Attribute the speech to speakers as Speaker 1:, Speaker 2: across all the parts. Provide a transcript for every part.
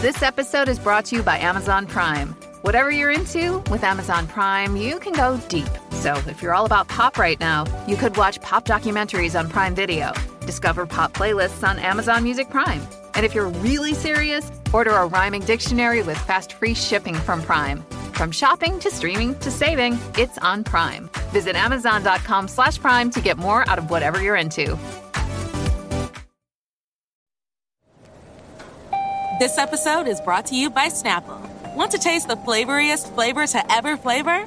Speaker 1: This episode is brought to you by Amazon Prime. Whatever you're into, with Amazon Prime, you can go deep. So if you're all about pop right now, you could watch pop documentaries on Prime Video, discover pop playlists on Amazon Music Prime. And if you're really serious, order a rhyming dictionary with fast free shipping from Prime. From shopping to streaming to saving, it's on Prime. Visit Amazon.com slash Prime to get more out of whatever you're into.
Speaker 2: This episode is brought to you by Snapple. Want to taste the flavoriest flavor to ever flavor?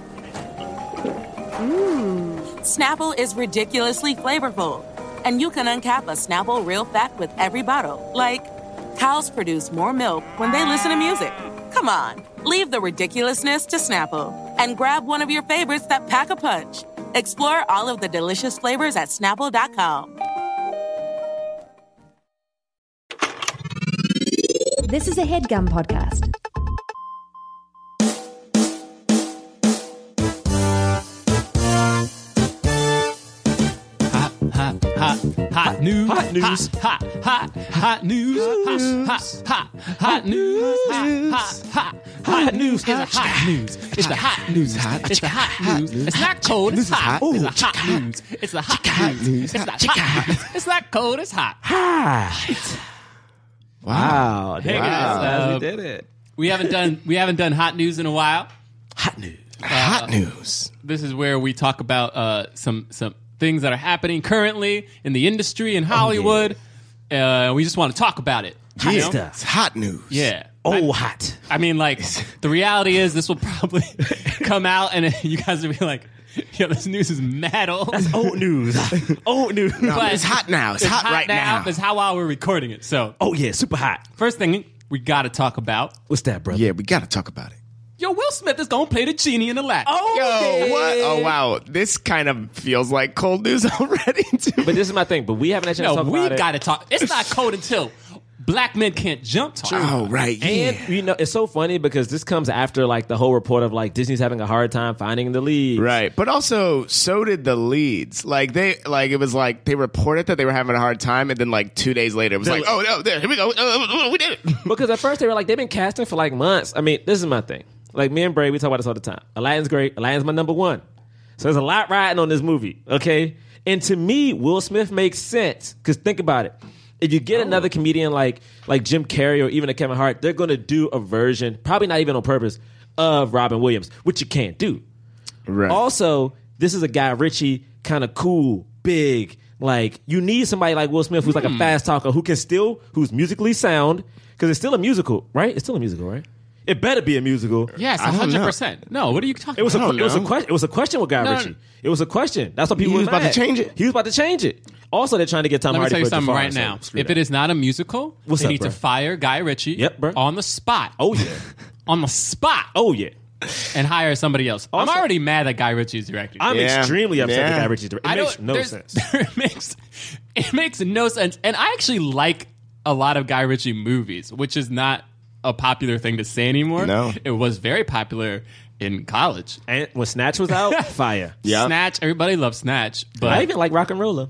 Speaker 2: Mmm. Snapple is ridiculously flavorful, and you can uncap a Snapple real fact with every bottle. Like, cows produce more milk when they listen to music. Come on, leave the ridiculousness to Snapple and grab one of your favorites that pack a punch. Explore all of the delicious flavors at snapple.com.
Speaker 3: This is a headgum podcast.
Speaker 4: Hot, hot, hot, hot news. Hot news. Hot, hot, hot news. Hot, hot, hot news. Hot, hot, hot news. It's a hot news. It's a hot news. It's a hot news. It's not cold. It's hot. It's a hot news. It's a hot news. It's not hot news. It's not cold. It's hot.
Speaker 5: Wow.
Speaker 4: Hey, guys,
Speaker 6: Um,
Speaker 4: uh,
Speaker 5: we Oh, did it.
Speaker 4: We haven't done we haven't done hot news in a while.
Speaker 5: Hot news. Hot news.
Speaker 4: This is where we talk about uh, some some things that are happening currently in the industry
Speaker 5: Oh,
Speaker 4: in Hollywood. uh, we just want to talk about it. you know?
Speaker 5: Yeah. It's hot news.
Speaker 4: Yeah.
Speaker 5: Oh, hot.
Speaker 4: I mean, like the reality is, this will probably come out, and you guys will be like, "Yo, this news is mad old."
Speaker 5: Old news.
Speaker 6: Oh,
Speaker 5: Old news.
Speaker 4: But
Speaker 5: it's hot now. It's, hot, right now.
Speaker 4: Is how while we're recording it. So
Speaker 6: Oh yeah, super hot.
Speaker 4: first thing we got to talk about,
Speaker 6: What's that, brother?
Speaker 5: Yeah, we got to talk about it.
Speaker 4: yo, Will Smith is gonna play the genie in the lamp.
Speaker 6: Oh,
Speaker 5: Yo,
Speaker 6: yeah.
Speaker 5: what? Oh, wow. This kind of feels like cold news already, too.
Speaker 6: But this is my thing. But we haven't had a chance to
Speaker 4: no,
Speaker 6: talk
Speaker 4: we
Speaker 6: about it.
Speaker 4: got to talk. It's not cold until black men can't jump. Talk.
Speaker 5: Oh, right. Yeah.
Speaker 6: And you know, it's so funny because this comes after like the whole report of like Disney's having a hard time finding the lead.
Speaker 5: Right, but also so did the leads. Like they, like it was like they reported that they were having a hard time, and then like two days later, it was like, oh no, there, here we go, Uh, we did it.
Speaker 6: Because at first they were like they've been casting for like months. I mean, this is my thing. Like me and Bray, we talk about this all the time. Aladdin's great. Aladdin's my number one. So there's a lot riding on this movie. Okay, and to me, Will Smith makes sense because think about it. If you get another comedian like like Jim Carrey or even a Kevin Hart, they're going to do a version, probably not even on purpose, of Robin Williams, which you can't do.
Speaker 5: Right.
Speaker 6: Also, this is a guy Richie, kind of cool, big. Like you need somebody like Will Smith, who's
Speaker 4: Hmm.
Speaker 6: like a fast talker, who can still, who's musically sound, because it's still a musical, right? It's still a musical, right? It better be a musical.
Speaker 4: Yes,
Speaker 5: I don't know.
Speaker 4: hundred percent. No, what are you talking?
Speaker 6: It was a
Speaker 5: I don't
Speaker 6: it was a
Speaker 5: know.
Speaker 6: question. It was a question with Guy
Speaker 4: No, no,
Speaker 6: Ritchie.
Speaker 4: no.
Speaker 6: It was a question. That's why people.
Speaker 5: He
Speaker 6: were
Speaker 5: was about to
Speaker 6: mad.
Speaker 5: change it.
Speaker 6: He was about to change it. Also, they're trying to get Tom
Speaker 4: Let me
Speaker 6: Hardy
Speaker 4: tell you
Speaker 6: for
Speaker 4: something
Speaker 6: Jafar,
Speaker 4: right
Speaker 6: so
Speaker 4: now.
Speaker 6: screw
Speaker 4: If
Speaker 6: that.
Speaker 4: it is not a musical,
Speaker 6: What's
Speaker 4: they
Speaker 6: up,
Speaker 4: need to
Speaker 6: bruh?
Speaker 4: fire Guy Ritchie
Speaker 6: Yep, bruh.
Speaker 4: on the spot.
Speaker 6: oh yeah,
Speaker 4: On the spot.
Speaker 6: oh yeah.
Speaker 4: And hire somebody else.
Speaker 6: Also-
Speaker 4: I'm already mad that Guy Ritchie is directing.
Speaker 6: I'm
Speaker 5: Yeah.
Speaker 6: extremely upset
Speaker 5: Yeah.
Speaker 6: with Guy Ritchie. It
Speaker 4: I
Speaker 6: makes
Speaker 4: don't-
Speaker 6: no
Speaker 4: there's-
Speaker 6: sense.
Speaker 4: it makes it makes no sense. And I actually like a lot of Guy Ritchie movies, which is not a popular thing to say anymore.
Speaker 5: No.
Speaker 4: It was very popular in college.
Speaker 6: And when Snatch was out, fire.
Speaker 5: Yeah.
Speaker 4: Snatch, everybody loved Snatch. But
Speaker 6: I even like Rock and Roller.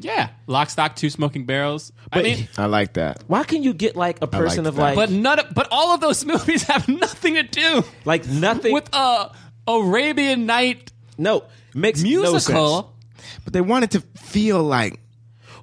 Speaker 4: yeah. Lock stock, two smoking barrels. I
Speaker 6: But-
Speaker 4: mean
Speaker 5: I like that.
Speaker 6: Why can you get like a person
Speaker 5: liked
Speaker 6: of
Speaker 5: that.
Speaker 6: like
Speaker 4: but none of, but all of those movies have nothing to do
Speaker 6: like nothing?
Speaker 4: with a Arabian Night
Speaker 6: no, makes No sense.
Speaker 4: musical.
Speaker 5: But they wanted to feel like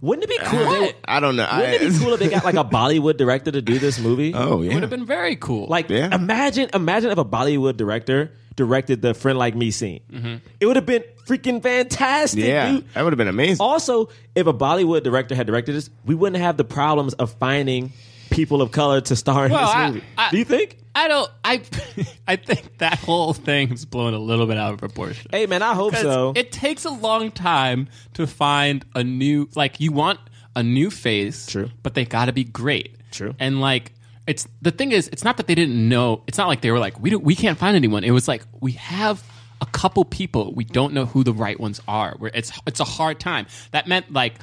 Speaker 6: Wouldn't it be cool?
Speaker 5: I,
Speaker 6: If
Speaker 5: I don't know.
Speaker 6: they, wouldn't it be
Speaker 5: I-
Speaker 6: cool if they got like a Bollywood director to do this movie?
Speaker 5: Oh yeah,
Speaker 4: Would have been very cool.
Speaker 6: like
Speaker 5: Yeah.
Speaker 6: imagine, imagine if a Bollywood director directed the friend like me scene.
Speaker 4: Mm-hmm.
Speaker 6: It would have been freaking fantastic.
Speaker 5: yeah,
Speaker 6: dude.
Speaker 5: that would have been amazing.
Speaker 6: Also, if a Bollywood director had directed this, we wouldn't have the problems of finding people of color to star in
Speaker 4: Well,
Speaker 6: this
Speaker 4: I-
Speaker 6: movie.
Speaker 4: I-
Speaker 6: do you think?
Speaker 4: I don't. I I think that whole thing's blown a little bit out of proportion.
Speaker 6: Hey man, I hope
Speaker 4: 'Cause
Speaker 6: so.
Speaker 4: It takes a long time to find a new like you want a new face.
Speaker 6: True.
Speaker 4: but they got to be great.
Speaker 6: True.
Speaker 4: and like. It's the thing is, it's not that they didn't know. It's not like they were like, we don't, we can't find anyone. It was like we have a couple people, we don't know who the right ones are. Where it's it's a hard time. That meant like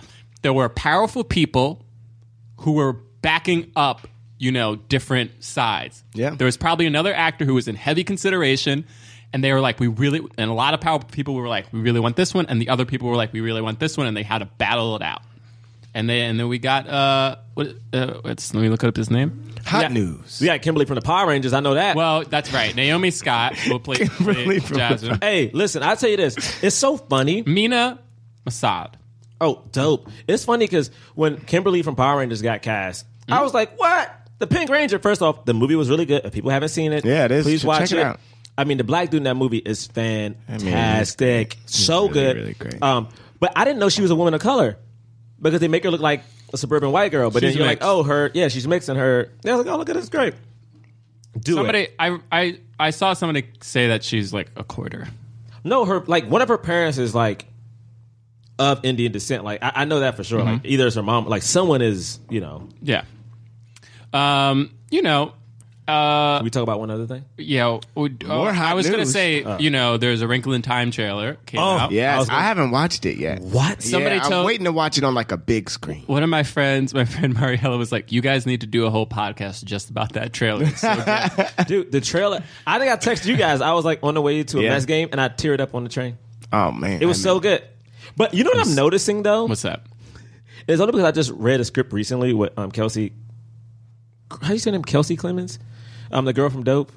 Speaker 4: there were powerful people who were backing up, you know, different sides.
Speaker 5: Yeah.
Speaker 4: There was probably another actor who was in heavy consideration and they were like, we really, and a lot of powerful people were like, we really want this one. And the other people were like, we really want this one. And they had to battle it out. And then, and then we got, uh, what, uh, it's, let me look up his name.
Speaker 5: Hot
Speaker 6: Yeah.
Speaker 5: news.
Speaker 6: We got Kimberly from the Power Rangers. I know that.
Speaker 4: Well, that's right. Naomi Scott will play, play
Speaker 5: Kimberly from the-
Speaker 4: Jasmine.
Speaker 6: hey, listen, I'll tell you this. It's so funny.
Speaker 4: Mina Masad.
Speaker 6: Oh, dope. It's funny because when Kimberly from Power Rangers got cast, I was like, what? The Pink Ranger, first off, the movie was really good. If people haven't seen it,
Speaker 5: Yeah, it is.
Speaker 6: please
Speaker 5: Check
Speaker 6: watch
Speaker 5: it
Speaker 6: it.
Speaker 5: out.
Speaker 6: I mean, the black dude in that movie is fantastic. so
Speaker 5: really,
Speaker 6: good.
Speaker 5: really great.
Speaker 6: Um, but I didn't know she was a woman of color because they make her look like a suburban white girl. But
Speaker 4: She's
Speaker 6: then you're
Speaker 4: mixed.
Speaker 6: like, oh, her, yeah, she's mixing her. Yeah, I was like, oh, look at this, great. Do
Speaker 4: Somebody,
Speaker 6: it.
Speaker 4: I, I, I saw somebody say that she's like a quarter.
Speaker 6: No, her like one of her parents is like of Indian descent. Like I, I know that for sure.
Speaker 4: Mm-hmm.
Speaker 6: Like either it's her mom, like someone is, you know.
Speaker 4: Yeah. Um, you know, uh,
Speaker 6: Can we talk about one other thing?
Speaker 4: yeah. we- oh, I
Speaker 5: hot
Speaker 4: was gonna
Speaker 5: news. Uh. Oh,
Speaker 4: say, you know, there's a Wrinkle in Time trailer came out.
Speaker 5: Yes,
Speaker 6: I
Speaker 5: I,
Speaker 6: was gonna-
Speaker 5: haven't watched it yet.
Speaker 6: What?
Speaker 4: Somebody
Speaker 5: yeah,
Speaker 4: told-
Speaker 5: I'm waiting to watch it on like a big screen.
Speaker 4: One of my friends, my friend Mariella, was like, "You guys need to do a whole podcast just about that trailer." It's so good.
Speaker 6: Dude, the trailer. I think I texted you guys. I was like on the way to a
Speaker 5: Yeah.
Speaker 6: Mets game and I teared up on the train.
Speaker 5: Oh man,
Speaker 6: It was so good. But you know what I'm noticing though?
Speaker 4: What's that?
Speaker 6: It's only because I just read a script recently with um, Kelsey. How do you say her name? Kelsey Clemens, um, the girl from Dope,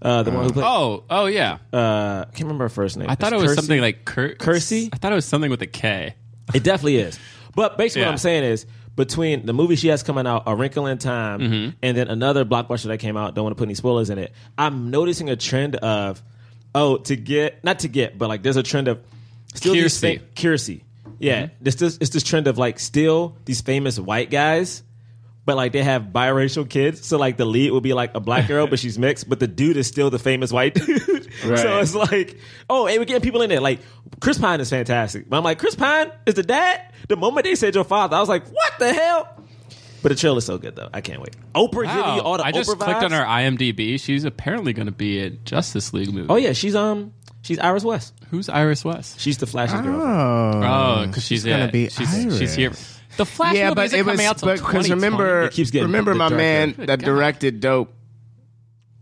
Speaker 6: uh, the one who played.
Speaker 4: Oh, oh yeah.
Speaker 6: Uh, I can't remember her first name.
Speaker 4: I thought it was
Speaker 6: something like.
Speaker 4: something like cur-
Speaker 6: Cursey?
Speaker 4: I thought it was something with a K.
Speaker 6: It definitely is. But basically,
Speaker 4: Yeah.
Speaker 6: what I'm saying is between the movie she has coming out, A Wrinkle in Time,
Speaker 4: Mm-hmm.
Speaker 6: and then another blockbuster that came out, don't want to put any spoilers in it, I'm noticing a trend of, oh, to get, not to get, but like there's a trend of still these
Speaker 4: Kiersey. Mm-hmm.
Speaker 6: fa- Kiersey. Yeah. This, this, it's this trend of like still these famous white guys. But like they have biracial kids, so like the lead will be like a black girl, but she's mixed. But the dude is still the famous white dude. So
Speaker 4: Right.
Speaker 6: it's like, oh, and we're getting people in there. Like Chris Pine is fantastic. But I'm like, Chris Pine is the dad. The moment they said your father, I was like, what the hell? But the trailer's so good though. I can't wait. Oprah giving you all the
Speaker 4: I just
Speaker 6: Oprah
Speaker 4: clicked on
Speaker 6: vibes.
Speaker 4: her IMDb. She's apparently going to be a Justice League movie.
Speaker 6: Oh yeah, she's um, she's Iris West.
Speaker 4: Who's Iris West?
Speaker 6: She's the Flash's
Speaker 5: Ah.
Speaker 6: girlfriend.
Speaker 4: Oh, because she's,
Speaker 5: Uh, gonna
Speaker 4: it.
Speaker 5: be
Speaker 4: she's,
Speaker 5: Iris.
Speaker 4: she's here. The Flash
Speaker 5: yeah,
Speaker 4: movie
Speaker 5: but
Speaker 4: isn't
Speaker 5: it was
Speaker 4: coming out till
Speaker 5: because
Speaker 4: 2020.
Speaker 5: remember,
Speaker 6: It keeps getting
Speaker 5: remember
Speaker 6: the
Speaker 5: my
Speaker 6: director.
Speaker 5: man
Speaker 4: Good
Speaker 5: that
Speaker 4: God.
Speaker 5: directed Dope.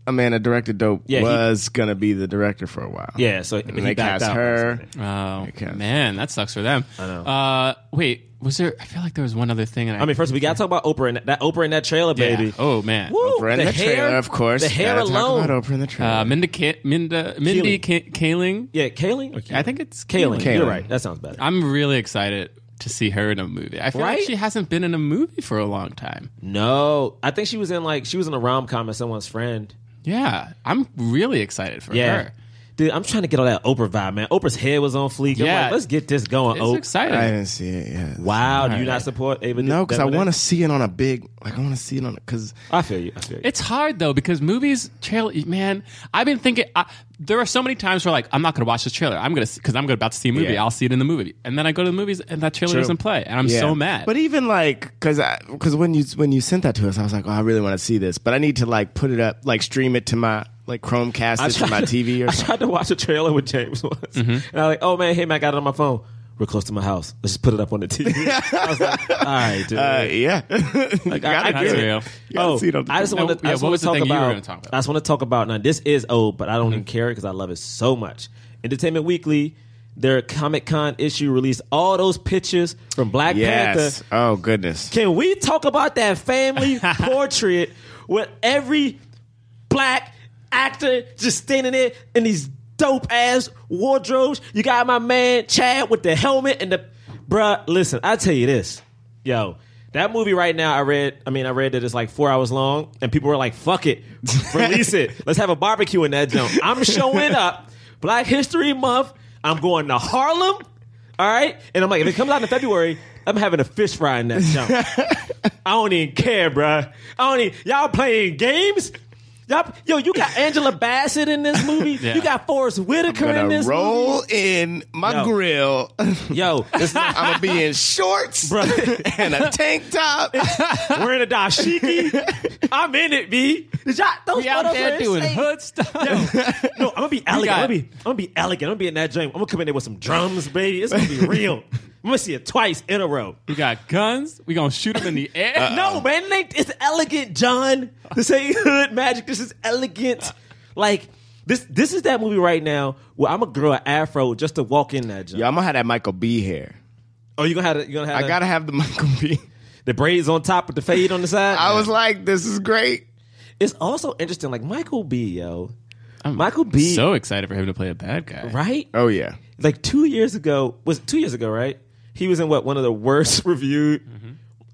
Speaker 5: A man that directed Dope
Speaker 6: Yeah, he-
Speaker 5: was gonna be the director for a while.
Speaker 6: Yeah, so
Speaker 5: and
Speaker 6: he
Speaker 5: they
Speaker 6: backed
Speaker 5: cast
Speaker 6: out.
Speaker 5: her.
Speaker 4: Oh
Speaker 5: Okay.
Speaker 4: man, that sucks for them. I know. Uh, wait, was there? I feel like there was one other thing. And I,
Speaker 6: I mean, first we gotta talk about Oprah and that, that Oprah in that trailer,
Speaker 4: Yeah.
Speaker 6: baby.
Speaker 4: Oh man.
Speaker 6: Woo,
Speaker 5: Oprah in the,
Speaker 6: hair,
Speaker 5: trailer, of course.
Speaker 6: The hair
Speaker 5: Gotta
Speaker 6: alone.
Speaker 5: Talk about Oprah in the trailer.
Speaker 4: Uh, Minda, Ka- Minda, Mindy Ka- Kaling.
Speaker 6: Yeah, Kaling. Or Kaling?
Speaker 4: I think it's
Speaker 6: Kaling. You're
Speaker 5: Kaling.
Speaker 6: right. That sounds better.
Speaker 4: I'm really excited to see her in a movie. I feel like
Speaker 6: Right?
Speaker 4: she hasn't been in a movie for a long time.
Speaker 6: no, I think she was in like she was in a rom com as someone's friend.
Speaker 4: Yeah, I'm really excited for
Speaker 6: Yeah.
Speaker 4: her.
Speaker 6: Dude, I'm trying to get all that Oprah vibe, man. Oprah's head was on fleek. Yeah.
Speaker 4: Yeah.
Speaker 6: let's get this going,
Speaker 4: It's
Speaker 6: Oprah.
Speaker 4: exciting.
Speaker 5: I didn't see it. Yeah.
Speaker 6: Wow, do you not support Ava?
Speaker 5: No, because I want to
Speaker 6: to.
Speaker 5: see it on a big. Like I want to see it on because
Speaker 6: I feel you. I feel you.
Speaker 4: It's hard though because movies trailer. Man, I've been thinking. I, there are so many times where like I'm not going to watch this trailer. I'm going to because I'm gonna- about to see a movie.
Speaker 5: Yeah.
Speaker 4: I'll see it in the movie, and then I go to the movies and that trailer doesn't play, and I'm so mad.
Speaker 5: But even like because because when you when you sent that to us, I was like, oh, I really want to see this, but I need to like put it up, like stream it to my like Chromecast it to my TV or
Speaker 6: I
Speaker 5: something.
Speaker 6: tried to watch a trailer with James once, and I was like, "Oh man, hey man, I got it on my phone. We're close to my house. Let's just put it up on the TV." I was like, "All right, dude."
Speaker 5: Uh, yeah,
Speaker 6: Like,
Speaker 5: Gotta
Speaker 6: I, I
Speaker 5: do
Speaker 4: it.
Speaker 6: get it.
Speaker 5: You gotta
Speaker 6: Oh,
Speaker 5: see it on the
Speaker 6: I just
Speaker 5: TV.
Speaker 6: want to.
Speaker 4: Yeah,
Speaker 6: I just
Speaker 4: what
Speaker 6: want
Speaker 4: was
Speaker 6: to
Speaker 4: the
Speaker 6: talk
Speaker 4: thing you were
Speaker 6: about.
Speaker 4: gonna talk about? Mm-hmm.
Speaker 6: I just want to talk about. Now this is old, but I don't even care because I love it so much. Entertainment Weekly, their Comic Con issue released all those pictures from Black
Speaker 5: yes.
Speaker 6: Panther.
Speaker 5: Oh goodness.
Speaker 6: Can we talk about that family portrait with every black actor just standing there in these dope ass wardrobes? You got my man Chad with the helmet and the bruh. Listen, I tell you this, yo. That movie right now, I read. I mean, I read that it's like four hours long, and people were like, "Fuck it, release it. Let's have a barbecue in that joint." I'm showing up. Black History Month. I'm going to Harlem. All right, and I'm like, if it comes out in February, I'm having a fish fry in that junk. I don't even care, bruh. I don't even. Y'all playing games? Y'all, yo, you got Angela Bassett in this movie.
Speaker 4: Yeah.
Speaker 6: You got Forrest Whitaker in
Speaker 5: Gonna
Speaker 6: this
Speaker 5: roll
Speaker 6: movie.
Speaker 5: in my
Speaker 6: No.
Speaker 5: grill. I'm
Speaker 6: Yo, this is like,
Speaker 5: gonna be in shorts
Speaker 6: bruh,
Speaker 5: and a tank top.
Speaker 6: wearing a dashiki. I'm in it, B. Did y'all, those
Speaker 4: we out
Speaker 6: photos
Speaker 4: there
Speaker 6: are
Speaker 4: doing
Speaker 6: insane.
Speaker 4: hood stuff.
Speaker 6: Yo, no, I'm gonna be elegant.
Speaker 4: got-
Speaker 6: I'm, gonna be, I'm gonna be elegant. I'm gonna be in that dream. I'm gonna come in there with some drums, baby. It's gonna be real. I'm gonna see it twice in a row.
Speaker 4: We got guns. We gonna shoot them in the air.
Speaker 6: No, man, it ain't- it's elegant, John. This ain't hood magic. This is elegant. Like this, this is that movie right now where I'm gonna grow an afro just to walk in that. John.
Speaker 5: Yeah, I'm gonna have that Michael B hair.
Speaker 6: Oh, you gonna have to, you gonna have
Speaker 5: I
Speaker 6: to-
Speaker 5: gotta have the Michael B.
Speaker 6: the braids on top with the fade on the side.
Speaker 5: I was like, this is great.
Speaker 6: It's also interesting, like Michael B. Yo, uh, Michael B.
Speaker 4: So excited for him to play a bad guy.
Speaker 6: right?
Speaker 5: Oh yeah.
Speaker 6: Like two years ago was it two years ago, right? He was in what one of the worst reviewed.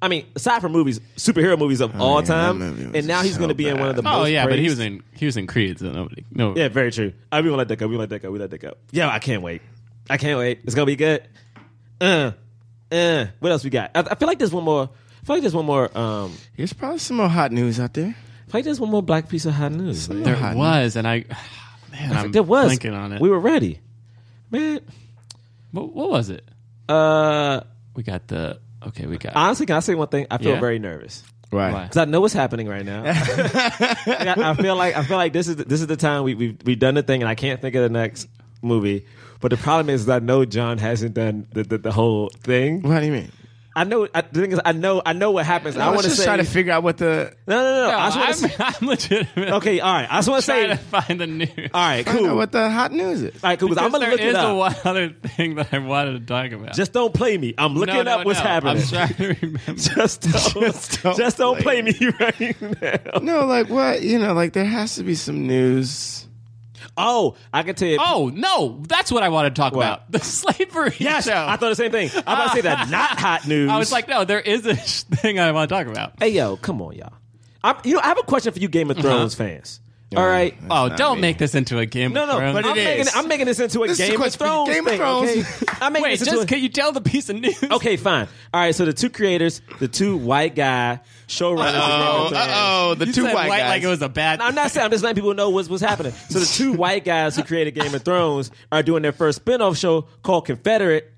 Speaker 6: I mean, aside from movies, superhero movies of all
Speaker 5: Mm-hmm. Oh, yeah, that
Speaker 6: time,
Speaker 5: movie was
Speaker 6: and now he's
Speaker 5: so
Speaker 6: going to be in one of the.
Speaker 4: Oh
Speaker 6: most
Speaker 4: yeah, but he
Speaker 6: praised-
Speaker 4: was in he was in Creed, so nobody. No,
Speaker 6: Yeah, very true. I we gonna let that go. We gonna let that go. We let that go. Yeah, I can't wait. I can't wait. It's gonna be good. Uh, uh. What else we got? I, I feel like there's one more. I feel like there's one more. Um,
Speaker 5: There's probably some more hot news out there.
Speaker 6: I feel like there's one more black piece of hot news. Like,
Speaker 4: there was, and I man, I'm
Speaker 6: there was.
Speaker 4: blanking on it.
Speaker 6: We were ready, man.
Speaker 4: what, what was it?
Speaker 6: Uh,
Speaker 4: We got the okay. We got
Speaker 6: honestly, can I say one thing? I feel
Speaker 4: Yeah.
Speaker 6: very nervous.
Speaker 5: Right.
Speaker 4: Why?
Speaker 6: because I know what's happening right now. Like, I, I feel like I feel like this is the, this is the time we we've, we've done the thing, and I can't think of the next movie. But the problem is, that I know John hasn't done the, the, the whole thing.
Speaker 5: What do you mean?
Speaker 6: I know I, the thing is, I know I know what happens. I
Speaker 5: I
Speaker 6: want
Speaker 5: was
Speaker 6: to
Speaker 5: just
Speaker 6: say
Speaker 5: trying
Speaker 6: no,
Speaker 5: to figure out what the
Speaker 6: no, no.
Speaker 4: No,
Speaker 6: I just
Speaker 4: I'm,
Speaker 6: want to say
Speaker 4: I'm legitimate.
Speaker 6: okay. All right, I just want to say
Speaker 4: trying
Speaker 6: all
Speaker 4: to find the news.
Speaker 6: right,
Speaker 5: I don't know
Speaker 6: cool. All
Speaker 5: what the hot news is.
Speaker 6: right, cool. 'cause I'm
Speaker 4: Because
Speaker 6: gonna
Speaker 4: there
Speaker 6: look
Speaker 4: is
Speaker 6: it
Speaker 4: the
Speaker 6: up.
Speaker 4: one other thing that I wanted to talk about.
Speaker 6: Just don't play me. I'm
Speaker 4: No,
Speaker 6: looking
Speaker 4: no,
Speaker 6: up what's
Speaker 4: no.
Speaker 6: happening.
Speaker 4: I'm trying to remember.
Speaker 6: Just don't, just don't,
Speaker 5: don't
Speaker 6: play,
Speaker 5: play
Speaker 6: me right now.
Speaker 5: No, like what? You know, like there has to be some news.
Speaker 6: Oh, I can tell you.
Speaker 4: Oh no, that's what I wanted to talk
Speaker 6: What?
Speaker 4: about. The slavery
Speaker 6: yes,
Speaker 4: show.
Speaker 6: I thought the same thing. I'm about to say that not hot news.
Speaker 4: I was like, no, there is a sh- thing I want to talk about.
Speaker 6: Hey yo, come on, y'all. I'm, you know, I have a question for you, Game of Thrones fans. All right.
Speaker 4: Oh,
Speaker 5: not
Speaker 4: don't
Speaker 5: me.
Speaker 4: make this into a game.
Speaker 6: No,
Speaker 4: of
Speaker 6: no,
Speaker 4: Thrones.
Speaker 6: I'm
Speaker 5: it
Speaker 6: making,
Speaker 5: is.
Speaker 6: I'm making this into a
Speaker 5: This is a
Speaker 6: Game of
Speaker 5: question for
Speaker 6: Thrones
Speaker 5: Game of
Speaker 6: thing.
Speaker 5: Thrones.
Speaker 6: Okay? I'm making
Speaker 4: Wait,
Speaker 6: this
Speaker 4: just
Speaker 6: into a,
Speaker 4: can you tell the piece of news?
Speaker 5: Oh,
Speaker 6: okay, fine. All right, so the two creators, the two white guy showrunners. of Game of Thrones.
Speaker 5: oh, the
Speaker 4: You said white like it was a bad.
Speaker 6: I'm not saying I'm just letting people know what's what's happening. So the two white guys who created Game of Thrones are doing their first spin-off show called Confederate,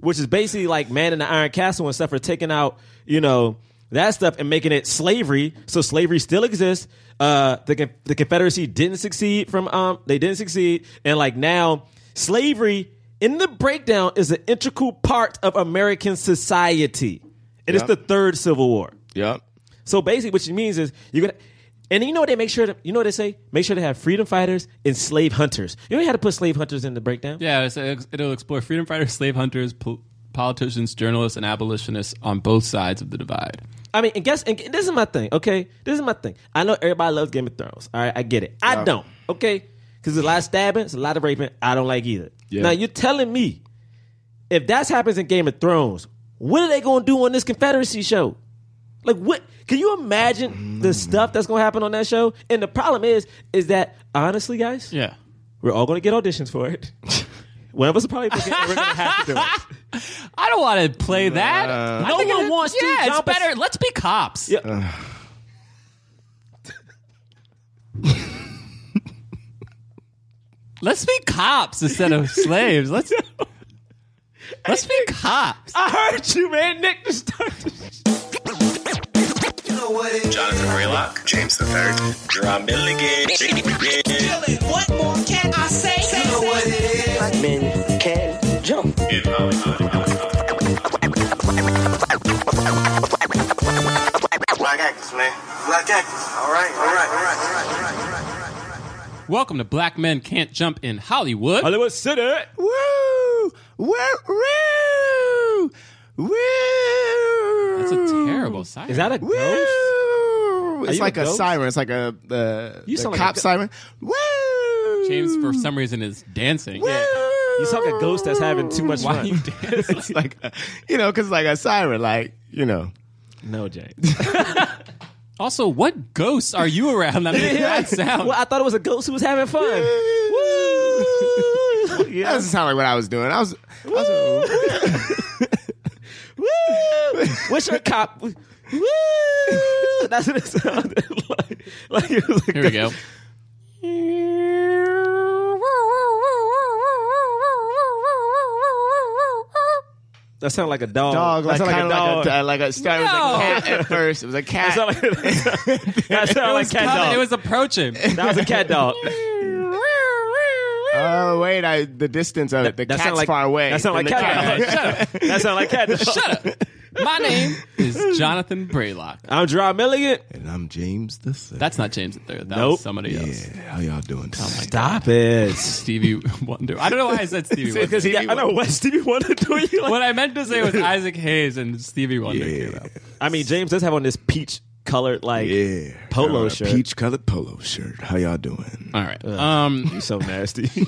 Speaker 6: which is basically like Man in the Iron Castle and stuff for taking out, you know, that stuff and making it slavery. So slavery still exists. Uh, the Con- the Confederacy didn't succeed from um they didn't succeed and like now slavery in the breakdown is an integral part of American society. It is
Speaker 5: Yep.
Speaker 6: the third Civil War.
Speaker 5: Yep.
Speaker 6: So basically, what she means is you're gonna. And you know what they make sure to, you know what they say? Make sure they have freedom fighters and slave hunters. You know how to put slave hunters in the breakdown?
Speaker 4: Yeah, it's, it'll explore freedom fighters, slave hunters, pol- politicians, journalists, and abolitionists on both sides of the divide.
Speaker 6: I mean, and guess and this is my thing, okay? This is my thing. I know everybody loves Game of Thrones. All right, I get it. I don't, okay? Because there's a lot of stabbing, it's a lot of raping. I don't like either. Now you're telling me if that happens in Game of Thrones, what are they gonna do on this Confederacy show? Like what can you imagine the stuff that's gonna happen on that show? And the problem is, is that honestly, guys,
Speaker 4: Yeah.
Speaker 6: We're all going to get auditions for it. One of us will probably pick it, and we're going to have to do it.
Speaker 4: I don't want to play that. I
Speaker 6: No
Speaker 4: think
Speaker 6: one
Speaker 4: it-
Speaker 6: wants to,
Speaker 4: Yeah, it's
Speaker 6: John, but-
Speaker 4: better. Let's be cops.
Speaker 6: Yeah.
Speaker 4: Let's be cops instead of slaves. Let's let's be cops.
Speaker 6: I heard you, man. Nick just started.
Speaker 7: Jonathan Raylock, James the Third, Drum Milligan.
Speaker 8: What more can I say? You know what it is. Black men can jump.
Speaker 7: Black actors, man. Black actors. All right, all right, all right, all right, all right.
Speaker 4: Welcome to Black Men Can't Jump in Hollywood.
Speaker 6: Hollywood City.
Speaker 5: Woo! Woo! Woo! Woo!
Speaker 4: That's a terrible siren.
Speaker 6: Is that a
Speaker 5: Woo!
Speaker 6: ghost? Are
Speaker 5: It's
Speaker 6: you
Speaker 5: like
Speaker 6: a
Speaker 5: a,
Speaker 6: ghost?
Speaker 5: siren. It's like a uh,
Speaker 6: You
Speaker 5: the
Speaker 6: sound like
Speaker 5: cop
Speaker 6: a go-
Speaker 5: siren. Woo!
Speaker 4: James for some reason is dancing?
Speaker 5: Woo!
Speaker 6: You sound like a ghost that's having too much
Speaker 4: Why are you
Speaker 6: fun.
Speaker 4: dancing?
Speaker 5: It's like a, you know, because like a siren, like you know.
Speaker 6: No, James.
Speaker 4: Also, what ghosts are you around that make that sound?
Speaker 6: Well, I thought it was a ghost who was having fun. Woo!
Speaker 5: That
Speaker 6: Yeah.
Speaker 5: doesn't sound like what I was doing. I was. I was
Speaker 6: Woo! What's your cop? Woo! That's what it sounded like. Like it was a
Speaker 4: Here we go.
Speaker 6: That sounded like a dog.
Speaker 5: dog,
Speaker 6: that
Speaker 5: like,
Speaker 6: sounded like a
Speaker 5: kind of
Speaker 6: dog.
Speaker 5: like a, like a started
Speaker 4: No.
Speaker 5: with a cat at first. It was a cat.
Speaker 6: that sounded like, that sounded like cat
Speaker 4: Coming,
Speaker 6: dog.
Speaker 4: it was approaching.
Speaker 6: that was a cat dog.
Speaker 5: oh wait, I, the distance of it. The
Speaker 6: That
Speaker 5: cat's
Speaker 6: sound like-
Speaker 5: far away.
Speaker 6: That sound
Speaker 5: from
Speaker 6: like
Speaker 5: the
Speaker 6: cat. dog. Shut up. That sound like cat. Shut up.
Speaker 4: My name is Jonathan Braylock.
Speaker 6: I'm Dry Milligan.
Speaker 5: And I'm James the Third.
Speaker 4: That's not James the Third. That
Speaker 6: Nope.
Speaker 4: was somebody else.
Speaker 5: yeah. How y'all doing? today?
Speaker 6: Stop it.
Speaker 4: Stevie Wonder. I don't know why I said Stevie Wonder.
Speaker 5: Because he-
Speaker 6: Yeah, I know what Stevie Wonder do you like.
Speaker 4: What I meant to say was Isaac Hayes and Stevie Wonder. came up.
Speaker 6: I mean, James does have on this peach colored like
Speaker 5: yeah.
Speaker 6: polo
Speaker 5: Uh,
Speaker 6: shirt.
Speaker 5: peach colored polo shirt. How y'all doing?
Speaker 4: All right. Um,
Speaker 6: So nasty.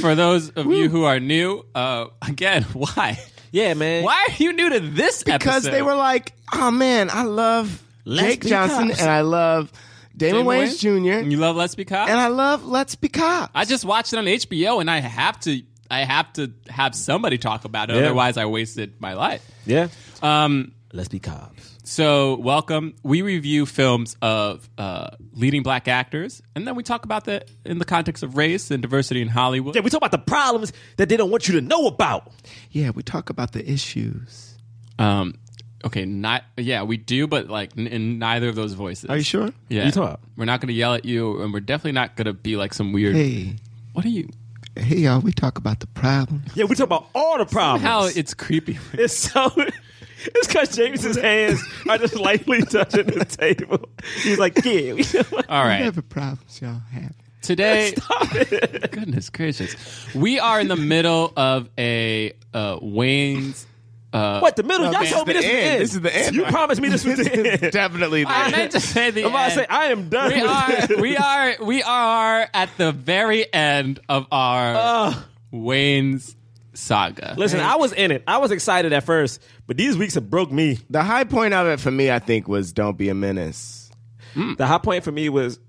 Speaker 4: for those of you who are new, uh, again, why?
Speaker 6: yeah, man.
Speaker 4: Why are you new to this
Speaker 5: Because
Speaker 4: episode?
Speaker 5: they were like, oh man, I love Jake
Speaker 6: be
Speaker 5: Johnson
Speaker 6: cops.
Speaker 5: and I love Damon,
Speaker 4: Damon
Speaker 5: Wayans Jr.
Speaker 4: And you love Let's Be Cops?
Speaker 5: and I love Let's Be Cops.
Speaker 4: I just watched it on HBO, and I have to, I have to have somebody talk about it.
Speaker 6: Yeah.
Speaker 4: Otherwise, I wasted my life.
Speaker 6: Yeah.
Speaker 4: Um,
Speaker 6: Let's be cops.
Speaker 4: so welcome. We review films of uh, leading black actors, and then we talk about that in the context of race and diversity in Hollywood.
Speaker 6: Yeah, we talk about the problems that they don't want you to know about.
Speaker 5: yeah, we talk about the issues.
Speaker 4: Um, okay, not yeah, we do, but like n- in neither of those voices.
Speaker 5: Are you sure?
Speaker 4: Yeah,
Speaker 6: You talk.
Speaker 4: We're not going to yell at you, and we're definitely not going to be like some weird.
Speaker 5: Hey,
Speaker 4: What are you?
Speaker 5: hey y'all, we talk about the problems.
Speaker 6: Yeah, we talk about all the problems.
Speaker 4: How it's creepy.
Speaker 6: It's so. It's because James's hands are just lightly touching the table. He's like, yeah. we-
Speaker 4: All right.
Speaker 5: Whatever problems y'all have.
Speaker 4: Today, goodness gracious, we are in the middle of a uh, Wayne's. Uh,
Speaker 6: what, the middle? Y'all
Speaker 5: this
Speaker 6: told
Speaker 5: is
Speaker 6: me
Speaker 5: the
Speaker 6: this was
Speaker 5: end.
Speaker 6: the end.
Speaker 5: This is the end.
Speaker 6: You promised me this was the end.
Speaker 5: Definitely.
Speaker 4: I meant to say the
Speaker 6: I'm about
Speaker 4: end.
Speaker 6: to say, I am done
Speaker 4: we
Speaker 6: with
Speaker 4: are,
Speaker 6: this.
Speaker 4: we are, we are at the very end of our Wayne's saga.
Speaker 6: Listen, I was in it. I was excited at first, but these weeks have broke me.
Speaker 5: the high point of it for me, I think, was Don't Be a Menace.
Speaker 6: The high point for me was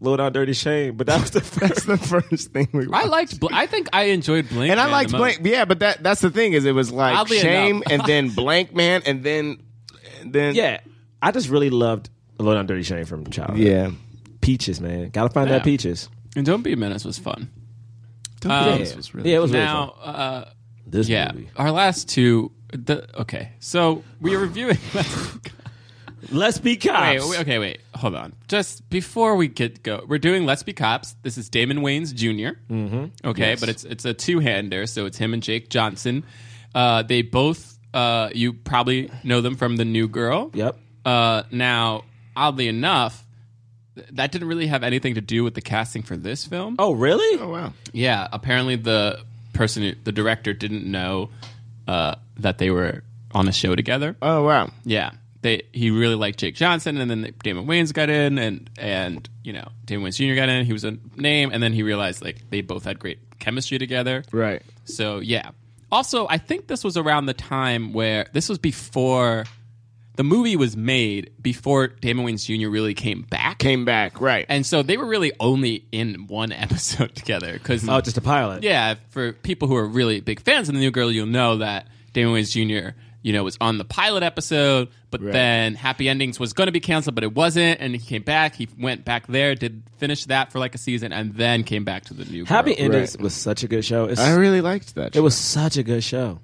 Speaker 6: Low Down Dirty Shame, but that was the
Speaker 5: That's
Speaker 6: first.
Speaker 5: the first thing we
Speaker 4: I liked. Bl- I think I enjoyed Blink.
Speaker 5: And I
Speaker 4: Man
Speaker 5: liked
Speaker 4: the most.
Speaker 5: Blank. Yeah, but that that's the thing is it was like
Speaker 4: Oddly
Speaker 5: Shame
Speaker 4: enough.
Speaker 5: and then Blank Man and then and then
Speaker 6: yeah, I just really loved Low Down Dirty Shame from childhood.
Speaker 5: Yeah.
Speaker 6: Peaches, man. Gotta find
Speaker 4: Yeah.
Speaker 6: that Peaches.
Speaker 4: And Don't Be a Menace was fun.
Speaker 6: Yeah,
Speaker 4: Um,
Speaker 5: was really
Speaker 6: yeah, it was really
Speaker 4: now,
Speaker 6: fun.
Speaker 4: uh,
Speaker 6: This
Speaker 4: yeah,
Speaker 6: movie.
Speaker 4: our last two. The, okay, so we are reviewing.
Speaker 6: Let's be
Speaker 4: Wait,
Speaker 6: cops.
Speaker 4: wait, okay, wait. Hold on. Just before we get go, we're doing Let's Be Cops. This is Damon Wayans junior Mm-hmm. Okay, but it's it's a two hander, so it's him and Jake Johnson. Uh, they both, uh, you probably know them from The New Girl.
Speaker 6: Yep.
Speaker 4: Uh, now, oddly enough, th- that didn't really have anything to do with the casting for this film.
Speaker 6: Oh, really?
Speaker 5: Oh wow.
Speaker 4: Yeah, apparently the person, who- the director, didn't know uh, that they were on a show together.
Speaker 5: Oh wow.
Speaker 4: Yeah, they he really liked Jake Johnson, and then Damon Wayans got in, and and you know Damon Wayans Jr. got in. He was a name, and then he realized like they both had great chemistry together.
Speaker 5: Right.
Speaker 4: So yeah. Also, I think this was around the time where this was before the movie was made before Damon Wayans Jr. really came back.
Speaker 5: Came back. Right.
Speaker 4: and so they were really only in one episode together because
Speaker 6: Oh, just a pilot.
Speaker 4: yeah, for people who are really big fans of the New Girl, you'll know that Damon Wayans Jr. You know was on the pilot episode, but then Happy Endings was going to be canceled, but it wasn't, and he came back. He went back there, did finish that for like a season, and then came back to the New Girl.
Speaker 6: Happy Endings was such a good show. It's,
Speaker 5: I really liked that.
Speaker 6: it was such a good show.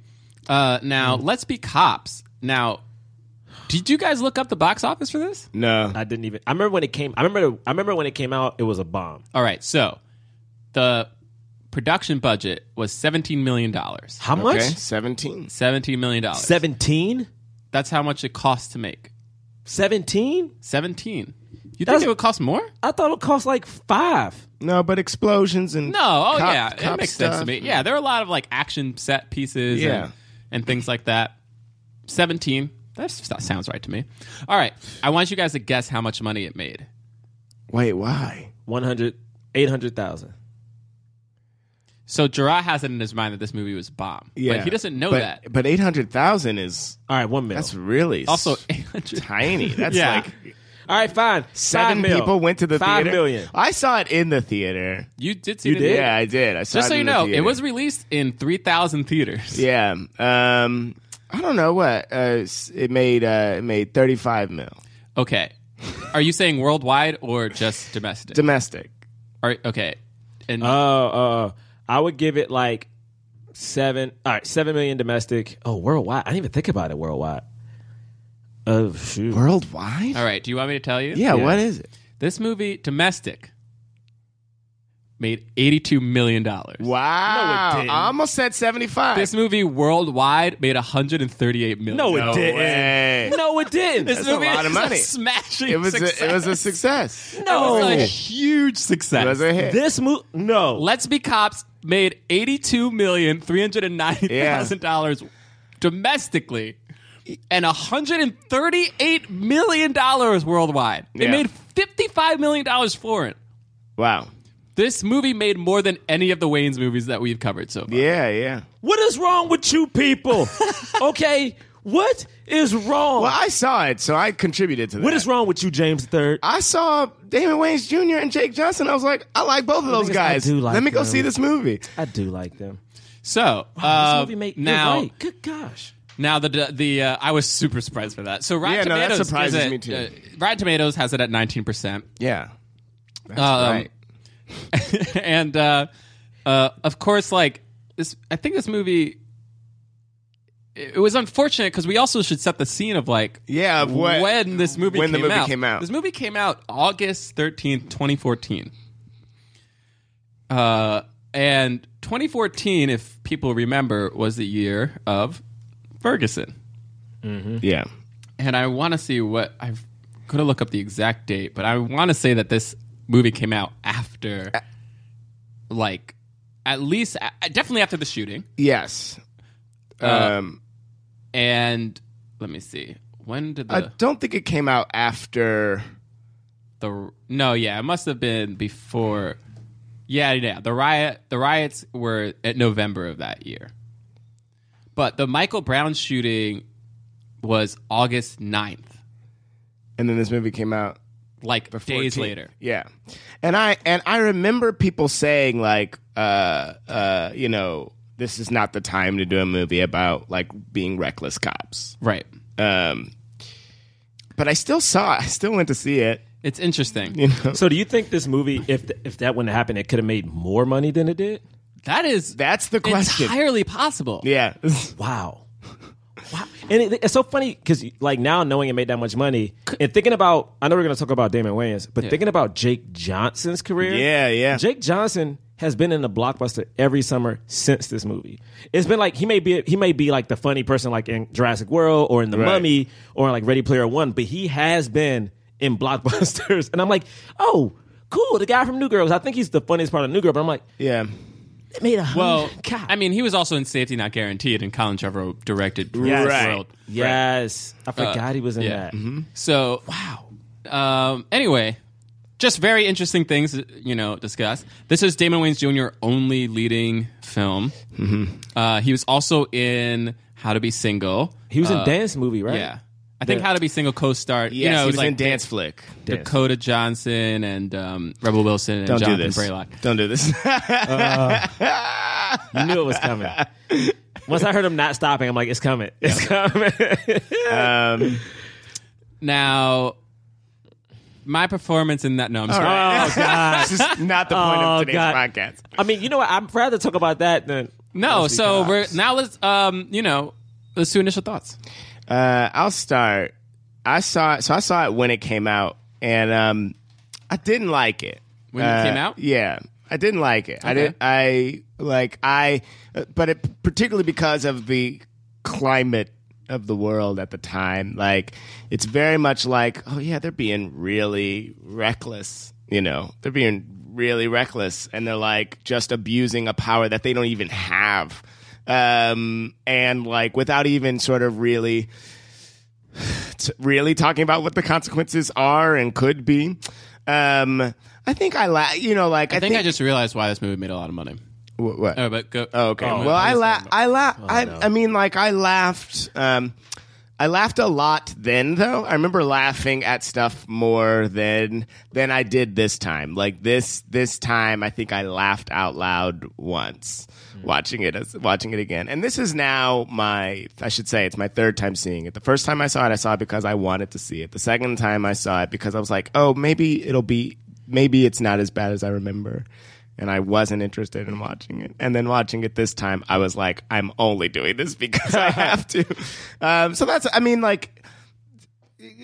Speaker 4: Uh, now let's be cops. Now, did you guys look up the box office for this?
Speaker 5: no.
Speaker 6: I didn't even. I remember when it came. I remember. I remember when it came out. It was a bomb.
Speaker 4: All right, so the production budget was seventeen million dollars.
Speaker 6: How much?
Speaker 5: Okay. Seventeen.
Speaker 4: Seventeen million dollars.
Speaker 6: Seventeen.
Speaker 4: That's how much it costs to make.
Speaker 6: Seventeen.
Speaker 4: Seventeen. You think
Speaker 6: That's-
Speaker 4: it would cost more?
Speaker 6: I thought it cost like five.
Speaker 5: No, but explosions and
Speaker 4: No, oh
Speaker 5: cop-
Speaker 4: yeah, it
Speaker 5: cop
Speaker 4: makes sense to
Speaker 5: stuff.
Speaker 4: me. Yeah, there are a lot of like action set pieces,
Speaker 5: Yeah.
Speaker 4: and, and things like that. Seventeen. That's, that sounds right to me. All right, I want you guys to guess how much money it made.
Speaker 5: Wait, why?
Speaker 6: 100, 800,000.
Speaker 4: So Gerard has it in his mind that this movie was a bomb.
Speaker 5: Yeah,
Speaker 4: but he doesn't know
Speaker 5: But-
Speaker 4: that.
Speaker 5: But eight hundred thousand is
Speaker 6: All right, one mil.
Speaker 5: that's really
Speaker 4: Also,
Speaker 5: s-
Speaker 4: 800.
Speaker 5: tiny. That's
Speaker 4: Yeah.
Speaker 5: like
Speaker 6: All right, fine.
Speaker 5: seven
Speaker 6: Five mil.
Speaker 5: people went to the
Speaker 6: Five
Speaker 5: theater.
Speaker 6: million.
Speaker 5: I saw it in the theater.
Speaker 4: you did see it. in
Speaker 6: did?
Speaker 4: the-
Speaker 5: Yeah, I did. I saw
Speaker 4: Just
Speaker 5: it
Speaker 4: so
Speaker 5: in
Speaker 4: you
Speaker 5: the
Speaker 4: know, it
Speaker 5: theater.
Speaker 4: was released in three thousand theaters.
Speaker 5: Yeah. Um, I don't know what uh, s- it made. Uh, it made thirty five mil
Speaker 4: Okay, are you saying worldwide or just domestic?
Speaker 5: domestic.
Speaker 4: Are- okay, and
Speaker 6: Oh, uh, I would give it like seven. All right, seven million domestic. Oh, worldwide. I didn't even think about it worldwide. Oh shoot.
Speaker 5: Worldwide?
Speaker 4: all right, do you want me to tell you?
Speaker 5: Yeah, What is it?
Speaker 4: This movie, domestic, made $82 million.
Speaker 5: Wow.
Speaker 6: No, it didn't.
Speaker 5: I almost said 75.
Speaker 4: This movie worldwide made $138 million.
Speaker 6: No, it
Speaker 5: no
Speaker 6: didn't.
Speaker 5: way.
Speaker 6: No, it didn't.
Speaker 4: This
Speaker 5: That's a
Speaker 4: movie
Speaker 5: lot
Speaker 4: is
Speaker 5: of money.
Speaker 4: a smashing
Speaker 5: It was
Speaker 4: success.
Speaker 5: a, it was a success.
Speaker 4: It was a
Speaker 6: No.
Speaker 4: huge success.
Speaker 5: It was a hit.
Speaker 6: this movie. No.
Speaker 4: Let's Be Cops made eighty-two million three hundred and ninety thousand dollars domestically, and hundred and thirty-eight million dollars worldwide. They
Speaker 5: Yeah.
Speaker 4: made fifty-five million dollars foreign.
Speaker 5: Wow.
Speaker 4: This movie made more than any of the Wayne's movies that we've covered so far.
Speaker 5: Yeah, yeah.
Speaker 6: What is wrong with you people? okay, what is wrong?
Speaker 5: Well, I saw it, so I contributed to that.
Speaker 6: what is wrong with you, James Third?
Speaker 5: I saw Damon Wayans Jr. and Jake Johnson. I was like, I like both of those
Speaker 6: think I
Speaker 5: guys.
Speaker 6: do like
Speaker 5: Let me go
Speaker 6: them.
Speaker 5: see this movie.
Speaker 6: I do like them.
Speaker 4: So
Speaker 5: Oh,
Speaker 6: this
Speaker 4: uh,
Speaker 6: movie made you're
Speaker 4: now,
Speaker 6: right. Good gosh.
Speaker 4: now the the uh, I was super surprised by that. So Rotten
Speaker 5: Yeah, no, that
Speaker 4: Tomatoes
Speaker 5: surprises
Speaker 4: is at-
Speaker 5: me too.
Speaker 4: uh, Rotten Tomatoes has it at nineteen percent.
Speaker 5: Yeah.
Speaker 6: Uh,
Speaker 5: That's
Speaker 4: Um,
Speaker 5: right.
Speaker 4: and uh, uh, of course, like this, I think this movie. It it was unfortunate because we also should set the scene of like
Speaker 5: Yeah, of what-
Speaker 4: when this movie
Speaker 5: when the
Speaker 4: came
Speaker 5: movie
Speaker 4: out.
Speaker 5: came out.
Speaker 4: This movie came out August thirteenth, twenty fourteen. Uh, and twenty fourteen, if people remember, was the year of Ferguson.
Speaker 6: mm.
Speaker 5: Yeah.
Speaker 4: And I want to see what I could have looked up the exact date, but I want to say that this movie came out after, like, at least a- definitely after the shooting.
Speaker 5: Yes.
Speaker 6: Uh,
Speaker 5: um,
Speaker 4: And let me see, when did the
Speaker 5: I don't think it came out after.
Speaker 4: the no? Yeah, it must have been before. Yeah, yeah. The riot, the riots were at November of that year, but the Michael Brown shooting was August 9th,
Speaker 5: And then this movie came out
Speaker 4: like days
Speaker 5: 14th.
Speaker 4: later.
Speaker 5: Yeah, and I and I remember people saying like, uh, uh, you know, this is not the time to do a movie about like being reckless cops.
Speaker 4: Right.
Speaker 5: Um, but I still saw it. I still went to see it.
Speaker 4: It's interesting.
Speaker 6: So, do you think this movie, if th- if that wouldn't happen, it could have made more money than it did?
Speaker 4: That is
Speaker 5: That's the question.
Speaker 4: entirely possible.
Speaker 5: yeah,
Speaker 6: Wow. Wow. And it, it's so funny because, like, now knowing it made that much money and thinking about, I know we're going to talk about Damon Wayans, but thinking about Jake Johnson's career.
Speaker 5: Yeah, yeah.
Speaker 6: Jake Johnson has been in the blockbuster every summer since this movie. It's been like he may be he may be like the funny person like in Jurassic World or in The
Speaker 5: Right.
Speaker 6: Mummy or like Ready Player One, but he has been in blockbusters. And I'm like, oh, cool, the guy from New Girls. I think he's the funniest part of New Girl, but I'm like,
Speaker 5: yeah.
Speaker 6: it made a hundred-
Speaker 4: Well,
Speaker 6: God.
Speaker 4: I mean, he was also in Safety Not Guaranteed, and Colin Trevorrow directed
Speaker 5: Yes.
Speaker 4: Jurassic
Speaker 5: Right.
Speaker 4: World.
Speaker 6: yes, I forgot he was in
Speaker 4: uh, yeah.
Speaker 6: that.
Speaker 4: So wow. Um, anyway, just very interesting things you know discuss. This is Damon Wayans Jr. only leading film.
Speaker 5: Mm-hmm.
Speaker 4: Uh, he was also in How to Be Single.
Speaker 6: He was in dance movie, right?
Speaker 4: Yeah, I think How to Be Single co-starred.
Speaker 5: Yes,
Speaker 4: you know, it
Speaker 5: he
Speaker 4: was
Speaker 5: was
Speaker 4: like
Speaker 5: in Dance Flick.
Speaker 4: Dakota Johnson and um, Rebel Wilson and
Speaker 5: Don't
Speaker 4: Jonathan
Speaker 5: do this.
Speaker 4: Braylock.
Speaker 5: Don't do this.
Speaker 6: You knew it was coming. Once I heard him not stopping, I'm like, it's coming. It's coming.
Speaker 4: Now, my performance in that. No, I'm sorry.
Speaker 5: this is not the point
Speaker 6: Oh,
Speaker 5: of today's
Speaker 6: God.
Speaker 5: podcast.
Speaker 6: I mean, you know what? I'd rather talk about that than.
Speaker 4: No,
Speaker 6: Mostly
Speaker 4: so
Speaker 6: cops.
Speaker 4: we're now let's um you know let's do initial thoughts.
Speaker 5: Uh, I'll start. I saw it. So I saw it when it came out, and um, I didn't like it Uh,
Speaker 4: When it came out?
Speaker 5: Yeah, I didn't like it. I
Speaker 4: Okay.
Speaker 5: did. I like I, uh, but it particularly because of the climate of the world at the time. Like it's very much like, oh yeah, they're being really reckless. You know, they're being really reckless, and they're like just abusing a power that they don't even have. Um and like without even sort of really t- really talking about what the consequences are and could be. Um, I think I la- you know, like I,
Speaker 4: I think I just realized why this movie made a lot of money.
Speaker 5: Wh- what?
Speaker 4: Oh, but go.
Speaker 5: Oh, okay.
Speaker 4: Oh,
Speaker 5: well, I
Speaker 4: please
Speaker 5: la-
Speaker 4: don't.
Speaker 5: I la- I, I mean, like I laughed. Um, I laughed a lot then, though. I remember laughing at stuff more than than I did this time. Like this this time, I think I laughed out loud once watching it as watching it again. And this is now my I should say it's my third time seeing it. The first time I saw it, I saw it because I wanted to see it. The second time I saw it because I was like, oh, maybe it'll be maybe it's not as bad as I remember and I wasn't interested in watching it. And then watching it this time, I was like, I'm only doing this because I have to. Um, so that's, I mean, like,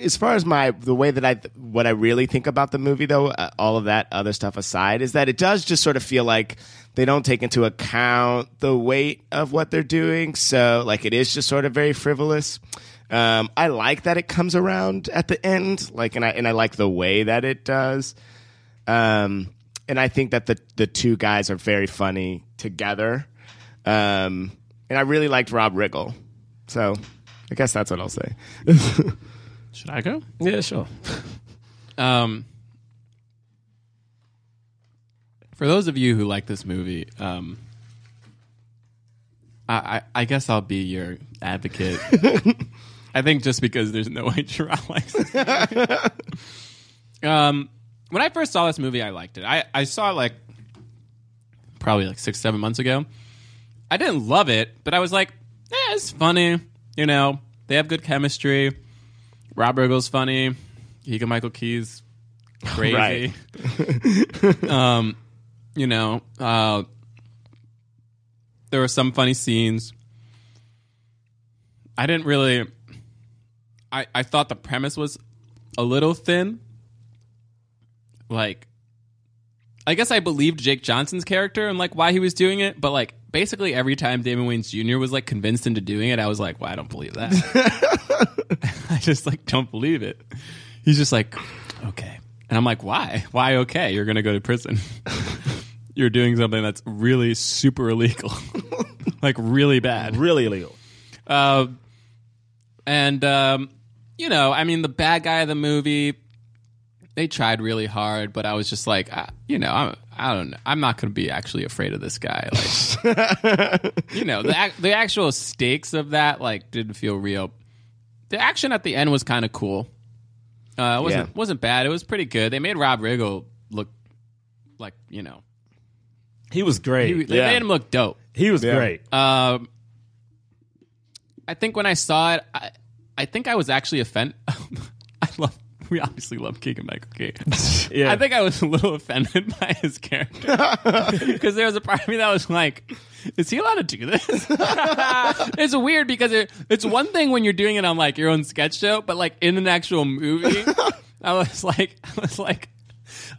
Speaker 5: as far as my the way that I what I really think about the movie though, uh, all of that other stuff aside, is that it does just sort of feel like they don't take into account the weight of what they're doing. So like it is just sort of very frivolous. Um, I like that it comes around at the end, like and I and I like the way that it does. Um, and I think that the the two guys are very funny together. Um, and I really liked Rob Riggle, so I guess that's what I'll say.
Speaker 4: Should I go?
Speaker 6: Yeah, sure.
Speaker 4: Um, for those of you who like this movie, um, I, I, I guess I'll be your advocate. I think just because there's no way Gerard likes it. um, when I first saw this movie, I liked it. I, I saw it like probably like six, seven months ago. I didn't love it, but I was like, eh, it's funny. You know, they have good chemistry. Rob Riggle's funny. Higa Michael Key's crazy. um, you know, uh, there were some funny scenes. I didn't really. I I thought the premise was a little thin. Like, I guess I believed Jake Johnson's character and like why he was doing it, but like basically every time Damon Wayans Jr. was like convinced into doing it, I was like, well, I don't believe that. I just like don't believe it. He's just like, okay. And I'm like, why? Why okay? You're going to go to prison. You're doing something that's really super illegal. like really bad.
Speaker 6: Really illegal.
Speaker 4: Uh, and um, you know, I mean the bad guy of the movie they tried really hard, but I was just like, I, you know, I'm I don't know. I'm not going to be actually afraid of this guy. Like, you know, the ac- the actual stakes of that like didn't feel real. The action at the end was kind of cool. Uh, it wasn't
Speaker 5: Yeah.
Speaker 4: wasn't bad. It was pretty good. They made Rob Riggle look like you know
Speaker 6: He Oh, was
Speaker 4: he,
Speaker 6: great.
Speaker 4: they made him look dope.
Speaker 6: He was
Speaker 5: Yeah.
Speaker 6: great.
Speaker 4: Um, I think when I saw it, I, I think I was actually offended. I love. We obviously love Keegan Michael Key.
Speaker 6: Yeah.
Speaker 4: I think I was a little offended by his character because there was a part of me that was like, "Is he allowed to do this?" it's weird because it, it's one thing when you're doing it on like your own sketch show, but like in an actual movie, I was like, I was like,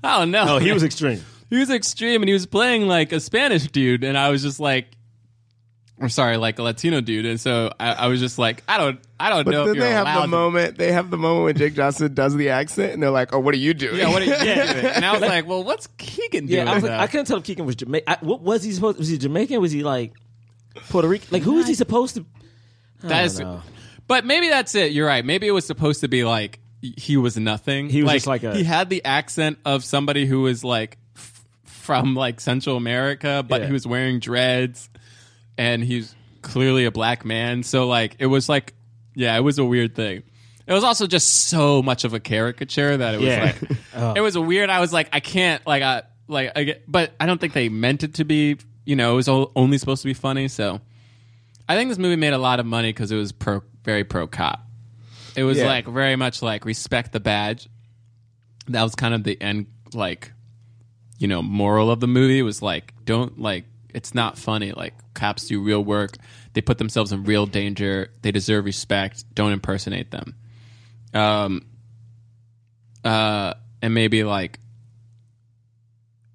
Speaker 4: I don't know.
Speaker 6: Oh, he was extreme.
Speaker 4: he was extreme and he was playing like a Spanish dude, and I was just like, I'm sorry, like a Latino dude, and so I, I was just like, I don't, I don't
Speaker 5: But
Speaker 4: know if
Speaker 5: then
Speaker 4: you're
Speaker 5: they have
Speaker 4: allowed.
Speaker 5: the moment. They have the moment when Jake Johnson does the accent, and they're like, "Oh, what are you doing?"
Speaker 4: to, yeah, what are you doing? And I was like, well, what's Keegan doing?
Speaker 6: Yeah, I, was like,
Speaker 4: though?
Speaker 6: I couldn't tell if Keegan was Jamaican. What was he supposed? Was he Jamaican? Was he like Puerto Rican? Like who is he supposed to?
Speaker 4: That is,
Speaker 6: know.
Speaker 4: but maybe that's it. You're right. Maybe it was supposed to be like he was nothing.
Speaker 6: He was just like a-
Speaker 4: he had the accent of somebody who was like f- from like Central America, but
Speaker 6: Yeah.
Speaker 4: he was wearing dreads, and he's clearly a black man. So like it was like yeah, it was a weird thing. It was also just so much of a caricature that it was
Speaker 6: Yeah. Oh.
Speaker 4: like it was weird. I was like I can't like I like I get, but I don't think they meant it to be. You know, it was o- only supposed to be funny. So I think this movie made a lot of money because it was pro, very pro cop. It was
Speaker 5: Yeah.
Speaker 4: like very much like respect the badge. That was kind of the end, like you know, moral of the movie was like don't like it's not funny. Like cops do real work. They put themselves in real danger. They deserve respect. Don't impersonate them. Um. Uh, and maybe like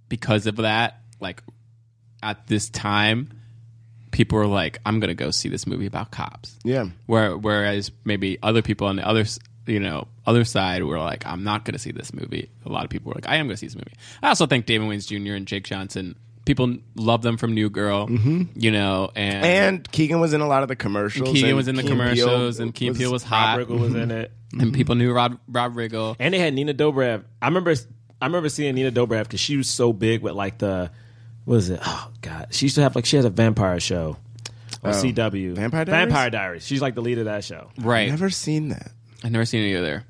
Speaker 4: because of that, like at this time, people were like, "I'm gonna go see this movie about cops."
Speaker 5: Yeah.
Speaker 4: Where, whereas maybe other people on the other, s- you know, other side were like, "I'm not gonna see this movie." A lot of people were like, "I am gonna see this movie." I also think David Wayans Jr. and Jake Johnson, people love them from New Girl, you know, and,
Speaker 5: And Keegan was in a lot of the commercials.
Speaker 4: Keegan
Speaker 5: Mm-hmm. and
Speaker 4: was in the
Speaker 5: Key and Peele
Speaker 4: commercials, and Key and Peele was hot,
Speaker 6: Rob Riggle was in it,
Speaker 5: Mm-hmm.
Speaker 4: and people knew Rob Rob Riggle.
Speaker 6: and they had Nina Dobrev. I remember, I remember seeing Nina Dobrev because she was so big with like the, what is it? Oh God, she used to have like she had a vampire show on CW,
Speaker 5: Oh, Vampire Diaries?
Speaker 6: Vampire Diaries. She's like the lead of that show.
Speaker 4: Right.
Speaker 5: Never seen that.
Speaker 4: I've never seen any other.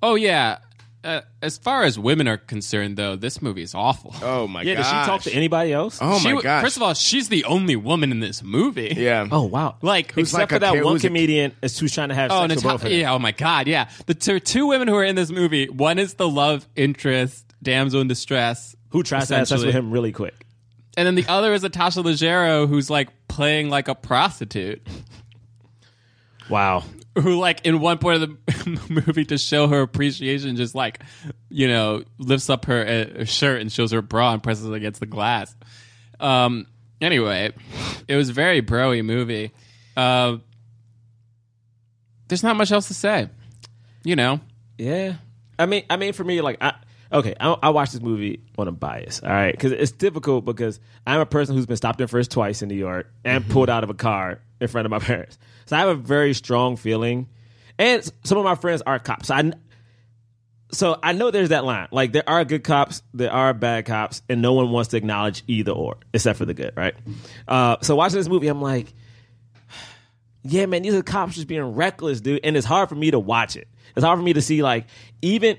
Speaker 4: Oh yeah. Uh, as far as women are concerned, though, this movie is awful.
Speaker 5: Oh my
Speaker 6: Yeah,
Speaker 5: gosh.
Speaker 6: did she talk to anybody else?
Speaker 5: Oh
Speaker 4: She
Speaker 5: my
Speaker 4: w-
Speaker 5: gosh.
Speaker 4: First of all, she's the only woman in this movie.
Speaker 5: yeah.
Speaker 6: Oh, wow!
Speaker 4: Like, who's
Speaker 5: like
Speaker 6: except
Speaker 5: a
Speaker 6: for that
Speaker 5: ca-
Speaker 6: one
Speaker 5: who's a-
Speaker 6: comedian is who's trying to have
Speaker 4: Oh,
Speaker 6: sex with
Speaker 4: Nata-
Speaker 6: both of them.
Speaker 4: yeah. Oh my God. Yeah. The two, two women who are in this movie. One is the love interest, damsel in distress,
Speaker 6: Who tries to have sex with
Speaker 4: essentially.
Speaker 6: him really quick?
Speaker 4: and then the other is Natasha Leggero, who's like playing like a prostitute.
Speaker 6: Wow.
Speaker 4: who like in one point of the movie to show her appreciation, just like you know, lifts up her uh, shirt and shows her bra and presses it against the glass. Um, anyway, it was a very broy movie. Uh, there's not much else to say, you know.
Speaker 6: Yeah, I mean, I mean, for me, like, I okay, I, I watched this movie on a bias, all right, because it's difficult because I'm a person who's been stopped and frisked twice in New York and pulled out of a car in front of my parents, so I have a very strong feeling, and s- some of my friends are cops, so I. kn- So I know there's that line. Like there are good cops, there are bad cops, and no one wants to acknowledge either or, except for the good, right? Uh, so watching this movie, I'm like, yeah, man, these are cops just being reckless, dude. And it's hard for me to watch it. It's hard for me to see, like, even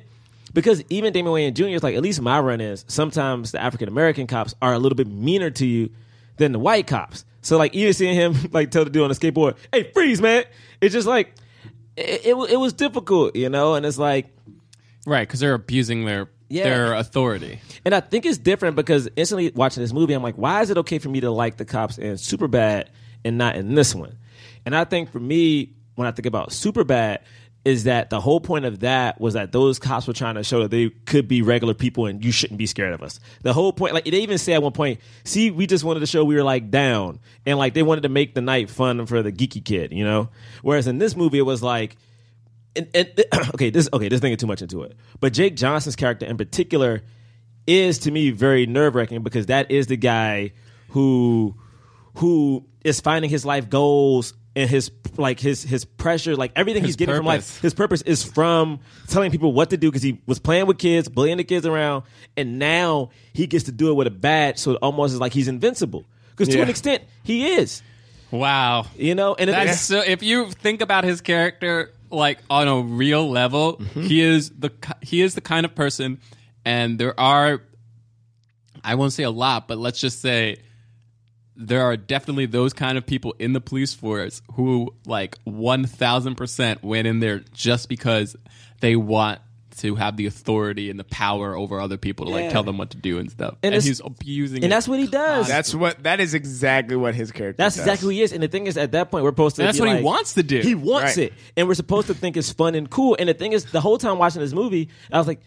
Speaker 6: because even Damon Wayne Jr. is like, at least my run is sometimes the African American cops are a little bit meaner to you than the white cops. So, like, even seeing him, like, tell the dude on the skateboard, hey, freeze, man, it's just like, it, it, wa- it was difficult, you know? And it's like,
Speaker 4: Right, because they're abusing their
Speaker 6: Yeah.
Speaker 4: their authority.
Speaker 6: And I think it's different because instantly watching this movie, I'm like, why is it okay for me to like the cops in Superbad and not in this one? And I think for me, when I think about Superbad, is that the whole point of that was that those cops were trying to show that they could be regular people and you shouldn't be scared of us. The whole point, like they even say at one point, see, we just wanted to show we were like down and like they wanted to make the night fun for the geeky kid, you know. Whereas in this movie, it was like and, and okay, this okay, this thing is too much into it. But Jake Johnson's character in particular is to me very nerve wracking because that is the guy who who is finding his life goals and his like his his pressure, like everything
Speaker 4: His
Speaker 6: he's getting from
Speaker 4: purpose.
Speaker 6: life. His purpose is from telling people what to do because he was playing with kids, bullying the kids around, and now he gets to do it with a badge, so it almost is like he's invincible. Because to
Speaker 5: Yeah.
Speaker 6: an extent, he is.
Speaker 4: Wow,
Speaker 6: You know, and
Speaker 4: That's
Speaker 6: it's,
Speaker 4: so. If you think about his character, like on a real level,
Speaker 6: Mm-hmm.
Speaker 4: he is the ki- he is the kind of person, and there are, I won't say a lot, but let's just say, there are definitely those kind of people in the police force who, like, one thousand percent went in there just because they want to have the authority and the power over other people to like tell them what to do and stuff, and,
Speaker 6: it's-
Speaker 4: he's abusing,
Speaker 6: and
Speaker 4: it
Speaker 6: that's what he does.
Speaker 5: That's what. That is exactly what his character.
Speaker 6: That's
Speaker 5: does.
Speaker 6: exactly who he is. And the thing is, at that point, we're supposed to.
Speaker 4: And that's
Speaker 6: be
Speaker 4: what he
Speaker 6: like-
Speaker 4: wants to do.
Speaker 6: He wants
Speaker 5: Right.
Speaker 6: it, and we're supposed to think it's fun and cool. And the thing is, the whole time watching this movie, I was like,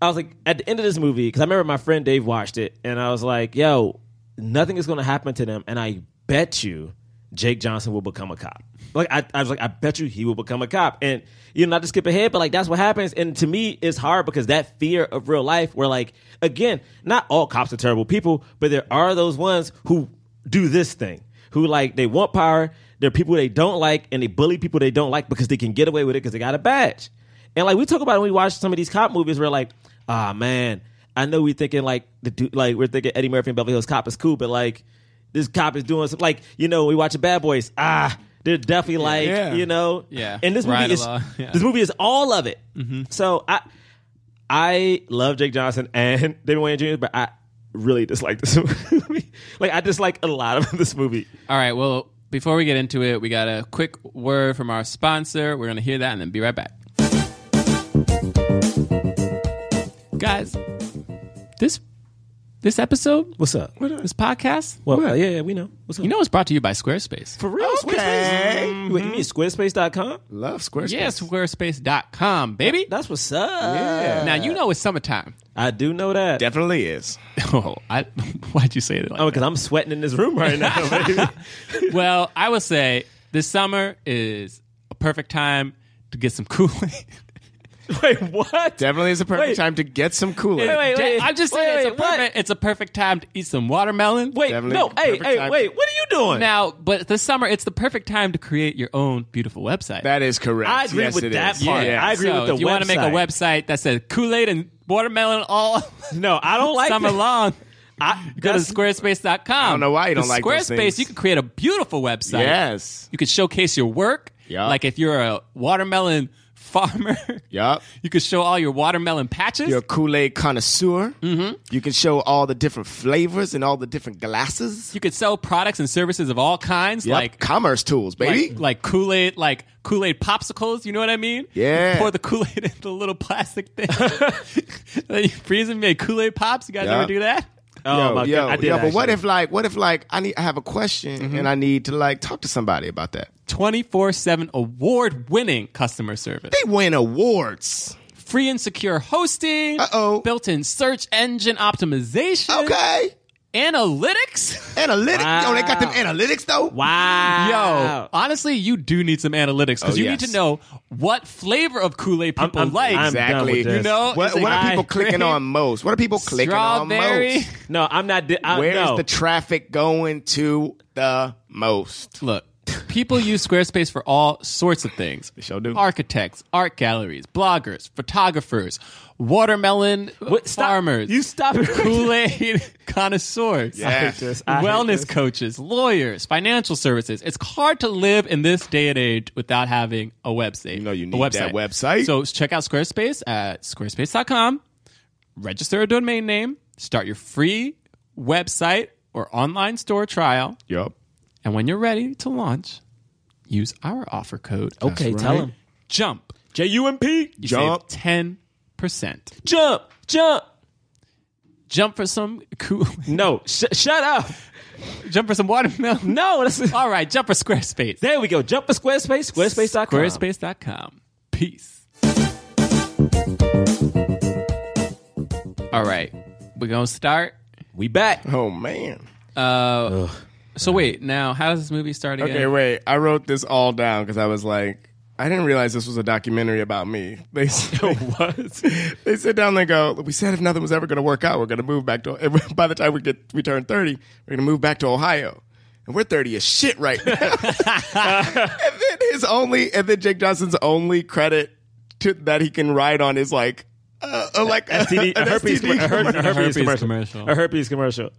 Speaker 6: I was like, at the end of this movie, because I remember my friend Dave watched it, and I was like, yo, nothing is going to happen to them, and I bet you Jake Johnson will become a cop. Like I, I was like, I bet you he will become a cop, and you know, not to skip ahead, but like that's what happens. And to me, it's hard because that fear of real life, where like again, not all cops are terrible people, but there are those ones who do this thing, who like they want power. They're people they don't like, and they bully people they don't like because they can get away with it because they got a badge. And like we talk about when we watch some of these cop movies, we're like, ah man, I know we thinking like the dude, like we're thinking Eddie Murphy and Beverly Hills Cop is cool, but like this cop is doing some like you know we watch the Bad Boys, ah they're definitely like
Speaker 5: Yeah.
Speaker 6: you know
Speaker 4: Yeah.
Speaker 6: And this movie
Speaker 4: Ride
Speaker 6: is
Speaker 4: along. Yeah. Mm-hmm.
Speaker 6: this movie is all of it. So I I love Jake Johnson and David Wayne Jr., but I really dislike this movie. like I dislike a lot of this movie.
Speaker 4: All right. Well, before we get into it, we got a quick word from our sponsor. We're going to hear that and then be right back. Guys, this this episode,
Speaker 6: What's up?
Speaker 4: this podcast,
Speaker 6: Well, yeah, yeah, we know. What's up?
Speaker 4: you know, it's brought to you by Squarespace.
Speaker 6: for real,
Speaker 5: Okay.
Speaker 6: Squarespace. Wait, you mean Squarespace.com?
Speaker 5: Love Squarespace.
Speaker 4: Yeah, squarespace.com, baby.
Speaker 6: That's what's up.
Speaker 4: Now, you know it's summertime.
Speaker 6: I do know that.
Speaker 5: Definitely is.
Speaker 4: Oh, I, why'd you say it like
Speaker 6: Oh, because I'm sweating in this room right now. baby.
Speaker 4: well, I would say this summer is a perfect time to get some cooling.
Speaker 6: Wait, what?
Speaker 5: Definitely is a perfect
Speaker 6: Wait.
Speaker 5: time to get some Kool Aid.
Speaker 6: Wait, wait, wait.
Speaker 4: I'm just
Speaker 6: Wait,
Speaker 4: saying
Speaker 6: wait,
Speaker 4: it's, a perfect, it's a perfect time to eat some watermelon.
Speaker 6: Wait,
Speaker 5: Definitely
Speaker 6: no. Hey,
Speaker 5: perfect
Speaker 6: hey,
Speaker 5: time.
Speaker 6: wait. What are you doing?
Speaker 4: Now, but the summer, it's the perfect time to create your own beautiful website.
Speaker 5: That is correct.
Speaker 6: I agree
Speaker 5: yes,
Speaker 6: with
Speaker 5: it
Speaker 6: that
Speaker 5: is.
Speaker 6: part.
Speaker 5: Yeah.
Speaker 6: I agree
Speaker 4: so
Speaker 6: with the
Speaker 4: if you want to make a website that says Kool Aid and watermelon all
Speaker 6: no, I don't like
Speaker 4: summer
Speaker 6: that.
Speaker 4: long,
Speaker 6: I,
Speaker 4: go to
Speaker 6: that's-
Speaker 4: squarespace.com. I
Speaker 5: don't know why you don't like those
Speaker 4: Squarespace,
Speaker 5: things.
Speaker 4: you can create a beautiful website.
Speaker 5: Yes.
Speaker 4: You can showcase your work.
Speaker 5: Yeah.
Speaker 4: Like if you're a watermelon farmer,
Speaker 5: Yup.
Speaker 4: you could show all your watermelon patches.
Speaker 5: You're a Kool Aid connoisseur. Mm-hmm. You can show all the different flavors and all the different glasses.
Speaker 4: you could sell products and services of all kinds,
Speaker 5: Yep.
Speaker 4: like
Speaker 5: commerce tools, baby.
Speaker 4: Like, like Kool Aid, like Kool Aid popsicles. You know what I mean?
Speaker 5: Yeah.
Speaker 4: You pour the Kool Aid into the little plastic thing. then you freeze and make Kool Aid pops. You guys
Speaker 5: Yeah.
Speaker 4: ever do that?
Speaker 6: Oh
Speaker 5: yo,
Speaker 6: my
Speaker 5: yo,
Speaker 6: god, I did.
Speaker 5: yo, but what
Speaker 6: actually. Mm-hmm.
Speaker 5: if like what if like I need I have a question and I need to like talk to somebody about that?
Speaker 4: 24 7 award winning customer service.
Speaker 5: They win awards.
Speaker 4: Free and secure hosting.
Speaker 5: Uh-oh.
Speaker 4: Built in search engine optimization.
Speaker 5: Okay.
Speaker 4: Analytics.
Speaker 5: Analytics. Yo, they got them
Speaker 6: Wow.
Speaker 5: analytics though.
Speaker 6: Wow.
Speaker 4: Yo, honestly, you do need some analytics because
Speaker 5: Oh,
Speaker 4: you
Speaker 5: yes.
Speaker 4: need to know what flavor of Kool Aid people
Speaker 6: I'm-
Speaker 4: like.
Speaker 6: I'm done
Speaker 5: Exactly.
Speaker 6: with this.
Speaker 4: You know,
Speaker 5: What,
Speaker 4: it's like
Speaker 5: what are
Speaker 6: I
Speaker 5: people clicking
Speaker 4: agree.
Speaker 5: on most? What are people clicking on
Speaker 4: Strawberry.
Speaker 5: most?
Speaker 6: No, I'm not. Di- I,
Speaker 5: Where's
Speaker 6: no.
Speaker 5: the traffic going to the most?
Speaker 4: Look, people use Squarespace for all sorts of things. They
Speaker 5: sure do.
Speaker 4: Architects, art galleries, bloggers, photographers, watermelon
Speaker 6: What- stop.
Speaker 4: farmers.
Speaker 6: You stop it.
Speaker 4: Kool Aid connoisseurs.
Speaker 5: Yeah. I hate this.
Speaker 6: I hate
Speaker 4: Wellness
Speaker 6: this.
Speaker 4: coaches, lawyers, financial services. It's hard to live in this day and age without having a website.
Speaker 5: know you
Speaker 4: A
Speaker 5: need that website.
Speaker 4: So check out Squarespace at squarespace.com. Register a domain name. Start your free website or online store trial.
Speaker 5: Yup.
Speaker 4: And when you're ready to launch, use our offer code.
Speaker 6: Okay, tell him.
Speaker 4: Jump.
Speaker 6: J U M P.
Speaker 4: You
Speaker 5: Jump.
Speaker 4: save 10%.
Speaker 6: Jump, jump.
Speaker 4: Jump for some cool
Speaker 6: No, sh- shut up.
Speaker 4: jump for some watermelon.
Speaker 6: No, that's,
Speaker 4: All right, jump for Squarespace.
Speaker 6: there we go. Jump for Squarespace. Squarespace.com.
Speaker 4: Squarespace.com. Peace. All right. We're going to start.
Speaker 6: We back.
Speaker 5: Oh man.
Speaker 4: So wait, now how does this movie start again?
Speaker 5: Okay, wait. I wrote this all down because I was like, I didn't realize this was a documentary about me. They was. They sit down. They go. We said if nothing was ever going to work out, we're going to move back to. By the time we get we turn thirty, we're going to move back to Ohio. And we're thirty as shit right now. and then his only, and then Jake Johnson's only credit to, that he can ride on is like, uh, uh, like a,
Speaker 6: STD, a herpes,
Speaker 5: STD.
Speaker 6: a her- a herpes,
Speaker 4: Herpes
Speaker 6: commercial.
Speaker 4: commercial.
Speaker 6: A herpes commercial.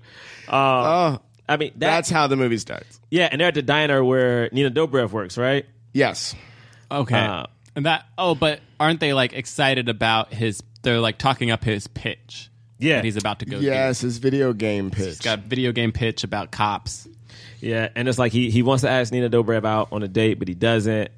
Speaker 6: Uh,
Speaker 4: Oh.
Speaker 6: I mean, that,
Speaker 5: That's how the movie starts.
Speaker 6: yeah, and they're at the diner where Nina Dobrev works, right?
Speaker 5: Yes.
Speaker 4: Okay.
Speaker 6: Uh,
Speaker 4: and that oh, but aren't they like excited about his they're like talking up his pitch
Speaker 6: Yeah.
Speaker 4: that he's about to go do.
Speaker 5: Yes, his video game
Speaker 4: He's
Speaker 5: pitch.
Speaker 4: got a video game pitch about cops.
Speaker 6: Yeah, and it's like he he wants to ask Nina Dobrev out on a date, but he doesn't.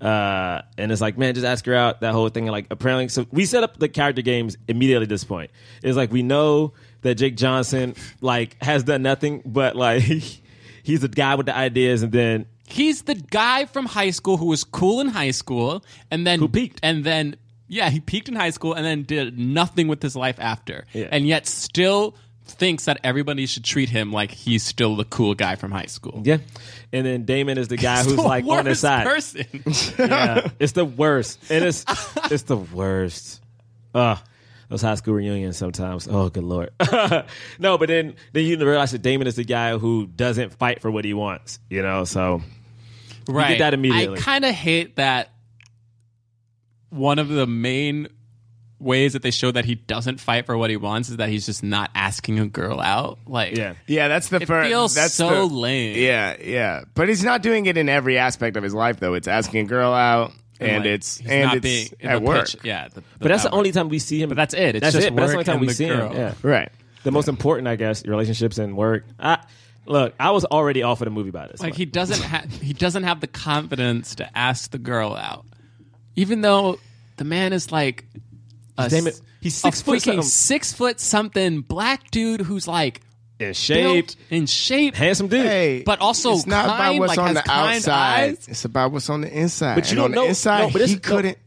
Speaker 6: Uh, and it's like, man, just ask her out. That whole thing, and like apparently, so we set up the character games immediately. At this point, it's like we know that Jake Johnson like has done nothing, but like he's the guy with the ideas, and then
Speaker 4: He's the guy from high school who was cool in high school and then
Speaker 6: Who peaked.
Speaker 4: and then yeah, he peaked in high school and then did nothing with his life after.
Speaker 6: Yeah.
Speaker 4: And yet still thinks that everybody should treat him like he's still the cool guy from high school.
Speaker 6: yeah, and then Damon is the guy
Speaker 4: He's
Speaker 6: who's
Speaker 4: the
Speaker 6: like on
Speaker 4: worst
Speaker 6: his side.
Speaker 4: person.
Speaker 6: Yeah, it's the worst, and it's it's the worst. Uh those high school reunions sometimes. Oh, good lord. no, but then then you realize that Damon is the guy who doesn't fight for what he wants. You know, so
Speaker 4: Right.
Speaker 6: that immediately.
Speaker 4: I kind of hate that one of the main ways that they show that he doesn't fight for what he wants is that he's just not asking a girl out. Like,
Speaker 6: yeah.
Speaker 5: Yeah, that's the
Speaker 4: It
Speaker 5: first.
Speaker 4: feels
Speaker 5: that's
Speaker 4: so
Speaker 5: the-
Speaker 4: lame.
Speaker 5: Yeah, yeah, but he's not doing it in every aspect of his life though. It's asking a girl out, and,
Speaker 4: like,
Speaker 5: it's
Speaker 4: he's
Speaker 5: and
Speaker 4: not
Speaker 5: it's
Speaker 4: being in
Speaker 5: at
Speaker 4: the
Speaker 5: work.
Speaker 4: pitch. Yeah. the-
Speaker 6: But that's the
Speaker 4: at
Speaker 6: only
Speaker 4: work.
Speaker 6: time we see him. But
Speaker 4: that's it. It's
Speaker 6: that's
Speaker 4: just
Speaker 6: it. But that's the only
Speaker 4: work
Speaker 6: time
Speaker 4: and
Speaker 6: we
Speaker 4: the
Speaker 6: see
Speaker 4: girl.
Speaker 6: him. Yeah.
Speaker 5: Right.
Speaker 6: The most important, I guess, your relationships and work. I, look, I was already off of the movie by this.
Speaker 4: Like
Speaker 6: point.
Speaker 4: he doesn't ha- he doesn't have the confidence to ask the girl out, even though the man is like a, s-
Speaker 6: Damn it. He's six
Speaker 4: a
Speaker 6: foot
Speaker 4: freaking
Speaker 6: something.
Speaker 4: six foot something black dude who's like
Speaker 6: in shape,
Speaker 4: built in shape,
Speaker 6: handsome dude.
Speaker 5: Hey,
Speaker 4: But also
Speaker 5: it's not about
Speaker 4: kind,
Speaker 5: what's
Speaker 4: like,
Speaker 5: on
Speaker 4: has
Speaker 5: the
Speaker 4: kind
Speaker 5: outside.
Speaker 4: eyes.
Speaker 5: It's about what's on the inside.
Speaker 6: But
Speaker 5: And
Speaker 6: you don't
Speaker 5: on
Speaker 6: know-
Speaker 5: the inside,
Speaker 6: no, but it's-
Speaker 5: he
Speaker 6: no.
Speaker 5: couldn't.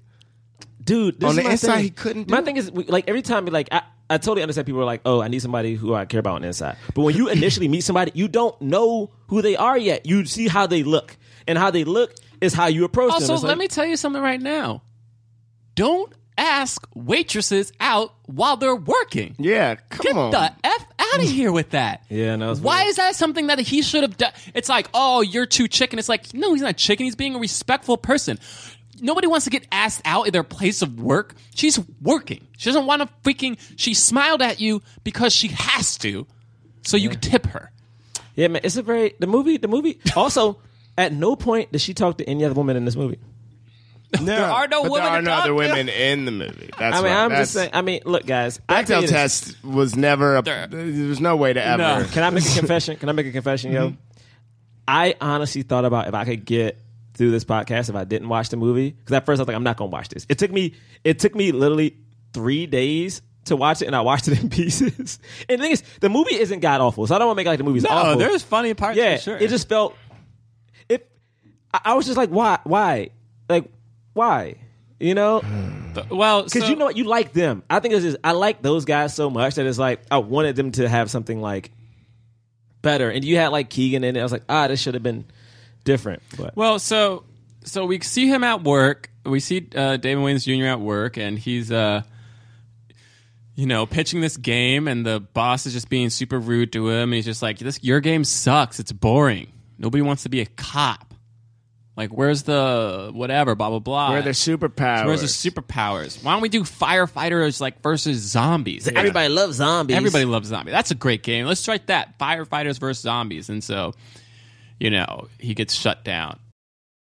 Speaker 6: dude. This
Speaker 5: On
Speaker 6: is
Speaker 5: the
Speaker 6: my
Speaker 5: inside,
Speaker 6: thing.
Speaker 5: he couldn't do
Speaker 6: my
Speaker 5: it.
Speaker 6: thing is, we- like every time, like I, I totally understand people are like, oh, I need somebody who I care about on the inside. But when you initially meet somebody, you don't know who they are yet. You see how they look, and how they look is how you approach them.
Speaker 4: Also,
Speaker 6: It's
Speaker 4: let
Speaker 6: like-
Speaker 4: me tell you something right now. Don't ask waitresses out while they're working.
Speaker 5: Yeah, come
Speaker 4: Get
Speaker 5: on.
Speaker 4: the F out of here with that.
Speaker 6: Yeah, no, it's
Speaker 4: Why
Speaker 6: weird.
Speaker 4: is that something that he should have done? It's like, oh, you're too chicken. It's like, no, he's not chicken. He's being a respectful person. Nobody wants to get asked out at their place of work. She's working. She doesn't want to freaking. She smiled at you because she has to, so you could tip her.
Speaker 6: Yeah, man, it's a very the movie. The movie. Also, at no point does she talk to any other woman in this movie.
Speaker 5: No,
Speaker 4: There are no
Speaker 5: but
Speaker 4: women
Speaker 5: There are
Speaker 4: to
Speaker 5: no
Speaker 4: talk
Speaker 5: other
Speaker 4: to.
Speaker 5: women in the movie. That's
Speaker 6: I
Speaker 5: what,
Speaker 6: mean, I'm
Speaker 5: that's,
Speaker 6: just saying. I mean, look, guys, I
Speaker 5: Bechdel
Speaker 6: created-
Speaker 5: test was never a.
Speaker 4: There-
Speaker 5: There was no way to ever.
Speaker 4: No.
Speaker 6: Can I make a confession? Can I make a confession, yo? I honestly thought about if I could get through this podcast if I didn't watch the movie because at first I was like, I'm not gonna watch this. It took me, it took me literally three days to watch it, and I watched it in pieces. and the thing is, the movie isn't god awful, so I don't want to make like the movie's
Speaker 4: No,
Speaker 6: awful.
Speaker 4: there's funny parts
Speaker 6: yeah,
Speaker 4: for sure.
Speaker 6: it just felt it. I, I was just like, why, why, like, why, you know?
Speaker 4: well,
Speaker 6: Because
Speaker 4: so-
Speaker 6: you know what, you like them. I think it's just I like those guys so much that it's like I wanted them to have something like better. And you had like Keegan in it. I was like, ah, this should have been different. But
Speaker 4: Well, so so we see him at work. We see uh, David Wayans Jr. at work, and he's uh, you know pitching this game, and the boss is just being super rude to him. And he's just like, "This your game sucks. It's boring. Nobody wants to be a cop. Like, where's the whatever? Blah blah blah.
Speaker 5: Where are their superpowers?
Speaker 4: Where's the superpowers? Why don't we do firefighters like versus zombies?
Speaker 6: everybody loves zombies.
Speaker 4: Everybody loves zombies. That's a great game. Let's try that. Firefighters versus zombies. And so, you know, he gets shut down.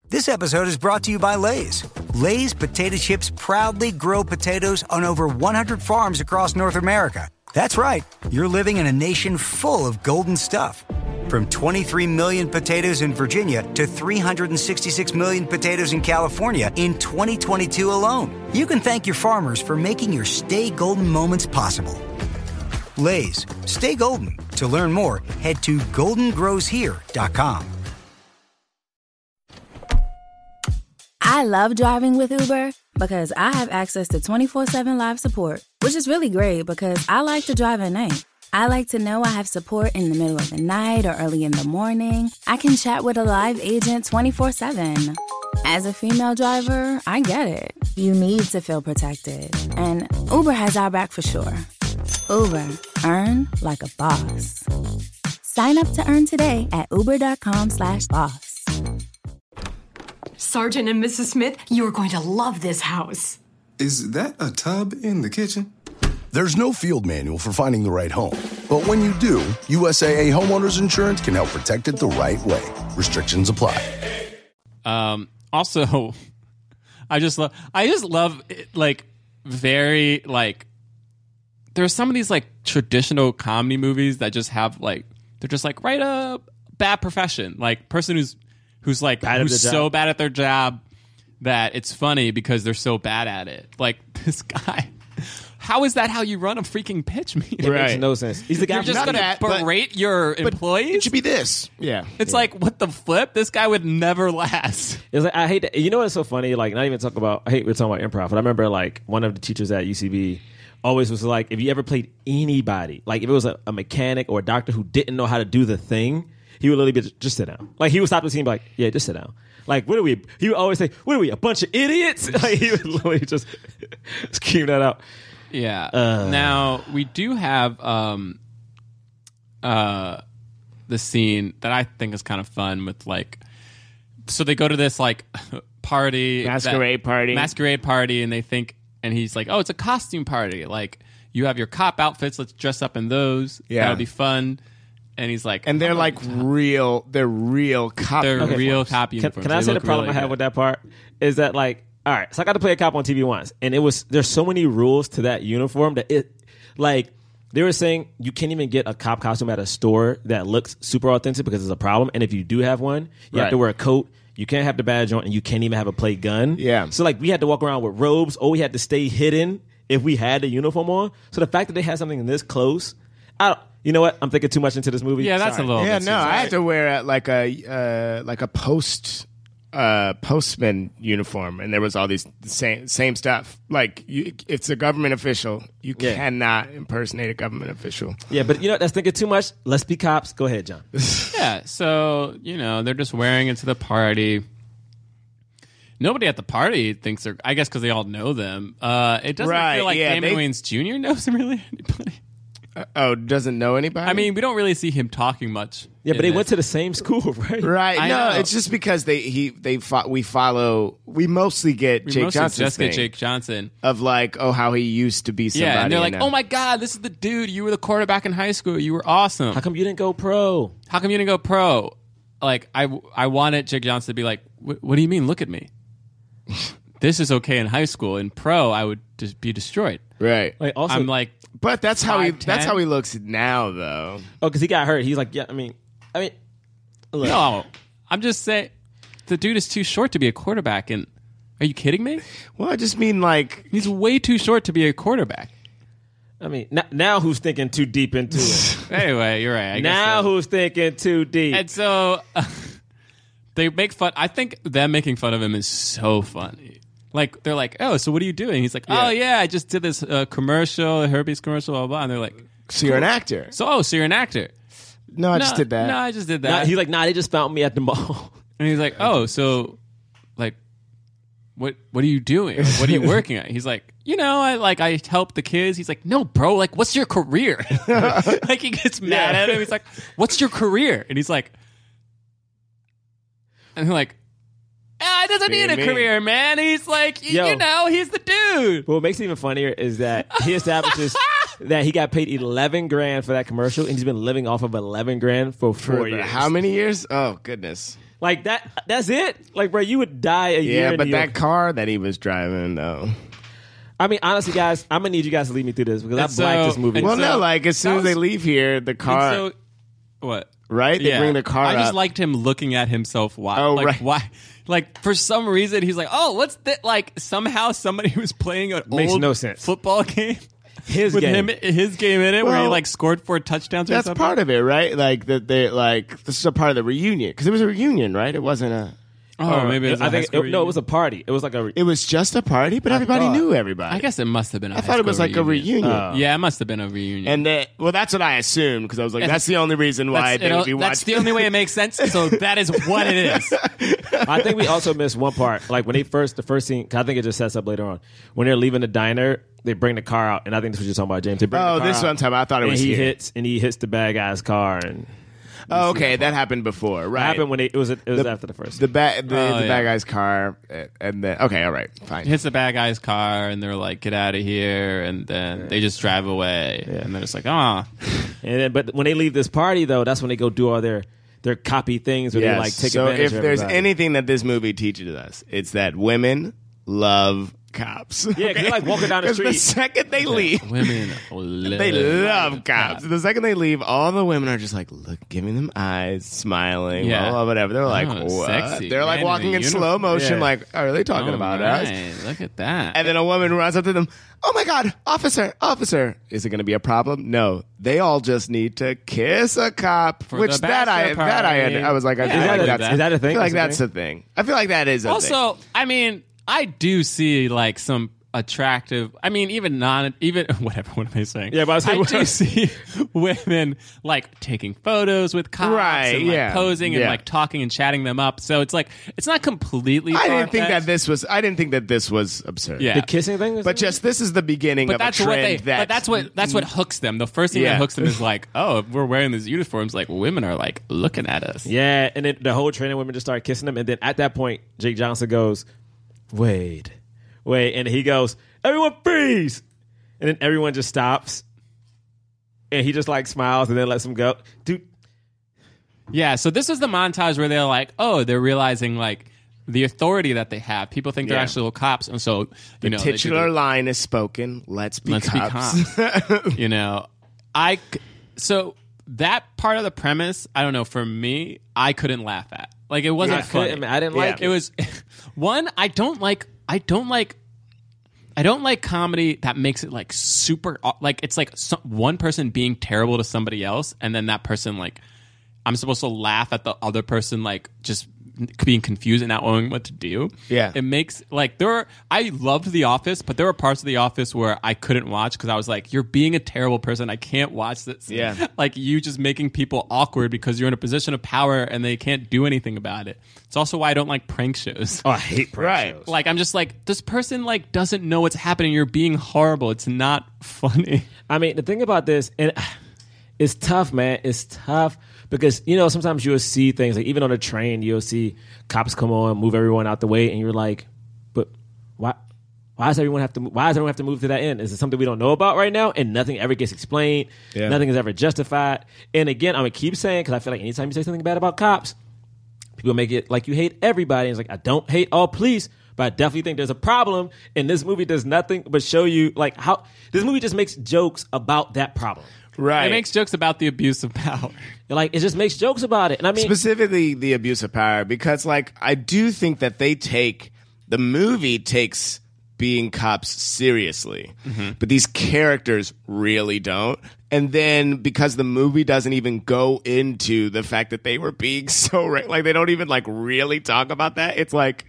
Speaker 9: This episode is brought to you by Lay's. Lay's potato chips proudly grow potatoes on over 100 farms across North America. That's right. You're living in a nation full of golden stuff. From 23 million potatoes in Virginia to 366 million potatoes in California in 2022 alone, you can thank your farmers for making your stay golden moments possible. Lay's, stay golden. To learn more, head to goldengrowshere.com.
Speaker 10: I love driving with Uber because I have access to 24 7 live support, which is really great because I like to drive at night. I like to know I have support in the middle of the night or early in the morning. I can chat with a live agent 24 7. As a female driver, I get it. You need to feel protected, and Uber has our back for sure. Uber, earn like a boss. Sign up to earn today at uber.com slash boss.
Speaker 11: Sergeant and Mrs. Smith, you are going to love this house.
Speaker 12: Is that a tub in the kitchen?
Speaker 13: There's no field manual for finding the right home. But when you do, USAA Homeowners Insurance can help protect it the right way. Restrictions apply.
Speaker 4: Um, also, I just love. I just love it, like very like. There are some of these like traditional comedy movies that just have like they're just like right a bad profession like person who's who's like
Speaker 6: at
Speaker 4: who's
Speaker 6: the job.
Speaker 4: so bad at their job that it's funny because they're so bad at it. Like this guy. How is that how you run a freaking pitch meeting?
Speaker 6: It makes no sense. He's the guy
Speaker 4: You're
Speaker 6: from
Speaker 4: just
Speaker 6: Keegan.
Speaker 4: gonna berate your employees. It should be this.
Speaker 5: Yeah.
Speaker 4: It's like what the flip? This guy would never last.
Speaker 6: It's like I hate that. You know what's so funny? Like not even talk about. I hate we're talking about improv, but I remember like one of the teachers at UCB always was like, if you ever played anybody, like if it was a, a mechanic or a doctor who didn't know how to do the thing, he would literally be just, just sit down. Like he would stop the scene, and be like, yeah, just sit down. Like what are we? He would always say, what are we? A bunch of idiots? Like he would literally just scream that out.
Speaker 4: Yeah.
Speaker 6: Uh.
Speaker 4: now we do have um uh the scene that I think is kind of fun with like so they go to this like party that-
Speaker 5: Masquerade party.
Speaker 4: masquerade party and they think and he's like oh it's a costume party like you have your cop outfits let's dress up in those
Speaker 5: Yeah.
Speaker 4: that'll be fun and he's like
Speaker 5: and they're like real. They're real cop.
Speaker 4: They're
Speaker 5: uniforms.
Speaker 4: real cop
Speaker 6: Can,
Speaker 4: uniforms
Speaker 6: can I
Speaker 4: They
Speaker 6: say the
Speaker 4: look
Speaker 6: problem
Speaker 4: really
Speaker 6: I have
Speaker 4: good.
Speaker 6: with that part is that like, all right, so I got to play a cop on TV once, and it was there's so many rules to that uniform that it, like, they were saying you can't even get a cop costume at a store that looks super authentic because it's a problem, and if you do have one, you have to
Speaker 5: Right.
Speaker 6: wear a coat. You can't have the badge on, and you can't even have a play gun.
Speaker 5: Yeah.
Speaker 6: So like, we had to walk around with robes, or we had to stay hidden if we had the uniform on. So the fact that they had something this close, I don't. You know what? I'm thinking too much into this movie.
Speaker 4: Yeah, that's a
Speaker 6: Sorry.
Speaker 4: little
Speaker 5: Yeah,
Speaker 4: bit
Speaker 5: no, I had to wear a, like a uh, like a post uh, postman uniform, and there was all these same same stuff. Like, you, it's a government official. You
Speaker 6: Yeah.
Speaker 5: cannot impersonate a government official.
Speaker 6: Yeah, but you know what? that's thinking too much. Let's be cops. Go ahead, John.
Speaker 4: Yeah, so you know they're just wearing it to the party. Nobody at the party thinks they're. I guess because they all know them. Uh, it doesn't
Speaker 5: Right,
Speaker 4: feel like
Speaker 5: yeah,
Speaker 4: Damon
Speaker 5: they-
Speaker 4: Wayans Jr. knows really anybody.
Speaker 5: Oh, doesn't know anybody.
Speaker 4: I mean, we don't really see him talking much.
Speaker 6: Yeah, but
Speaker 4: in
Speaker 6: they
Speaker 4: this.
Speaker 6: went to the same school, right?
Speaker 5: Right.
Speaker 4: I
Speaker 5: no,
Speaker 4: know.
Speaker 5: it's just because they he they fo- we follow we mostly get
Speaker 4: We
Speaker 5: Jake
Speaker 4: mostly
Speaker 5: Johnson's
Speaker 4: just
Speaker 5: thing
Speaker 4: get Jake Johnson.
Speaker 5: of like oh how he used to be somebody.
Speaker 4: yeah, and they're like,
Speaker 5: now-
Speaker 4: "Oh my God, this is the dude. You were the quarterback in high school. You were awesome.
Speaker 6: How come you didn't go pro?
Speaker 4: How come you didn't go pro?" Like, I I wanted Jake Johnson to be like, "Wh- "What do you mean? Look at me. this is okay in high school. In pro, I would just be destroyed."
Speaker 5: right.
Speaker 6: Like also,
Speaker 4: I'm like,
Speaker 5: but that's how he
Speaker 4: 5'10"?
Speaker 5: that's how he looks now though.
Speaker 6: oh, because he got hurt. He's like, yeah. I mean, I mean, look,
Speaker 4: No, I'm just saying the dude is too short to be a quarterback. And are you kidding me?
Speaker 5: Well, I just mean like
Speaker 4: He's way too short to be a quarterback.
Speaker 6: I mean, n- now who's thinking too deep into it?
Speaker 4: anyway, you're right. I guess
Speaker 6: now who's thinking too deep?
Speaker 4: And so they make fun. I think them making fun of him is so funny. Like they're like, "Oh, so what are you doing?" He's like, "Oh yeah, I just did this uh, commercial, a Herpes commercial, blah blah." And they're like,
Speaker 5: "So you're an actor?"
Speaker 4: So oh, so you're an actor?
Speaker 5: No, I just did that.
Speaker 4: No, I just did
Speaker 6: Nah,
Speaker 4: that.
Speaker 6: he's like, nah, they just found me at the mall.
Speaker 4: And he's like, "Oh, so like what what are you doing? Like, what are you working at?" He's like, "You know, I like I help the kids." He's like, "No, bro, like what's your career?" like he gets mad
Speaker 6: Yeah.
Speaker 4: at him. He's like, "What's your career?" And he's like And they're like, "Ah, he doesn't
Speaker 6: Being
Speaker 4: need a
Speaker 6: me.
Speaker 4: career, man. He's like, y-
Speaker 6: Yo.
Speaker 4: you know, he's the dude."
Speaker 6: But what makes it even funnier is that he establishes that he got paid eleven grand for that commercial, and he's been living off of eleven grand for four
Speaker 5: For
Speaker 6: years.
Speaker 5: how many years? Oh goodness.
Speaker 6: Like that? That's it? Like, bro, you would die a year.
Speaker 5: Yeah,
Speaker 6: in
Speaker 5: but
Speaker 6: New
Speaker 5: that
Speaker 6: York.
Speaker 5: car that he was driving, though.
Speaker 6: I mean, honestly, guys, I'm gonna need you guys to lead me through this because
Speaker 5: And
Speaker 6: I blacked
Speaker 5: so-
Speaker 6: this movie.
Speaker 5: Well, no, like as soon as they leave here, the car.
Speaker 4: And so, what?
Speaker 5: Right? They bring the car
Speaker 4: I just
Speaker 5: up.
Speaker 4: liked him looking at himself. Why?
Speaker 5: Oh,
Speaker 4: like,
Speaker 5: right.
Speaker 4: Why? Like for some reason he's like, oh, what's that? Like somehow somebody was playing an
Speaker 6: Makes
Speaker 4: old
Speaker 6: no sense.
Speaker 4: football game.
Speaker 6: His
Speaker 4: with
Speaker 6: game.
Speaker 4: him, his game in it, where he
Speaker 5: Well,
Speaker 4: like scored four touchdowns. Or
Speaker 5: that's
Speaker 4: something.
Speaker 5: part of it, right? Like that they like this is a part of the reunion because it was a reunion, right? It wasn't a.
Speaker 4: Oh, maybe it was a
Speaker 6: I
Speaker 4: high
Speaker 6: think
Speaker 4: school
Speaker 6: it- no,
Speaker 4: reunion.
Speaker 6: it was a party. It was like a.
Speaker 5: It was just a party, but everybody
Speaker 6: thought-
Speaker 5: knew everybody.
Speaker 4: I guess it must have been. I
Speaker 5: I thought it was like a reunion.
Speaker 4: yeah, it must have been a reunion.
Speaker 5: And that, well, that's what I assumed because I was like,
Speaker 4: And-
Speaker 5: that's the only reason why
Speaker 4: that's,
Speaker 5: they
Speaker 4: it'll-
Speaker 5: would be
Speaker 4: that's the
Speaker 5: watching.
Speaker 4: only way it makes sense. So that is what it is.
Speaker 6: I think we also missed one part. Like when they first, the first scene. 'cause I think it just sets up later on when they're leaving the diner. They bring the car out, and I think this was just talking about James. They bring
Speaker 5: Oh,
Speaker 6: the car
Speaker 5: this
Speaker 6: out,
Speaker 5: is what I'm talking about. I thought it
Speaker 6: and
Speaker 5: was
Speaker 6: he
Speaker 5: here.
Speaker 6: hits and he hits the bad guy's car, and
Speaker 5: Oh, okay, that happened before, right?
Speaker 6: it happened when they, it was it was
Speaker 5: The-
Speaker 6: after the first.
Speaker 5: the bad the,
Speaker 4: Oh,
Speaker 5: the
Speaker 4: yeah.
Speaker 5: bad guy's car, uh, and then okay, all right, fine.
Speaker 4: hits the bad guy's car and they're like, get out of here. And then they just drive away. And they're just like, ah.
Speaker 6: And then, but when they leave this party, though, that's when they go do all their their copy things where they like take
Speaker 5: so if
Speaker 6: advantage of
Speaker 5: there's
Speaker 6: everybody.
Speaker 5: anything that this movie teaches us, it's that women love cops.
Speaker 6: yeah, 'cause they're like walking down the
Speaker 5: 'Cause
Speaker 6: street.
Speaker 5: second they leave,
Speaker 4: Women
Speaker 5: they love cops. The second they leave, all the women are just like look, giving them eyes, smiling,
Speaker 4: Yeah.
Speaker 5: blah, blah, whatever. They're like,
Speaker 4: Oh,
Speaker 5: what?
Speaker 4: sexy.
Speaker 5: They're like
Speaker 4: Man in
Speaker 5: walking
Speaker 4: a
Speaker 5: in
Speaker 4: uniform.
Speaker 5: slow motion,
Speaker 6: Yeah. Oh,
Speaker 5: like, are they talking about us?
Speaker 4: Look at that.
Speaker 5: And then a woman runs up to them. Oh my God, officer, officer. Is it going to be a problem? No. They all just need to kiss a cop,
Speaker 4: For
Speaker 5: which
Speaker 4: the
Speaker 5: that I
Speaker 4: bachelor
Speaker 5: that I
Speaker 4: party.
Speaker 5: I was like, I
Speaker 4: Yeah,
Speaker 5: feel
Speaker 4: I
Speaker 5: like
Speaker 4: believe
Speaker 5: that's
Speaker 4: that. Is
Speaker 6: that a thing?
Speaker 5: I feel like
Speaker 6: That's
Speaker 5: that's
Speaker 6: a
Speaker 5: a thing. I feel like that is a thing.
Speaker 4: also, I mean, I do see like some attractive, I mean, even non, even whatever, what am I saying?
Speaker 6: Yeah, but I was like,
Speaker 4: do
Speaker 6: what-
Speaker 4: see women like taking photos with cops
Speaker 5: Right,
Speaker 4: and like
Speaker 5: yeah,
Speaker 4: posing and
Speaker 5: yeah.
Speaker 4: like talking and chatting them up. So it's like, it's not completely.
Speaker 5: I didn't think that
Speaker 4: far-fetched.
Speaker 5: this was. I didn't think that this was absurd.
Speaker 4: Yeah.
Speaker 6: the kissing thing, was
Speaker 5: But
Speaker 6: it?
Speaker 5: just this is the beginning
Speaker 4: but
Speaker 5: of
Speaker 4: that's
Speaker 5: a
Speaker 4: what
Speaker 5: trend
Speaker 4: they.
Speaker 5: that.
Speaker 4: But that's what that's what hooks them. The first thing that
Speaker 5: Yeah.
Speaker 4: hooks them is like, oh, if we're wearing these uniforms, like women are like looking at us.
Speaker 6: yeah, and then the whole train of women just started kissing him, and then at that point, Jake Johnson goes, "Wait, wait," and he goes, "Everyone freeze," and then everyone just stops, and he just like smiles and then lets him go. Dude,
Speaker 4: Yeah, so this is the montage where they're like, oh, they're realizing like the authority that they have. People think they're
Speaker 5: Yeah.
Speaker 4: actual cops, and so you
Speaker 5: the
Speaker 4: know, they do
Speaker 5: titular
Speaker 4: the-
Speaker 5: line is spoken. Let's be
Speaker 4: let's
Speaker 5: cops.
Speaker 4: be cops. you know, I c- so that part of the premise, I don't know. For me, I couldn't laugh at. Like it wasn't
Speaker 6: I
Speaker 4: funny.
Speaker 6: couldn't- I didn't
Speaker 5: Yeah.
Speaker 6: like
Speaker 4: it was one i don't like i don't like i don't like comedy that makes it like super like it's like some, one person being terrible to somebody else and then that person like i'm supposed to laugh at the other person like just being confused and not knowing what to do
Speaker 5: Yeah.
Speaker 4: it makes like there were i loved the office but there were parts of the office where i couldn't watch because i was like you're being a terrible person i can't watch this
Speaker 5: Yeah.
Speaker 4: like you just making people awkward because you're in a position of power and they can't do anything about it. It's also why I don't like prank shows.
Speaker 6: oh, I hate prank
Speaker 5: Right.
Speaker 6: shows.
Speaker 4: Like I'm just like this person like doesn't know what's happening. You're being horrible. It's not funny.
Speaker 6: I mean, the thing about this, and it's tough, man. It's tough because you know sometimes you'll see things like even on a train, you'll see cops come on, move everyone out the way, and you're like, but why? Why does everyone have to? Why does everyone have to move to that end? Is it something we don't know about right now? And nothing ever gets explained.
Speaker 5: Yeah.
Speaker 6: Nothing is ever justified. And again, I'm gonna keep saying because I feel like anytime you say something bad about cops, people make it like you hate everybody. It's like I don't hate all police, but I definitely think there's a problem. And this movie does nothing but show you like how this movie just makes jokes about that problem.
Speaker 5: Right.
Speaker 4: It makes jokes about the abuse of power.
Speaker 6: Like it just makes jokes about it. And I mean,
Speaker 5: specifically the abuse of power because like i do think that they take the movie takes being cops seriously. But these characters really don't. And then because the movie doesn't even go into the fact that they were being so ra- like they don't even like really talk about that. It's like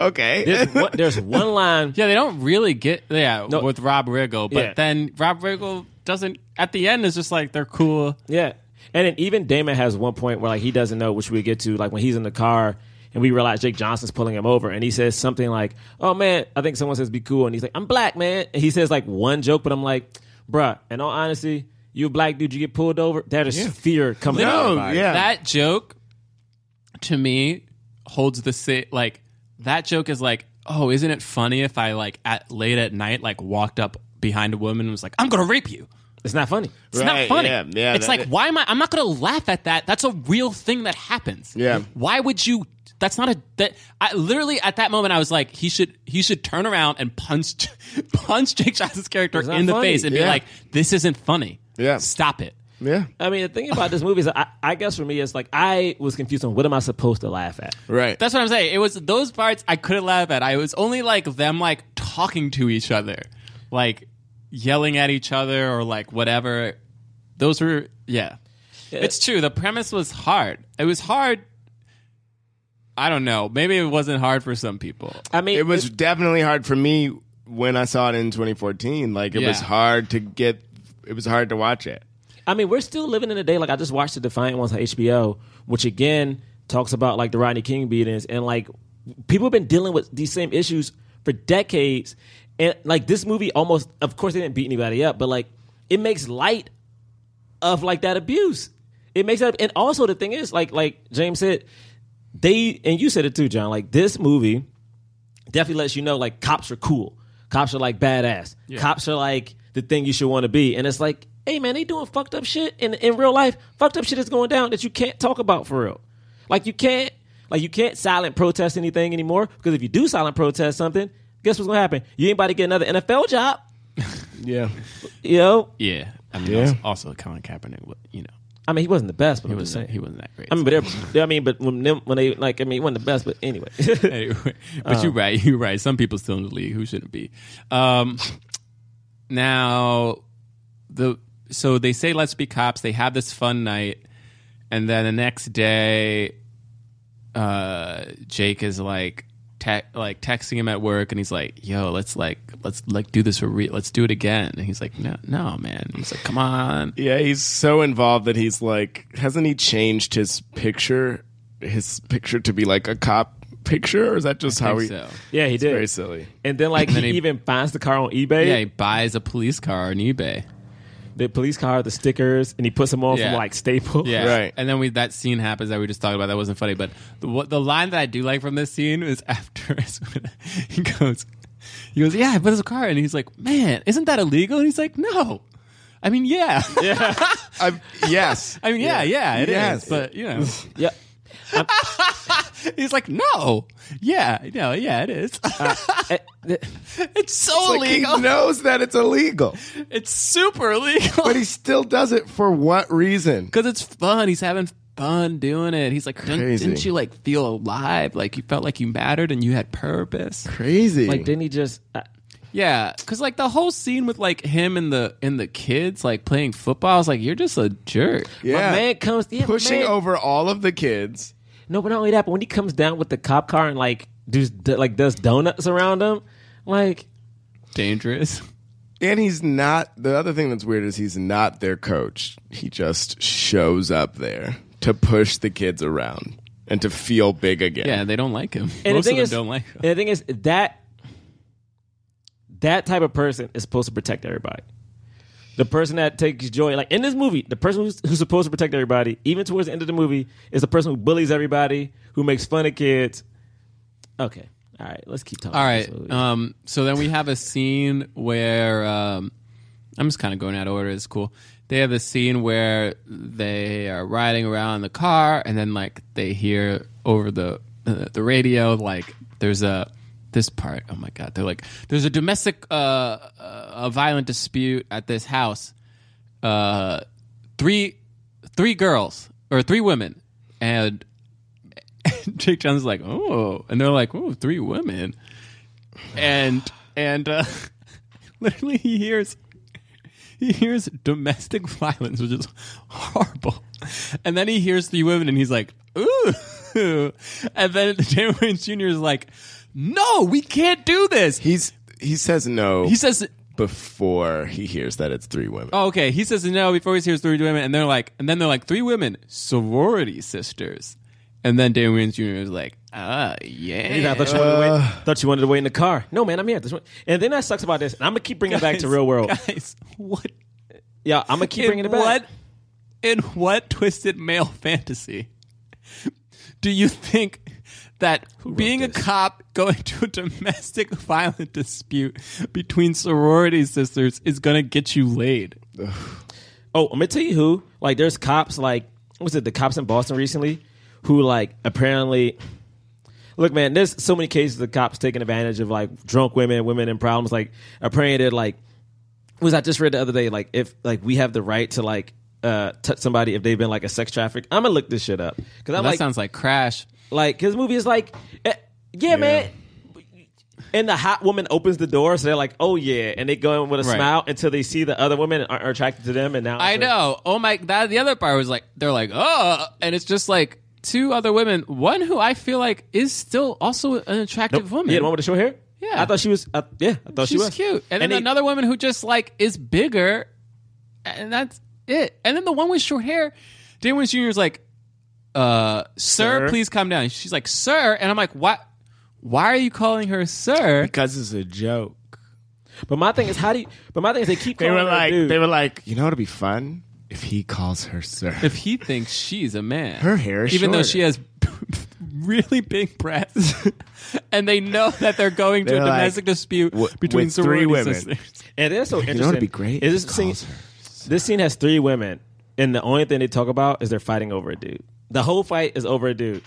Speaker 5: okay.
Speaker 6: There's one, there's one line.
Speaker 4: Yeah, they don't really get yeah with Rob Riggle, but
Speaker 6: Yeah.
Speaker 4: then Rob Riggle doesn't. At the end, is just like they're cool.
Speaker 6: Yeah. And then even Damon has one point where like he doesn't know, which we get to, like when he's in the car and we realize Jake Johnson's pulling him over and he says something like, Oh man, I think someone says be cool and he's like, I'm black, man. And he says like one joke, but I'm like, bruh, in all honesty, you a black dude, you get pulled over, that is fear coming out. of
Speaker 4: No,
Speaker 6: my-
Speaker 4: yeah. That joke to me holds the same. Like that joke is like, oh, isn't it funny if I like at late at night like walked up behind a woman and was like, I'm gonna rape you.
Speaker 6: It's not funny.
Speaker 4: It's not
Speaker 5: Right,
Speaker 4: funny.
Speaker 5: yeah, yeah,
Speaker 4: it's
Speaker 5: that-
Speaker 4: like, why am I? I'm not going to laugh at that. That's a real thing that happens.
Speaker 5: Yeah.
Speaker 4: Why would you? That's not a. That I literally at that moment I was like, he should he should turn around and punch punch Jake Johnson's character
Speaker 6: It's not
Speaker 4: in the
Speaker 6: funny.
Speaker 4: face and be
Speaker 6: Yeah.
Speaker 4: like, this isn't funny.
Speaker 5: Yeah.
Speaker 4: Stop it.
Speaker 5: Yeah.
Speaker 6: I mean, the thing about this movie is, I, I guess for me, it's like I was confused on what am I supposed to laugh at.
Speaker 5: Right.
Speaker 4: That's what I'm saying. It was those parts I couldn't laugh at. I was only like them like talking to each other, like yelling at each other or like whatever. Those were yeah. It's true. The premise was hard. It was hard. I don't know. Maybe it wasn't hard for some people.
Speaker 6: I mean,
Speaker 5: it was definitely hard for me when I saw it in 2014. Like it was
Speaker 4: Yeah.
Speaker 5: hard to get. It was hard to watch it.
Speaker 6: I mean, we're still living in a day like I just watched the Defiant ones on HBO, which again talks about like the Rodney King beatings and like people have been dealing with these same issues for decades, and like this movie almost, of course, they didn't beat anybody up, but like it makes light of like that abuse. It makes that, and also the thing is, like like James said, they and you said it too, John. Like this movie definitely lets you know like cops are cool, cops are like badass,
Speaker 4: Yeah.
Speaker 6: cops are like the thing you should want to be, and it's like, hey man, they doing fucked up shit, and in real life, fucked up shit is going down that you can't talk about for real. Like you can't, like you can't silent protest anything anymore because if you do silent protest something, guess what's gonna happen? You ain't about to get another NFL job,
Speaker 5: Yeah.
Speaker 6: you know.
Speaker 4: Yeah. I mean,
Speaker 6: Yeah.
Speaker 4: also- Also, Colin Kaepernick. You know,
Speaker 6: I mean, he wasn't the best, but
Speaker 4: he
Speaker 6: I'm just
Speaker 4: wasn't.
Speaker 6: saying
Speaker 4: He wasn't that great.
Speaker 6: I mean, but they're, I mean, but when them, when they like, I mean, he wasn't the best, but anyway.
Speaker 4: anyway, but you're right. You're right. Some people still in the league who shouldn't be. Um, now, the so they say let's be cops. They have this fun night, and then the next day, uh, Jake is like. Te- like texting him at work, and he's like, "Yo, let's like let's like do this for real. Let's do it again." And he's like, "No, no, man." He's like, "Come on."
Speaker 5: Yeah, he's so involved that he's like, hasn't he changed his picture? His picture to be like a cop picture, or is that just how he?
Speaker 4: think so.
Speaker 6: yeah, he did.
Speaker 5: Very silly.
Speaker 6: And then like
Speaker 4: And then
Speaker 6: he,
Speaker 4: he-
Speaker 6: even finds the car on eBay.
Speaker 4: Yeah, he buys a police car on eBay.
Speaker 6: The police car, the stickers, and he puts them on
Speaker 4: Yeah.
Speaker 6: from like Staple.
Speaker 4: Yeah.
Speaker 5: Right.
Speaker 4: And then we that scene happens that we just talked about that wasn't funny, but the what, the line that I do like from this scene is after is when he goes he goes, "Yeah, I bought this car." And he's like, "Man, isn't that illegal?" And he's like, "No." I mean, yeah.
Speaker 5: I'm- yes.
Speaker 4: I mean, yeah, yeah, it is.
Speaker 5: Yes.
Speaker 4: but you know.
Speaker 6: Yeah.
Speaker 4: he's like, "No." Yeah, no, yeah, it is.
Speaker 6: Eh, th-
Speaker 4: it's so
Speaker 5: Uh, Like, he
Speaker 4: illegal.
Speaker 5: knows that it's illegal,
Speaker 4: It's super illegal.
Speaker 5: but he still does it for what reason?
Speaker 4: Because it's fun. He's having fun doing it. He's like, didn't,
Speaker 5: Crazy.
Speaker 4: didn't you like feel alive? Like you felt like you mattered and you had purpose.
Speaker 5: Crazy.
Speaker 6: Like didn't he just? Uh,
Speaker 4: Yeah, because like the whole scene with like him and the and the kids like playing football. I was like, you're just a jerk.
Speaker 5: yeah.
Speaker 6: My man comes yeah, my
Speaker 5: pushing
Speaker 6: man-
Speaker 5: over all of the kids.
Speaker 6: No, but not only that, but when he comes down with the cop car and like does like does donuts around him, like
Speaker 4: Dangerous.
Speaker 5: And he's not. The other thing that's weird is he's not their coach. He just shows up there to push the kids around and to feel big again.
Speaker 4: Yeah, they don't like him. Most
Speaker 6: and the
Speaker 4: of
Speaker 6: thing
Speaker 4: them
Speaker 6: is,
Speaker 4: don't like him.
Speaker 6: And the thing is that that type of person is supposed to protect everybody. The person that takes joy, like in this movie, the person who's, who's supposed to protect everybody, even towards the end of the movie, is the person who bullies everybody, who makes fun of kids. Okay, all right, let's keep talking.
Speaker 4: All
Speaker 6: about this
Speaker 4: right.
Speaker 6: movie.
Speaker 4: Um, so then we have a scene where um, I'm just kind of going out of order. It's cool. They have a scene where they are riding around in the car, and then like they hear over the uh, the radio like there's a this part. Oh my god! They're like there's a domestic uh, uh, a violent dispute at this house. Uh, three three girls or three women and. Jake Johnson's like, oh, and they're like, oh, three women and and uh, literally he hears he hears domestic violence, which is horrible, and then he hears three women, and he's like, ooh, and then Damon Wayans Jr. is like, no, we can't do this.
Speaker 5: He's he says no.
Speaker 4: He says
Speaker 5: before he hears that it's three women.
Speaker 4: Oh, okay. He says no before he hears three women, and they're like, and then they're like three women sorority sisters, and then Damon Williams Jr. is like, ah, yeah.
Speaker 6: And he's like, I thought you, wanted to wait, thought you wanted to wait in the car. No, man, I'm here. This one- And then that sucks about this. And I'm gonna keep bringing it back to
Speaker 4: Guys,
Speaker 6: real world.
Speaker 4: Guys, what?
Speaker 6: Yeah, I'm gonna keep
Speaker 4: in
Speaker 6: bringing it back.
Speaker 4: What, in what twisted male fantasy do you think that being a cop going to a domestic violent dispute between sorority sisters is going to get you laid?
Speaker 6: Oh, I'm gonna tell you who. Like, there's cops. Like, what was it the cops in Boston recently who like apparently. Look, man, there's so many cases of cops taking advantage of like drunk women, women in problems. Like, apparently, they're like, was I just read the other day? Like, if like we have the right to like uh touch somebody if they've been like a sex traffic. I'm gonna look this shit up because I'm
Speaker 4: that
Speaker 6: like,
Speaker 4: sounds like Crash.
Speaker 6: Like his movie is like, eh, yeah, man. And the hot woman opens the door, so they're like, "Oh yeah," and they go in with a
Speaker 4: Right.
Speaker 6: smile until they see the other women and are, are attracted to them, and now
Speaker 4: I know. Oh my! That the other part was like they're like oh, and it's just like two other women. One who I feel like is still also an attractive woman.
Speaker 6: Yeah, the one with the short hair.
Speaker 4: Yeah.
Speaker 6: I thought she was. Uh, yeah, I thought she
Speaker 4: She's
Speaker 6: was
Speaker 4: cute, and, then
Speaker 6: they-
Speaker 4: another woman who just like is bigger, and that's it. And then the one with short hair, Dan Williams Jr. is like, uh, sir,
Speaker 5: Sir.
Speaker 4: please come down. She's like, sir, and I'm like, what? Why are you calling her sir?
Speaker 5: Because it's a joke.
Speaker 6: But my thing is, how do you? But my thing is, they keep
Speaker 5: They
Speaker 6: calling
Speaker 5: were
Speaker 6: her
Speaker 5: like,
Speaker 6: dude.
Speaker 5: they were like, you know what'd be fun if he calls her sir.
Speaker 4: If he thinks she's a man,
Speaker 5: Her hair is
Speaker 4: even though
Speaker 5: shorter.
Speaker 4: she has really big breasts, and they know that they're going to
Speaker 5: They're
Speaker 4: a
Speaker 5: like,
Speaker 4: domestic dispute
Speaker 5: w-
Speaker 4: between
Speaker 5: with
Speaker 4: sorority
Speaker 5: three women.
Speaker 4: sisters.
Speaker 6: And it's so
Speaker 5: You know
Speaker 6: interesting.
Speaker 5: what'd be great?
Speaker 6: Is this scene? This scene has three women, and the only thing they talk about is they're fighting over a dude. The whole fight is over a dude.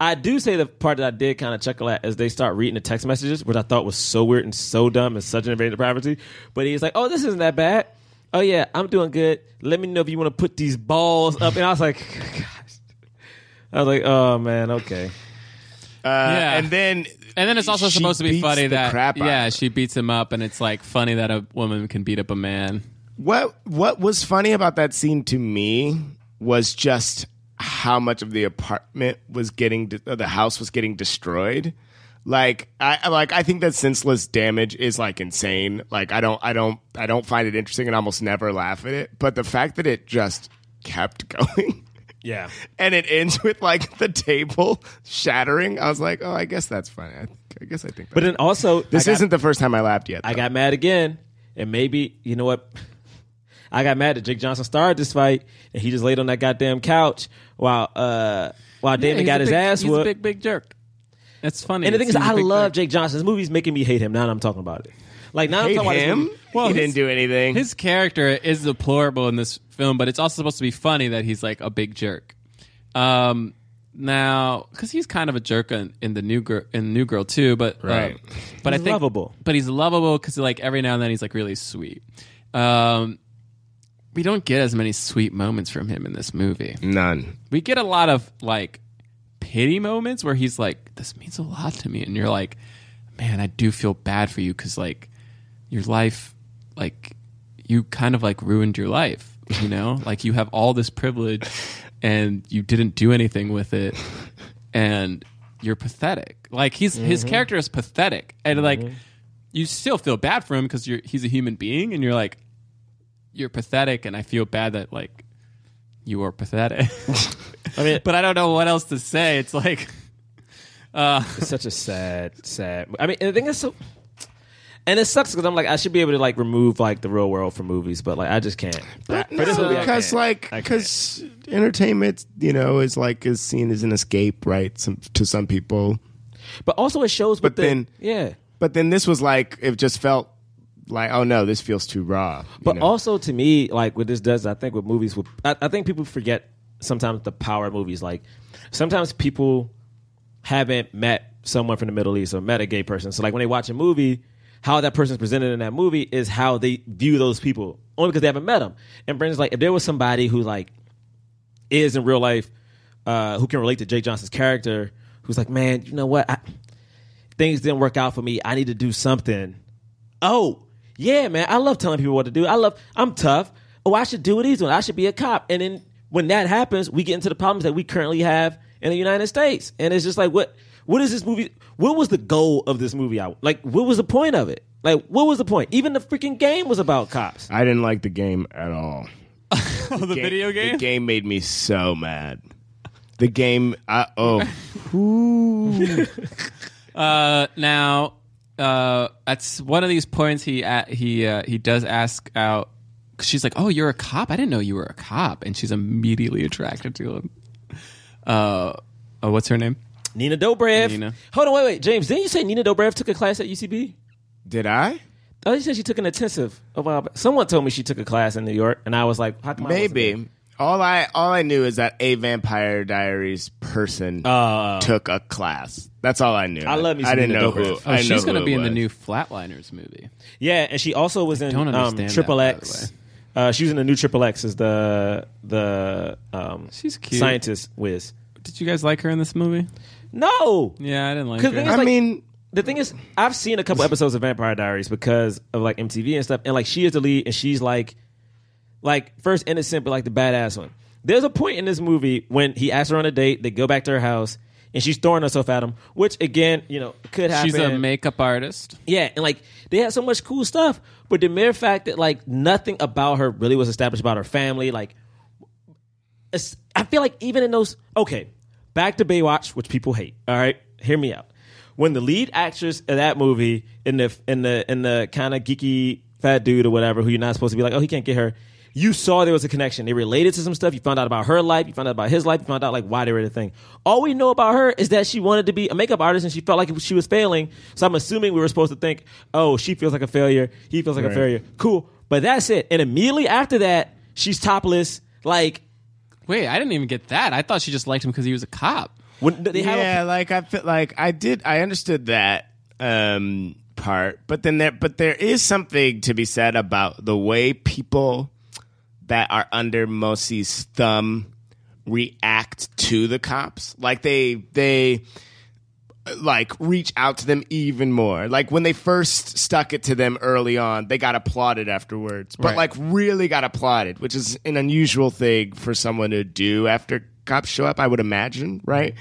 Speaker 6: I do say the part that I did kind of chuckle at is they start reading the text messages, which I thought was so weird and so dumb and such an invasion of privacy. But he's like, "Oh, this isn't that bad. Oh yeah, I'm doing good. Let me know if you want to put these balls up." And I was like, "Gosh," I was like, "Oh man, okay."
Speaker 4: yeah,
Speaker 5: Uh, and then
Speaker 4: and then it's also
Speaker 5: she
Speaker 4: supposed to be
Speaker 5: beats
Speaker 4: funny
Speaker 5: the
Speaker 4: that
Speaker 5: crap out
Speaker 4: yeah
Speaker 5: of her.
Speaker 4: she beats him up, and it's like funny that a woman can beat up a man.
Speaker 5: What what was funny about that scene to me was just how much of the apartment was getting de- uh, the house was getting destroyed. Like I I- like I think that senseless damage is like insane. Like I don't I don't I don't find it interesting and almost never laugh at it. But the fact that it just kept going
Speaker 6: Yeah.
Speaker 5: and it ends with like the table shattering, I was like, oh, I guess that's funny. I, I guess I think. That
Speaker 6: But then also,
Speaker 5: this
Speaker 6: I got-
Speaker 5: isn't the first time I laughed yet.
Speaker 6: I got mad again, and maybe you know what? I got mad that Jake Johnson started this fight, and he just laid on that goddamn couch while uh while Damon
Speaker 4: he's
Speaker 6: got
Speaker 4: a
Speaker 6: his
Speaker 4: big-
Speaker 6: ass
Speaker 4: he's a
Speaker 6: whooped.
Speaker 4: big, big jerk. That's funny.
Speaker 6: and the thing is,
Speaker 4: He's a
Speaker 6: I
Speaker 4: big
Speaker 6: love
Speaker 4: jerk.
Speaker 6: Jake Johnson. This movie's making me hate him. Now that I'm talking about it, like now I'm
Speaker 5: Hate
Speaker 6: talking about this
Speaker 5: him?
Speaker 6: movie.
Speaker 5: he
Speaker 4: his-
Speaker 5: didn't do anything.
Speaker 4: His character is deplorable in this film, but it's also supposed to be funny that he's like a big jerk. Um, now, because he's kind of a jerk in, in the new girl in New Girl too, but uh,
Speaker 5: Right.
Speaker 4: but I
Speaker 6: He's
Speaker 4: think
Speaker 6: lovable.
Speaker 4: but he's lovable because like every now and then he's like really sweet. Um, we don't get as many sweet moments from him in this movie.
Speaker 5: None.
Speaker 4: We get a lot of like pity moments where he's like, "This means a lot to me," and you're like, "Man, I do feel bad for you because like your life, like you kind of like ruined your life, you know? like you have all this privilege and you didn't do anything with it, and you're pathetic. Like he's his character is pathetic, and like you still feel bad for him because you're he's a human being, and you're like." You're pathetic, and I feel bad that like you are pathetic.
Speaker 6: I mean,
Speaker 4: but I don't know what else to say. It's like, uh,
Speaker 6: it's such a sad, sad. I mean, and the thing is, so and it sucks because I'm like, I should be able to like remove like the real world from movies, but like I just can't.
Speaker 5: But
Speaker 6: For this
Speaker 5: no,
Speaker 6: movie, I
Speaker 5: because
Speaker 6: can't.
Speaker 5: like
Speaker 6: I can't.
Speaker 5: because entertainment, you know, is like is seen as an escape, right? Some, to some people,
Speaker 6: but also it shows.
Speaker 5: but
Speaker 6: with the-
Speaker 5: then-
Speaker 6: yeah.
Speaker 5: but then this was like it just felt like oh no, this feels too raw. you
Speaker 6: But
Speaker 5: know?
Speaker 6: also to me, like what this does, I think with movies, with, I, I think people forget sometimes the power of movies. Like sometimes people haven't met someone from the Middle East or met a gay person. So like when they watch a movie, how that person's presented in that movie is how they view those people, only because they haven't met them. And Brendan's like, if there was somebody who like is in real life, uh, who can relate to Jake Johnson's character, who's like, man, you know what? I, things didn't work out for me. I need to do something. Oh, yeah, man. I love telling people what to do. I love, I'm tough. Oh, I should do what he's doing. I should be a cop. And then when that happens, we get into the problems that we currently have in the United States. And it's just like, what, what is this movie? What was the goal of this movie? I like, what was the point of it? Like, what was the point? Even the freaking game was about cops.
Speaker 5: I didn't like the game at all.
Speaker 4: the, video game?
Speaker 5: The game made me so mad. The game, I, oh,
Speaker 4: Uh, now, uh, at one of these points, he a he uh, he does ask out. 'cause she's like, "Oh, you're a cop? I didn't know you were a cop," and she's immediately attracted to him. Uh, oh, what's her name?
Speaker 6: Nina Dobrev.
Speaker 4: Nina.
Speaker 6: Hold on, wait, wait, James. Didn't you say Nina Dobrev took a class at UCB?
Speaker 5: Did I?
Speaker 6: Oh, you said she took an intensive a while back. Someone told me she took a class in New York, and I was like, how come I wasn't there?
Speaker 5: maybe. All I all I knew is that a Vampire Diaries person took a class. That's all I knew.
Speaker 6: Uh, I love me some
Speaker 5: I didn't
Speaker 6: Nina
Speaker 5: know
Speaker 6: Dobrev.
Speaker 5: who.
Speaker 6: Oh,
Speaker 5: I didn't
Speaker 4: she's
Speaker 5: know
Speaker 4: gonna
Speaker 5: who it
Speaker 4: be in the
Speaker 5: was.
Speaker 4: new Flatliners movie.
Speaker 6: Yeah, and she also was in
Speaker 4: don't
Speaker 6: um,
Speaker 4: understand
Speaker 6: Triple
Speaker 4: that, by
Speaker 6: X. Uh, she was in the new Triple X as the the um, she's
Speaker 4: cute.
Speaker 6: scientist whiz.
Speaker 4: Did you guys like her in this movie?
Speaker 6: No,
Speaker 4: Yeah, I didn't like
Speaker 6: 'Cause the
Speaker 4: her.
Speaker 6: thing is, like,
Speaker 5: mean,
Speaker 6: the thing is, I've seen a couple episodes of Vampire Diaries because of like MTV and stuff, and like she is the lead, and she's like, like first innocent, but like the badass one. There's a point in this movie when he asks her on a date, they go back to her house, and she's throwing herself at him, which again, you know, could happen.
Speaker 4: she's a makeup artist.
Speaker 6: Yeah, and like they had so much cool stuff, but the mere fact that like nothing about her really was established about her family, like it's- I feel like even in those okay, back to Baywatch, which people hate. All right, hear me out. When the lead actress of that movie in the in the in the kind of geeky fat dude or whatever who you're not supposed to be like, oh, he can't get her. You saw there was a connection. They related to some stuff. You found out about her life. You found out about his life. You found out like why they were the thing. All we know about her is that she wanted to be a makeup artist and she felt like she was failing. So I'm assuming we were supposed to think, oh, she feels like a failure. He feels like a
Speaker 5: Right.
Speaker 6: failure. Cool. But that's it. And immediately after that, she's topless. Like
Speaker 4: Wait, I didn't even get that. I thought she just liked him because he was a cop.
Speaker 6: When they have
Speaker 5: yeah,
Speaker 6: a,
Speaker 5: like I feel like I did. I understood that um, part, but then there, but there is something to be said about the way people that are under Mosi's thumb react to the cops. Like they they like reach out to them even more. Like when they first stuck it to them early on, they got applauded afterwards. But
Speaker 4: Right.
Speaker 5: like really got applauded, which is an unusual thing for someone to do after cops show up, I would imagine, right?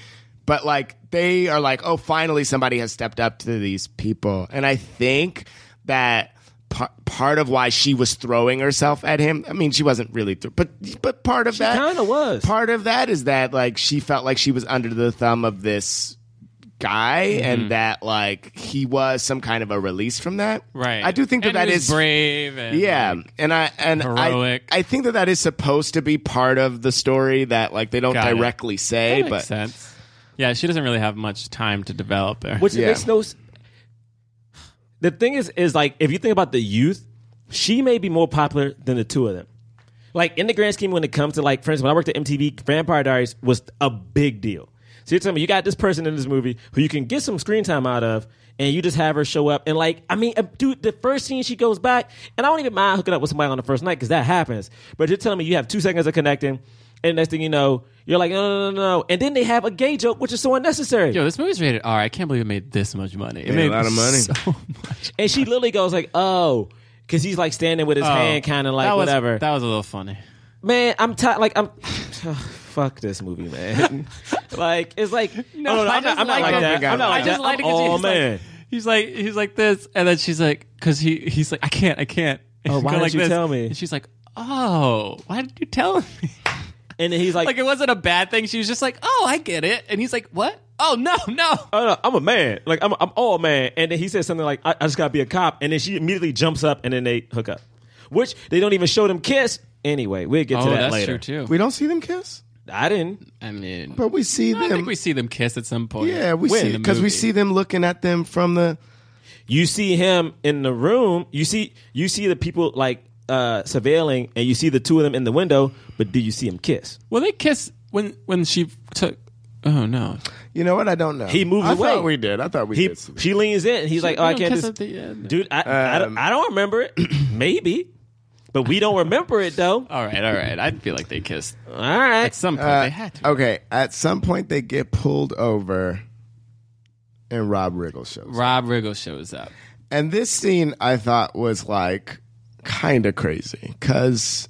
Speaker 5: But like they are like, "Oh, finally somebody has stepped up to these people." And I think that par- part of why she was throwing herself at him. I mean, she wasn't really, thro- but but part of that
Speaker 6: kinda was.
Speaker 5: part of that is that like she felt like she was under the thumb of this guy
Speaker 4: Mm-hmm.
Speaker 5: and that like he was some kind of a release from that
Speaker 4: Right.
Speaker 5: i do think that
Speaker 4: And
Speaker 5: that
Speaker 4: he
Speaker 5: is
Speaker 4: was brave. And
Speaker 5: yeah and i and
Speaker 4: heroic.
Speaker 5: I, I think that that is supposed to be part of the story that like they don't
Speaker 4: Got it.
Speaker 5: directly say
Speaker 4: That
Speaker 5: but
Speaker 4: makes sense. Yeah, she doesn't really have much time to develop there.
Speaker 6: which
Speaker 5: Yeah.
Speaker 6: makes no. s- The thing is, is like if you think about the youth, she may be more popular than the two of them. Like in the grand scheme, when it comes to like, for instance, when I worked at MTV, Vampire Diaries was a big deal. So you're telling me you got this person in this movie who you can get some screen time out of, and you just have her show up and like, I mean, uh, dude, the first scene she goes back, and I don't even mind hooking up with somebody on the first night because that happens. But you're telling me you have two seconds of connecting, and next thing you know, you're like, no, no, no, no, no, and then they have a gay joke, which is so unnecessary.
Speaker 4: Yo, this movie's rated R. I can't believe it made this much money. It
Speaker 5: Made a
Speaker 4: made
Speaker 5: lot of money.
Speaker 4: So much.
Speaker 6: And she literally goes like, "Oh," because he's like standing with his hand, kind of like
Speaker 4: Oh. that was,
Speaker 6: whatever.
Speaker 4: That was a little funny.
Speaker 6: man, I'm tired. Like I'm. Fuck this movie, man. like it's like no, no, no
Speaker 4: I
Speaker 6: I'm, not,
Speaker 4: just
Speaker 6: I'm not
Speaker 4: like
Speaker 6: like
Speaker 5: it.
Speaker 6: that. I'm not
Speaker 5: I
Speaker 6: like
Speaker 5: just
Speaker 6: that.
Speaker 4: liked it 'cause
Speaker 6: oh
Speaker 4: he's like-
Speaker 6: man,
Speaker 4: He's like, he's like this, and then she's like, because he, he's like, I can't, I can't. Go
Speaker 6: Oh, why didn't
Speaker 4: like
Speaker 6: you
Speaker 4: this.
Speaker 6: tell me?
Speaker 4: And she's like, Oh, why did you tell me?
Speaker 6: and then he's like,
Speaker 4: Like it wasn't a bad thing. She was just like, Oh, I get it. And he's like, What? Oh no, no.
Speaker 6: "Oh no, I'm a man. Like I'm, I'm all man." And then he says something like, I, "I just gotta be a cop," and then she immediately jumps up, and then they hook up, which they don't even show them kiss. Anyway, we'll get
Speaker 4: oh,
Speaker 6: to that
Speaker 4: that's
Speaker 6: later.
Speaker 4: true too.
Speaker 5: we don't see them kiss
Speaker 6: I didn't.
Speaker 4: I mean,
Speaker 5: but we see
Speaker 4: I
Speaker 5: them
Speaker 4: think we see them kiss at some point.
Speaker 5: yeah we
Speaker 4: in
Speaker 5: see
Speaker 4: the
Speaker 5: because we
Speaker 4: movie.
Speaker 5: see them looking at them from the
Speaker 6: you see him in the room you see you see the people like uh surveilling and you see the two of them in the window but do you see him kiss
Speaker 4: Well, they kiss when when she took. Oh no,
Speaker 5: you know what i don't know
Speaker 6: He moves
Speaker 5: I
Speaker 6: away.
Speaker 5: thought we did i thought we
Speaker 6: he
Speaker 5: did see them.
Speaker 6: she leans in and he's like oh i
Speaker 4: don't
Speaker 6: can't
Speaker 4: kiss
Speaker 6: just
Speaker 4: at the end.
Speaker 6: dude I, I,
Speaker 5: Um,
Speaker 6: don't, I don't remember it maybe but we don't remember it though all
Speaker 4: All right, all right. I feel like they kissed
Speaker 6: right
Speaker 5: Uh,
Speaker 4: at some point. they had to.
Speaker 5: Okay, at some point they get pulled over and Rob Riggle shows.
Speaker 4: Rob Riggle shows up.
Speaker 5: And this scene I thought was like kind of crazy because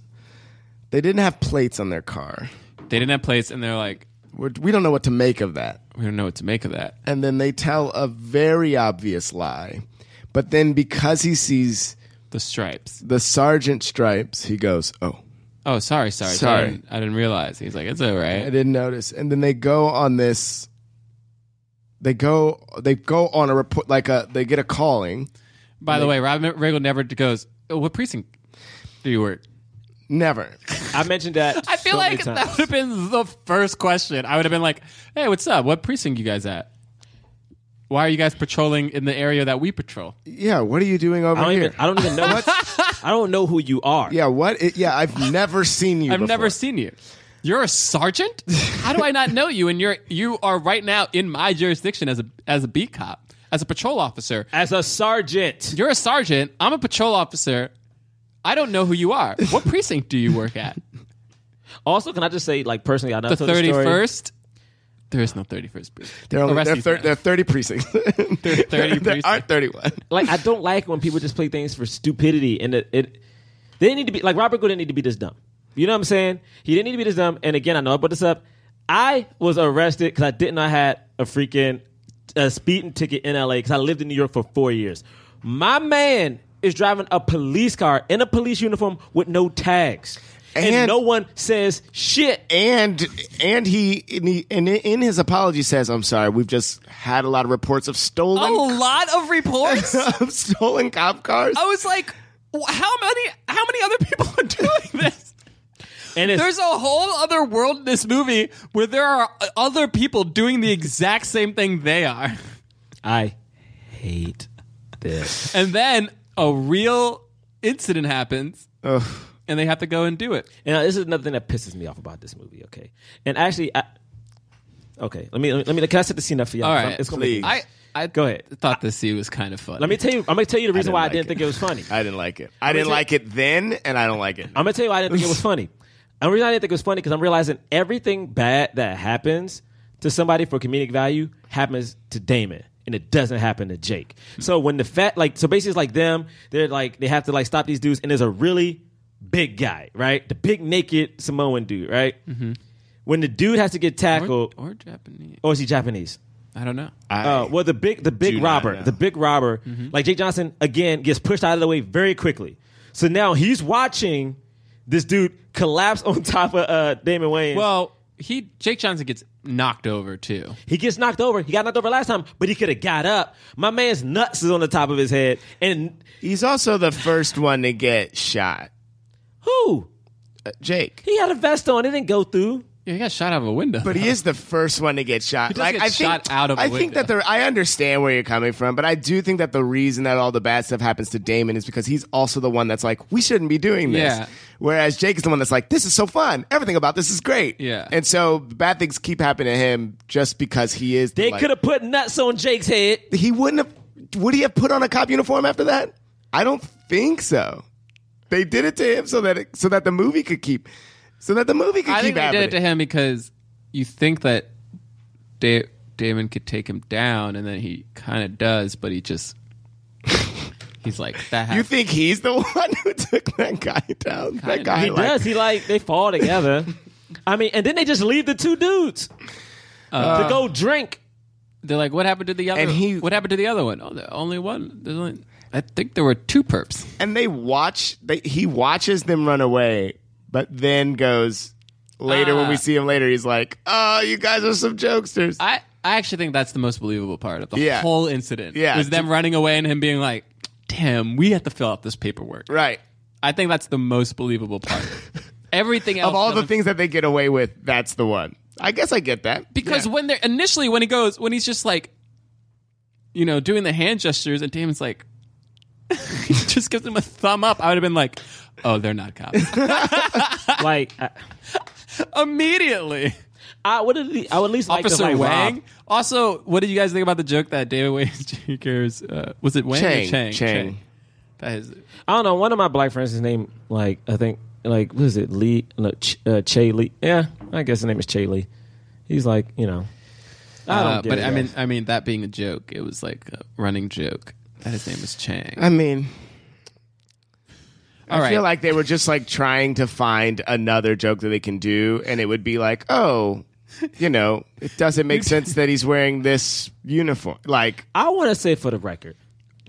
Speaker 5: they didn't have plates on their car.
Speaker 4: They didn't have plates, and they're like,
Speaker 5: We're, we don't know what to make of that.
Speaker 4: We don't know what to make of that.
Speaker 5: And then they tell a very obvious lie. But then because he sees
Speaker 4: the stripes,
Speaker 5: the sergeant stripes, he goes, Oh.
Speaker 4: "Oh, sorry, sorry,
Speaker 5: Sorry.
Speaker 4: I didn't, I didn't realize." He's like, "It's all
Speaker 5: I
Speaker 4: right."
Speaker 5: didn't notice. And then they go on this. They go. They go on a report. Like a. They get a calling.
Speaker 4: By the way, Rob Riggle never goes. Oh, what precinct do you work?
Speaker 5: Never.
Speaker 6: I mentioned that.
Speaker 4: I feel
Speaker 6: so many
Speaker 4: like that
Speaker 6: times.
Speaker 4: would have been the first question. I would have been like, "Hey, what's up? What precinct you guys at? Why are you guys patrolling in the area that we patrol?"
Speaker 5: Yeah. What are you doing over
Speaker 6: I don't
Speaker 5: here?
Speaker 6: even. I don't even know. I don't know who you are.
Speaker 5: yeah. What? It, yeah. I've never seen you.
Speaker 4: I've
Speaker 5: before.
Speaker 4: never seen you. You're a sergeant? How do I not know you? And you're you are right now in my jurisdiction as a as a beat cop, as a patrol officer.
Speaker 6: As a sergeant,
Speaker 4: You're a sergeant. I'm a patrol officer. I don't know who you are. What precinct do you work at?
Speaker 6: Also, can I just say, like personally, I know
Speaker 4: The
Speaker 6: told story-
Speaker 4: thirty first. There is no thirty first precinct.
Speaker 5: They're only.
Speaker 4: Arrest
Speaker 5: They're,
Speaker 4: these
Speaker 5: thir-
Speaker 4: guys.
Speaker 5: they're thirty precincts. there,
Speaker 4: thirty precincts.
Speaker 5: aren't thirty-one.
Speaker 6: Like I don't like when people just play things for stupidity, and it, it they need to be like Robert Good didn't need to be this dumb. You know what I'm saying? He didn't need to be this dumb. And again, I know I brought this up. I was arrested because I didn't know I had a freaking a speeding ticket in LA because I lived in New York for four years. My man is driving a police car in a police uniform with no tags,
Speaker 5: And-
Speaker 6: and no one says shit.
Speaker 5: And and he and, he, and in his apology says, "I'm sorry. We've just had a lot of reports of stolen
Speaker 4: a lot of reports.
Speaker 5: of stolen cop cars."
Speaker 4: I was like, "Wh- how many how many other people are doing this?
Speaker 6: And it's,
Speaker 4: There's a whole other world in this movie where there are other people doing the exact same thing they are.
Speaker 6: I hate this.
Speaker 4: And then a real incident happens and they have to go and do it.
Speaker 6: And uh, this is another thing that pisses me off about this movie. Okay, and actually, I, okay, let me let me can I set the scene up for y'all?
Speaker 4: All
Speaker 6: I'm-
Speaker 4: right.
Speaker 6: it's gonna make-
Speaker 4: I, I
Speaker 6: go ahead.
Speaker 4: thought this scene was kind of funny.
Speaker 6: Let me tell you. I'm gonna tell you the reason
Speaker 5: didn't
Speaker 6: why
Speaker 5: like
Speaker 6: I didn't
Speaker 5: it.
Speaker 6: think it was funny.
Speaker 5: I didn't like it. I didn't
Speaker 6: tell-
Speaker 5: like it then, and I don't like it. now.
Speaker 6: I'm gonna tell you why I didn't think it was funny. And the reason I didn't think it was funny because I'm realizing everything bad that happens to somebody for comedic value happens to Damon. And it doesn't happen to Jake. So when the fat like so basically it's like them, they're like they have to like stop these dudes, and there's a really big guy, right? The big naked Samoan dude, right? When the dude has to get tackled,
Speaker 4: or Japanese.
Speaker 6: or Oh, is he Japanese?
Speaker 4: I don't know.
Speaker 6: Uh, well, the big the
Speaker 5: do
Speaker 6: big
Speaker 5: not
Speaker 6: robber,
Speaker 5: know. Mm-hmm.
Speaker 6: the big robber, like Jake Johnson again gets pushed out of the way very quickly. So now he's watching this dude collapse on top of uh, Damon Wayans.
Speaker 4: Well, he Jake Johnson gets knocked over too.
Speaker 6: he gets knocked over. He got knocked over last time, but he could have got up. My man's nuts is on the top of his head, and
Speaker 5: He's also the first one to get shot.
Speaker 6: who
Speaker 5: Uh, Jake.
Speaker 6: he had a vest on. It didn't go through.
Speaker 4: Yeah, he got shot out of a window.
Speaker 5: But he is the first one to get shot.
Speaker 4: He does
Speaker 5: like
Speaker 4: get
Speaker 5: I
Speaker 4: shot
Speaker 5: think,
Speaker 4: out of a
Speaker 5: I think
Speaker 4: window.
Speaker 5: that the I understand where you're coming from, but I do think that the reason that all the bad stuff happens to Damon is because he's also the one that's like, we shouldn't be doing this.
Speaker 4: Yeah.
Speaker 5: Whereas Jake is the one that's like, this is so fun. Everything about this is great.
Speaker 4: Yeah.
Speaker 5: And so bad things keep happening to him just because he is.
Speaker 6: They
Speaker 5: like,
Speaker 6: could have put nuts on Jake's head.
Speaker 5: He wouldn't have. Would he have put on a cop uniform after that? I don't think so. They did it to him so that it, so that the movie could keep so that the movie could
Speaker 4: I
Speaker 5: keep
Speaker 4: think they
Speaker 5: happening.
Speaker 4: did it to him because you think that da- Damon could take him down, and then he kind of does, but he just he's like that.
Speaker 5: You
Speaker 4: Happened.
Speaker 5: think he's the one who took that guy down? That guy
Speaker 6: He
Speaker 5: like,
Speaker 6: does. He like they fall together. I mean, and then they just leave the two dudes
Speaker 5: Uh,
Speaker 6: to go drink.
Speaker 4: They're like, what happened to the other?
Speaker 5: And he-
Speaker 4: what happened to the other one? Oh, the only one. There's only. I think there were two perps.
Speaker 5: and they watch. They, he watches them run away, but then goes later when we see him later. He's like, "Oh, you guys are some jokesters."
Speaker 4: Ah. I I actually think that's the most believable part of the
Speaker 5: Yeah.
Speaker 4: whole incident.
Speaker 5: Yeah.
Speaker 4: was them running away and him being like, "Damn, we have to fill out this paperwork."
Speaker 5: right.
Speaker 4: I think that's the most believable part. Everything else
Speaker 5: Of all
Speaker 4: that
Speaker 5: the
Speaker 4: was-
Speaker 5: things that they get away with, that's the one. I guess I get that
Speaker 4: Because
Speaker 5: Yeah.
Speaker 4: when they're initially when he goes when he's just like, you know, doing the hand gestures and Damon's like, he just gives him a thumb up. I would have been like, oh, they're not cops
Speaker 6: Like. I,
Speaker 4: immediately.
Speaker 6: I would at least, I would at least like to,
Speaker 4: Officer
Speaker 6: like,
Speaker 4: Wang.
Speaker 6: rob-
Speaker 4: Also, what did you guys think about the joke that David Wayne's Jr.'s, uh, was it Wang
Speaker 5: Chang,
Speaker 4: or Chang?
Speaker 5: Chang.
Speaker 4: That is,
Speaker 6: I don't know. One of my black friends, his name like I think like what is it Lee? No, Ch- uh, Che Lee. Yeah, I guess his name is Che Lee. He's like you know, I don't get
Speaker 4: but
Speaker 6: it,
Speaker 4: I mean,
Speaker 6: guys.
Speaker 4: I mean that being a joke, it was like a running joke that his name was Chang.
Speaker 5: I mean,
Speaker 4: All
Speaker 5: I feel
Speaker 4: right.
Speaker 5: like they were just like trying to find another joke that they can do, and it would be like, oh, you know, it doesn't make sense that he's wearing this uniform. Like,
Speaker 6: I want to say for the record,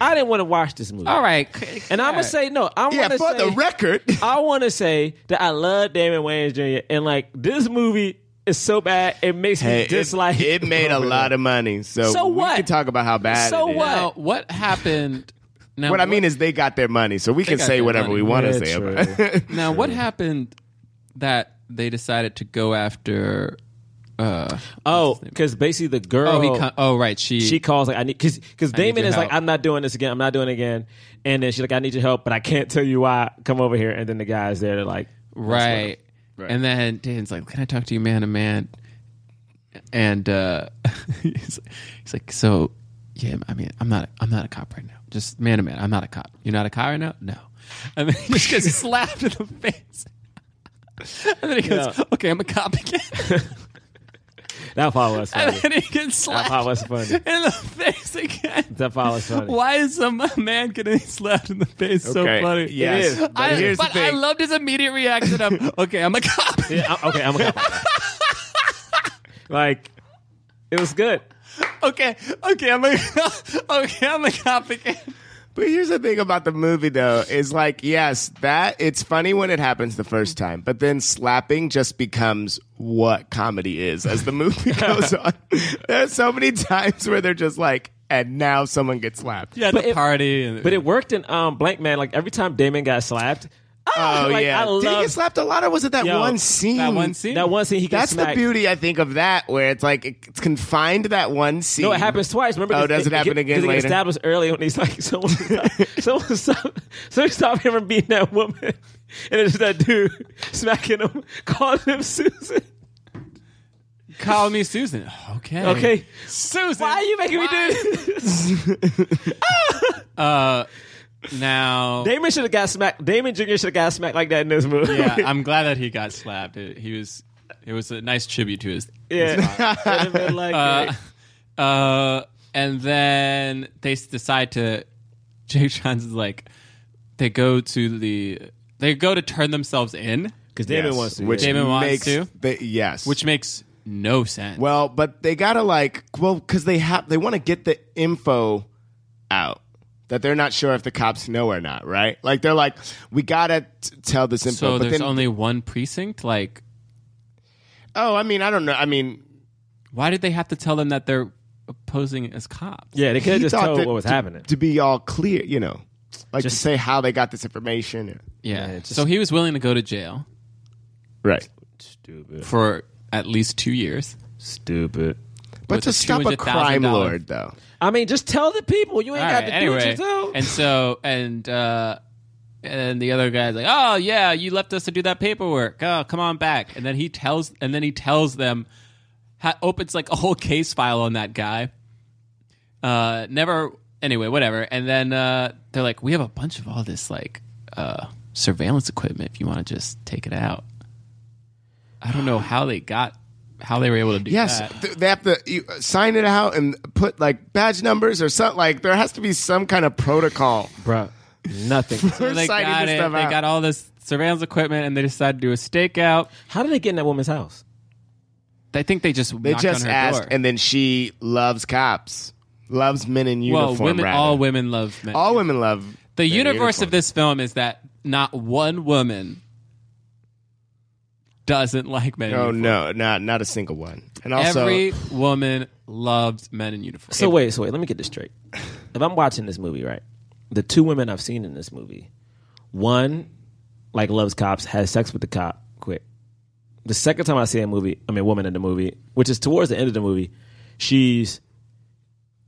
Speaker 6: I didn't want to watch this movie. All
Speaker 4: right,
Speaker 6: and I'm gonna say no. I want
Speaker 5: Yeah,
Speaker 6: to
Speaker 5: for the record,
Speaker 6: I want to say that I love Damon Wayans Jr. and like this movie is so bad it makes
Speaker 5: hey,
Speaker 6: me
Speaker 5: it,
Speaker 6: dislike.
Speaker 5: it made a lot of money, so,
Speaker 6: So
Speaker 5: we
Speaker 6: what?
Speaker 5: can talk about how bad.
Speaker 6: So
Speaker 5: it is.
Speaker 6: what? Now,
Speaker 4: uh, what happened? now
Speaker 5: what I
Speaker 4: what-
Speaker 5: mean is they got their money, so we
Speaker 4: They
Speaker 5: can
Speaker 4: got
Speaker 5: say
Speaker 4: their
Speaker 5: whatever
Speaker 4: money.
Speaker 5: we want
Speaker 4: Yeah,
Speaker 5: to say.
Speaker 4: true.
Speaker 5: About it.
Speaker 4: now, what happened that they decided to go after? Uh,
Speaker 6: Oh, because basically the girl.
Speaker 4: Oh, he con- oh, right. She
Speaker 6: she calls like I need because because
Speaker 4: I need
Speaker 6: Damon
Speaker 4: your
Speaker 6: is like
Speaker 4: help.
Speaker 6: I'm not doing this again. I'm not doing it again. And then she's like I need your help, but I can't tell you why. Come over here. And then the guy's there to like
Speaker 4: right. And then Dan's like, "Can I talk to you, man to man?" And uh, he's, like, he's like, "So, yeah, I mean, I'm not, I'm not a cop right now. Just man to man. I'm not a cop. You're not a cop right now. No." And then he just gets slapped in the face. and then he goes, "Okay, I'm a cop again."
Speaker 6: that follow us.
Speaker 4: And
Speaker 6: Funny.
Speaker 4: then he gets
Speaker 6: That
Speaker 4: slapped
Speaker 6: follow us funny.
Speaker 4: in the face again.
Speaker 6: That follow us funny.
Speaker 4: Why is some man getting slapped in the face
Speaker 6: Okay,
Speaker 4: so funny?
Speaker 6: yes, It is, but
Speaker 4: I,
Speaker 6: here's the
Speaker 4: but I
Speaker 6: thing.
Speaker 4: loved his immediate reaction of, okay, I'm a cop.
Speaker 6: Yeah, I- okay, I'm a cop. like it was good.
Speaker 4: Okay, okay, I'm a okay, I'm a cop again.
Speaker 5: But here's the thing about the movie, though, is like, yes, that it's funny when it happens the first time, but then slapping just becomes what comedy is as the movie goes on. There's so many times where they're just like, and now someone gets slapped.
Speaker 4: Yeah, the party. And,
Speaker 6: But it worked in um Blank Man. Like every time Damon got slapped.
Speaker 5: Oh
Speaker 6: like,
Speaker 5: yeah,
Speaker 6: I
Speaker 5: did he
Speaker 6: love-
Speaker 5: get slapped a lot, or was it that
Speaker 6: Yo,
Speaker 5: one scene?
Speaker 6: that one scene? That one scene he gets
Speaker 5: That's the
Speaker 6: smacked.
Speaker 5: beauty, I think, of that, where it's like it's confined to that one scene.
Speaker 6: No, it happens twice. Remember?
Speaker 5: Oh,
Speaker 6: 'cause
Speaker 5: does it happen
Speaker 6: get-
Speaker 5: again
Speaker 6: 'cause it get
Speaker 5: later?
Speaker 6: established early when he's like, someone, stop, someone stop, someone stop him from beating that woman, and it's just that dude smacking him, calling him Susan.
Speaker 4: Call me Susan. Okay.
Speaker 6: Okay,
Speaker 4: Susan.
Speaker 6: Why are you making me do this?
Speaker 4: Uh, now,
Speaker 6: Damon should have got smacked. Damon Jr. should have got smacked like that in this movie.
Speaker 4: yeah, I'm glad that he got slapped. It, he was, it was a nice tribute to his.
Speaker 6: yeah. Should have been like,
Speaker 4: Uh, uh, and then they s- decide to. Jake Johns is like, they go to the, they go to turn themselves in,
Speaker 6: because Damon wants to.
Speaker 5: which
Speaker 6: yeah.
Speaker 4: Damon wants
Speaker 5: makes
Speaker 4: to?
Speaker 5: the- yes,
Speaker 4: which makes no sense.
Speaker 5: Well, but they gotta like well because they have they want to get the info out that they're not sure if the cops know or not, right? Like they're like, we gotta t- tell this info.
Speaker 4: so
Speaker 5: but
Speaker 4: there's
Speaker 5: then,
Speaker 4: only one precinct. Like,
Speaker 5: oh, I mean, I don't know. I mean,
Speaker 4: why did they have to tell them that they're posing as cops?
Speaker 6: yeah, they could have
Speaker 5: he
Speaker 6: just
Speaker 5: thought
Speaker 6: told
Speaker 5: that
Speaker 6: what was
Speaker 5: to,
Speaker 6: happening.
Speaker 5: to be all clear, you know, like
Speaker 6: Just-
Speaker 5: to say how they got this information, or-
Speaker 4: Yeah.
Speaker 6: Yeah, just-
Speaker 4: so he was willing to go to jail
Speaker 5: right?
Speaker 6: Stupid.
Speaker 4: for at least two years.
Speaker 6: Stupid.
Speaker 5: But
Speaker 4: With
Speaker 5: to
Speaker 4: a
Speaker 5: stop a
Speaker 4: $200,000
Speaker 5: crime lord, though,
Speaker 6: I mean, just tell the people you ain't
Speaker 4: All
Speaker 6: got
Speaker 4: right,
Speaker 6: to do
Speaker 4: anyway,
Speaker 6: what you do.
Speaker 4: and so and uh, and the other guy's like, "Oh yeah, you left us to do that paperwork. Oh, come on back." And then he tells, and then he tells them, ha- opens like a whole case file on that guy. Uh, never. Anyway, whatever. And then uh, they're like, "We have a bunch of all this like uh, surveillance equipment. If you want to just take it out." I don't know how they got, how they were able to do
Speaker 5: yes,
Speaker 4: that.
Speaker 5: th- they have to you, uh, sign it out and put like badge numbers or something. Like there has to be some kind of protocol.
Speaker 6: Bruh, nothing.
Speaker 4: So they
Speaker 5: signing
Speaker 4: got
Speaker 5: this
Speaker 4: it.
Speaker 5: stuff
Speaker 4: They
Speaker 5: out.
Speaker 4: got all this surveillance equipment, and they decided to do a stakeout.
Speaker 6: How did they get in that woman's house?
Speaker 4: I think they just
Speaker 5: They
Speaker 4: knocked
Speaker 5: just
Speaker 4: on her
Speaker 5: asked,
Speaker 4: door.
Speaker 5: and then she loves cops, loves men in
Speaker 4: well,
Speaker 5: uniform.
Speaker 4: women,
Speaker 5: rather.
Speaker 4: all women love men.
Speaker 5: all women love
Speaker 4: the
Speaker 5: men in
Speaker 4: universe
Speaker 5: uniform.
Speaker 4: of this film is that not one woman doesn't like men. in
Speaker 5: Oh
Speaker 4: uniform.
Speaker 5: no, not not a single one. And also,
Speaker 4: Every woman loves men in uniform.
Speaker 6: So wait, so wait, let me get this straight. If I'm watching this movie, right, the two women I've seen in this movie, one like loves cops, has sex with the cop, quick. The second time I see a movie, I mean, a woman in the movie, which is towards the end of the movie, she's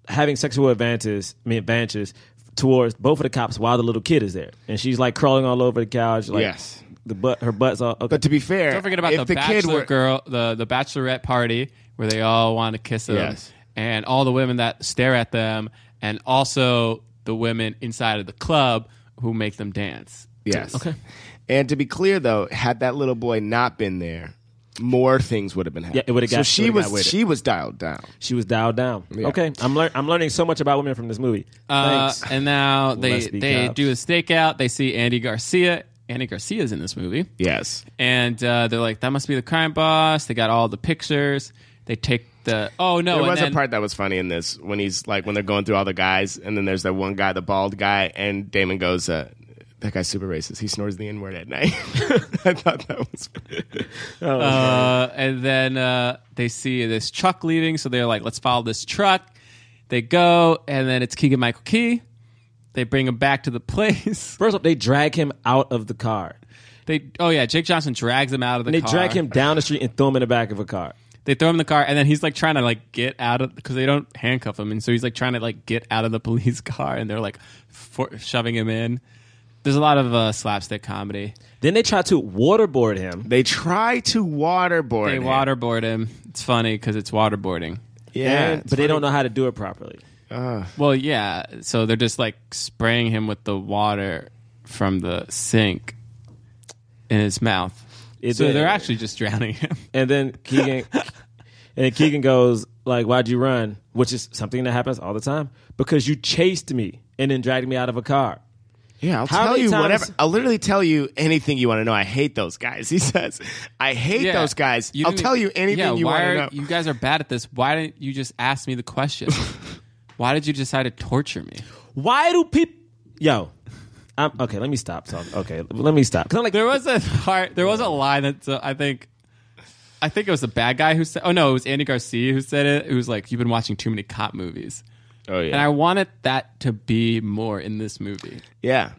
Speaker 6: having sexual advances, I mean advances towards both of the cops while the little kid is there, and she's like crawling all over the couch, like
Speaker 5: Yes.
Speaker 6: the butt, her butt's all. Okay.
Speaker 5: but to be fair,
Speaker 4: Don't forget about
Speaker 5: Eh, if
Speaker 4: the,
Speaker 5: the,
Speaker 4: bachelor
Speaker 5: kid were
Speaker 4: girl, the the bachelorette party where they all want to kiss them,
Speaker 5: Yes.
Speaker 4: and all the women that stare at them, and also the women inside of the club who make them dance.
Speaker 5: yes, okay. And to be clear, though, had that little boy not been there,
Speaker 14: more things would have been happening.
Speaker 6: Yeah, it would've
Speaker 14: So
Speaker 6: got-
Speaker 14: she
Speaker 6: would've got
Speaker 14: was
Speaker 6: with it.
Speaker 14: she was dialed down.
Speaker 6: She was dialed down.
Speaker 14: Yeah.
Speaker 6: Okay, I'm lear- I'm learning so much about women from this movie.
Speaker 4: Uh,
Speaker 6: Thanks.
Speaker 4: and now they
Speaker 6: Leslie
Speaker 4: they
Speaker 6: Cobbs.
Speaker 4: do a stakeout. They see Andy Garcia. Andy Garcia's in this movie.
Speaker 14: Yes.
Speaker 4: And uh, they're like, that must be the crime boss. They got all the pictures. They take the. Oh, no.
Speaker 14: There
Speaker 4: and
Speaker 14: was
Speaker 4: then-
Speaker 14: a part that was funny in this when he's like when they're going through all the guys, and then there's that one guy, the bald guy, and Damon goes, uh, "That guy's super racist. He snores the N word at night." I thought that was.
Speaker 4: uh, and then uh, they see this truck leaving, so they're like, "Let's follow this truck." They go, and then it's Keegan Michael Key. They bring him back to the place.
Speaker 6: First up, they drag him out of the car.
Speaker 4: They oh yeah, Jake Johnson drags him out of the.
Speaker 6: And they
Speaker 4: car.
Speaker 6: drag him down the street and throw him in the back of a car.
Speaker 4: They throw him in the car, and then he's like trying to like get out of because they don't handcuff him, and so he's like trying to like get out of the police car, and they're like for- shoving him in. There's a lot of uh, slapstick comedy.
Speaker 6: Then they try to waterboard him.
Speaker 14: They try to waterboard.
Speaker 4: They
Speaker 6: him.
Speaker 4: waterboard him. It's funny because it's waterboarding.
Speaker 6: And- but they don't know how to do it properly.
Speaker 4: Well, yeah. So they're just like spraying him with the water from the sink in his mouth.
Speaker 6: It-
Speaker 4: so they're actually just drowning him.
Speaker 6: And then Keegan, and then Keegan goes like, "Why'd you run?" Which is something that happens all the time because you chased me and then dragged me out of a car.
Speaker 14: Yeah, I'll
Speaker 6: How
Speaker 14: tell
Speaker 6: many
Speaker 14: you
Speaker 6: times-
Speaker 14: whatever. I'll literally tell you anything you want to know. I hate those guys. He says, "I hate
Speaker 4: Yeah.
Speaker 14: those guys." I'll
Speaker 4: didn't-
Speaker 14: tell you anything
Speaker 4: yeah,
Speaker 14: you
Speaker 4: why
Speaker 14: want
Speaker 4: are-
Speaker 14: to know.
Speaker 4: You guys are bad at this. Why didn't you just ask me the question? why did you decide to torture me?
Speaker 6: Why do people? Yo, I'm okay. Let me stop talking. Okay, let me stop. 'Cause I'm like,
Speaker 4: there was a part, there was a line that uh, I think, I think it was the bad guy who said. Oh no, it was Andy Garcia who said it. It was like you've been watching too many cop movies.
Speaker 14: Oh yeah,
Speaker 4: And I wanted that to be more in this movie.
Speaker 14: yeah,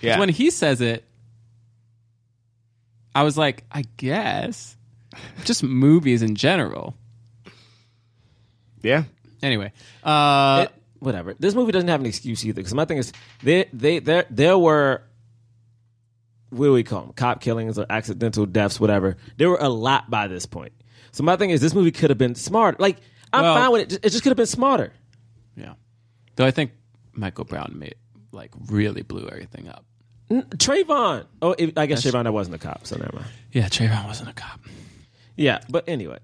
Speaker 14: yeah.
Speaker 4: When he says it, I was like, I guess. Just movies in general.
Speaker 14: Yeah.
Speaker 4: Anyway, uh,
Speaker 6: it- whatever. This movie doesn't have an excuse either. Because my thing is, they they there there were what do we call them? Cop killings or accidental deaths, whatever. There were a lot by this point. So my thing is, this movie could have been smarter. Like I'm
Speaker 4: Well-
Speaker 6: fine with it. Ju- It just could have been smarter.
Speaker 4: Yeah. Though I think Michael Brown made like really blew everything up.
Speaker 6: N- Trayvon. Oh, it, I guess
Speaker 4: That's-
Speaker 6: Trayvon that wasn't a cop. So never mind.
Speaker 4: Yeah, Trayvon wasn't a cop.
Speaker 6: Yeah, but anyway.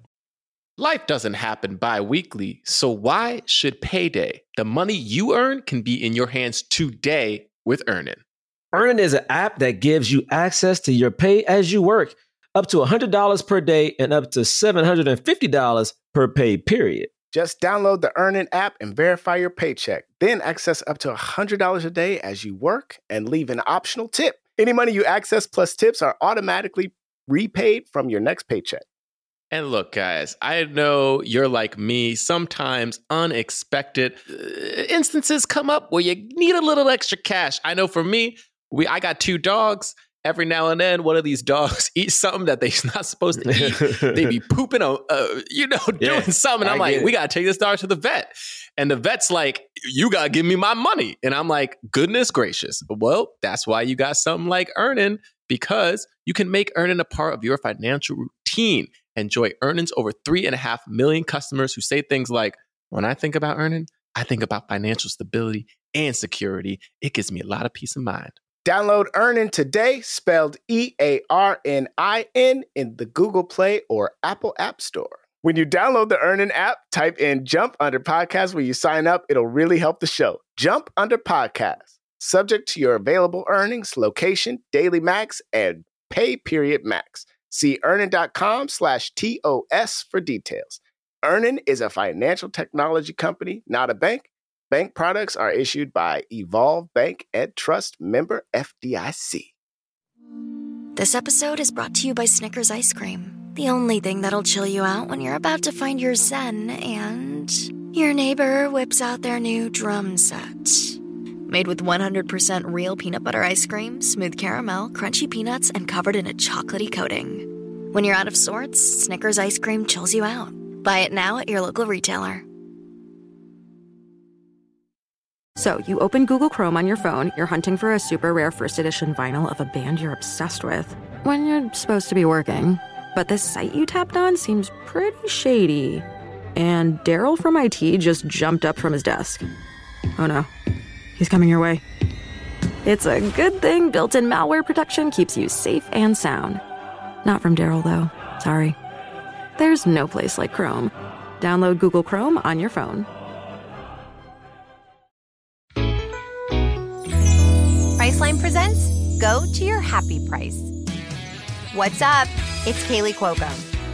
Speaker 15: Life doesn't happen bi weekly, so why should payday? The money you earn can be in your hands today with Earnin.
Speaker 16: Earnin is an app that gives you access to your pay as you work, up to $100 per day and up to $750 per pay period.
Speaker 5: Just download the Earnin app and verify your paycheck. Then access up to $100 a day as you work and leave an optional tip. Any money you access plus tips are automatically repaid from your next paycheck.
Speaker 15: And look, guys, I know Oh, you're like me. Sometimes unexpected uh, instances come up where you need a little extra cash. I know for me, we I got two dogs. Every now and then, one of these dogs eats something that they're not supposed to eat. they be pooping on, uh, you know, doing
Speaker 16: Yeah,
Speaker 15: something. I'm
Speaker 16: I
Speaker 15: like,
Speaker 16: get it.
Speaker 15: we gotta take this dog to the vet, and the vet's like, you gotta give me my money, and I'm like, goodness gracious. Well, that's why you got something like earning because you can make earning a part of your financial routine. Enjoy earnings over three and a half million customers who say things like, when I think about earning, I think about financial stability and security. It gives me a lot of peace of mind.
Speaker 5: Download Earnin today, spelled E A R N I N, in the Google Play or Apple App Store. When you download the Earnin app, type in Jump Under Podcast when you sign up. It'll really help the show. Jump Under Podcast, subject to your available earnings, location, daily max, and pay period max. See earnin.com slash TOS for details. Earnin is a financial technology company, not a bank. Bank products are issued by Evolve Bank and Trust member FDIC.
Speaker 3: This episode is brought to you by Snickers Ice Cream, the only thing that'll chill you out when you're about to find your zen and your neighbor whips out their new drum set. Made with 100% real peanut butter ice cream, smooth caramel, crunchy peanuts, and covered in a chocolatey coating. When you're out of sorts, Snickers Ice Cream chills you out. Buy it now at your local retailer.
Speaker 2: So, you open Google Chrome on your phone, you're hunting for a super rare first edition vinyl of a band you're obsessed with when you're supposed to be working. But this site you tapped on seems pretty shady. And Daryl from IT just jumped up from his desk. Oh no, he's coming your way. It's a good thing built in malware protection keeps you safe and sound. Not from Daryl, though.
Speaker 17: Sorry. There's no place like Chrome. Download Google Chrome on your phone.
Speaker 1: Priceline presents Go to Your Happy Price. What's up? It's Kaylee Cuoco.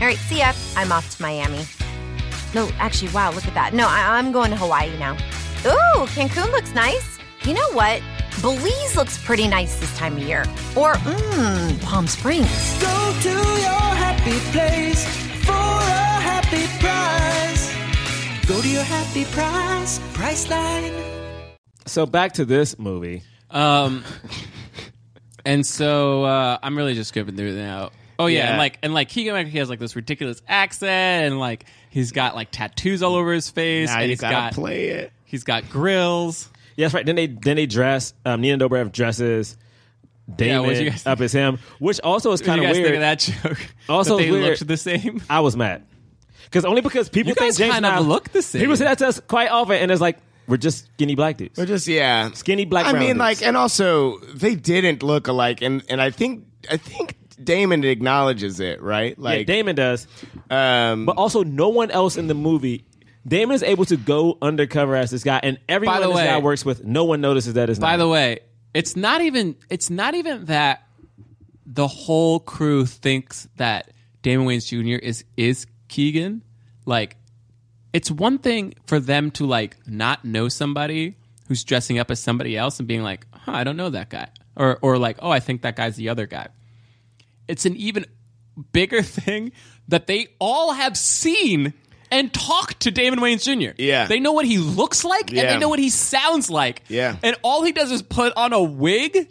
Speaker 1: All right, see ya. I'm off to Miami. No, actually, wow, look at that. No, I- I'm going to Hawaii now. Ooh, Cancun looks nice. You know what? Belize looks pretty nice this time of year. Or, mmm, Palm Springs.
Speaker 8: Go to your happy place for a happy price. Go to your happy price, Priceline.
Speaker 6: So back to this movie.
Speaker 4: Um, and so uh, I'm really just skipping through it now. Oh yeah,
Speaker 6: Yeah.
Speaker 4: and like and like Keegan Michael Key has like this ridiculous accent, and like he's got like tattoos all over his face.
Speaker 6: Now
Speaker 4: and
Speaker 6: you
Speaker 4: he's
Speaker 6: gotta
Speaker 4: got
Speaker 6: play it.
Speaker 4: He's got grills.
Speaker 6: Yes, right. Then they then they dress. Um, Nina Dobrev dresses
Speaker 4: Yeah,
Speaker 6: Damon
Speaker 4: what'd you guys-
Speaker 6: up as him, which also is
Speaker 4: What'd
Speaker 6: kind
Speaker 4: you
Speaker 6: of
Speaker 4: guys
Speaker 6: weird.
Speaker 4: think of that joke?
Speaker 6: Also,
Speaker 4: That they
Speaker 6: weird.
Speaker 4: looked the same.
Speaker 6: I was mad because only because people
Speaker 4: You
Speaker 6: think
Speaker 4: guys
Speaker 6: James
Speaker 4: kind of
Speaker 6: Knives-
Speaker 4: look the same.
Speaker 6: People say that to us quite often, and it's like we're just skinny black dudes. We're
Speaker 5: just yeah,
Speaker 6: skinny black.
Speaker 5: I
Speaker 6: brown
Speaker 5: mean,
Speaker 6: dudes.
Speaker 5: like, and also they didn't look alike, and and I think I think Damon acknowledges it, right? Like
Speaker 6: Damon does,
Speaker 5: um,
Speaker 6: but also no one else in the movie. Damon is able to go undercover as this guy, and everyone
Speaker 4: the
Speaker 6: this
Speaker 4: way-
Speaker 6: guy works with, no one notices that is.
Speaker 4: By the way, it's not even it's not even that the whole crew thinks that Damon Wayans Jr. is is Keegan. Like it's one thing for them to like not know somebody who's dressing up as somebody else and being like, "Huh, I don't know that guy." Or or like, "Oh, I think that guy's the other guy." It's an even bigger thing that they all have seen and talked to Damon Wayans Jr.
Speaker 5: Yeah.
Speaker 4: They know what he looks like and
Speaker 5: Yeah.
Speaker 4: they know what he sounds like.
Speaker 5: Yeah.
Speaker 4: And all he does is put on a wig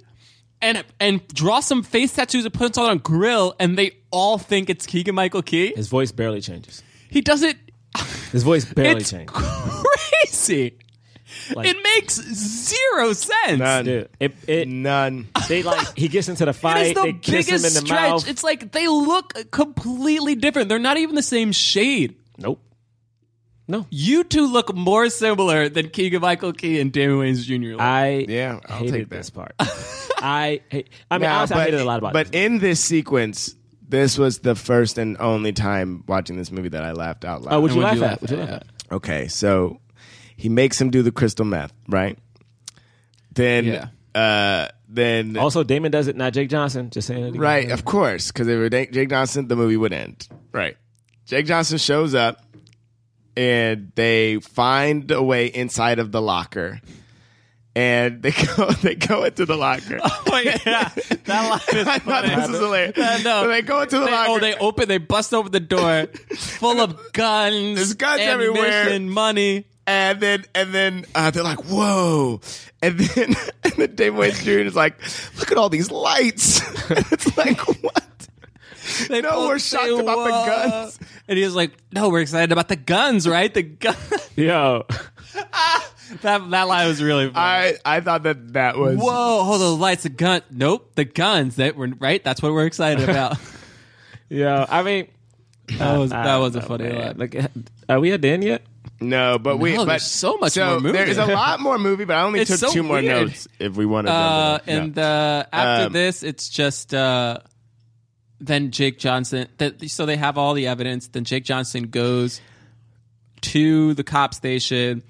Speaker 4: and and draw some face tattoos and puts on a grill, and they all think it's Keegan Michael Key.
Speaker 6: His voice barely changes.
Speaker 4: He does it
Speaker 6: His voice barely
Speaker 4: It's
Speaker 6: changes.
Speaker 4: crazy.
Speaker 6: Like-
Speaker 4: it makes zero sense.
Speaker 6: Dude, it, it,
Speaker 5: uh, None.
Speaker 6: They like he gets into
Speaker 4: It
Speaker 6: the
Speaker 4: is
Speaker 6: fight.
Speaker 4: the
Speaker 6: they kiss
Speaker 4: biggest
Speaker 6: him in the
Speaker 4: stretch.
Speaker 6: mouth.
Speaker 4: It's like they look completely different. They're not even the same shade.
Speaker 6: Nope. No.
Speaker 4: You two look more similar than Keegan Michael Key and Damon Wayans Jr. look.
Speaker 6: I
Speaker 5: yeah, I'll
Speaker 6: hated
Speaker 5: take that.
Speaker 6: this part. I hate, I mean,
Speaker 5: Nah,
Speaker 6: honestly, I
Speaker 5: but-
Speaker 6: hated a lot about
Speaker 5: But in this sequence, this was the first and only time watching this movie that I laughed out loud.
Speaker 6: Oh, would you laugh at? Would you laugh at?
Speaker 5: Okay, so he makes him do the crystal meth, right? Then, uh, then
Speaker 6: Also, Damon does it, not Jake Johnson. Just saying it again.
Speaker 5: right, of course, because if it were Da- Jake Johnson, the movie would end. Right, Jake Johnson shows up, and they find a way inside of the locker. And they go, they go into the locker.
Speaker 4: Oh, That line is funny.
Speaker 5: this is hilarious.
Speaker 4: Uh, no.
Speaker 5: So they go into the
Speaker 4: They-
Speaker 5: locker.
Speaker 4: Oh, they open, they bust open the door, full of guns.
Speaker 5: There's guns
Speaker 4: ammunition,
Speaker 5: everywhere.
Speaker 4: money.
Speaker 5: And then and then uh, they're like, whoa. And then and then Dave Wayne Jr. is like, look at all these lights. it's like what?
Speaker 4: They
Speaker 5: no, we're
Speaker 4: both say,
Speaker 5: shocked about
Speaker 4: "Whoa."
Speaker 5: the guns.
Speaker 4: And he was like, "No, we're excited about the guns, right? The gun."
Speaker 6: Yo,
Speaker 4: that that line was really. Funny.
Speaker 5: I I thought that that was
Speaker 4: Whoa! Hold on, the lights, the gun. Nope, the guns. That were right. That's what we're excited about.
Speaker 6: Yeah, I mean,
Speaker 4: that was
Speaker 6: I
Speaker 4: that
Speaker 6: don't
Speaker 4: was a
Speaker 6: know,
Speaker 4: funny
Speaker 6: Oh, man.
Speaker 4: line.
Speaker 6: Like, uh, are we at the end yet?
Speaker 5: No, but we
Speaker 4: No,
Speaker 5: but
Speaker 4: there's so much more movie.
Speaker 5: There's a lot more movie, but I only
Speaker 4: It's
Speaker 5: took
Speaker 4: so
Speaker 5: two more
Speaker 4: weird.
Speaker 5: notes if we want to.
Speaker 4: Uh, and uh, after
Speaker 5: Um,
Speaker 4: this, it's just uh, then Jake Johnson. That so they have all the evidence. Then Jake Johnson goes to the cop station,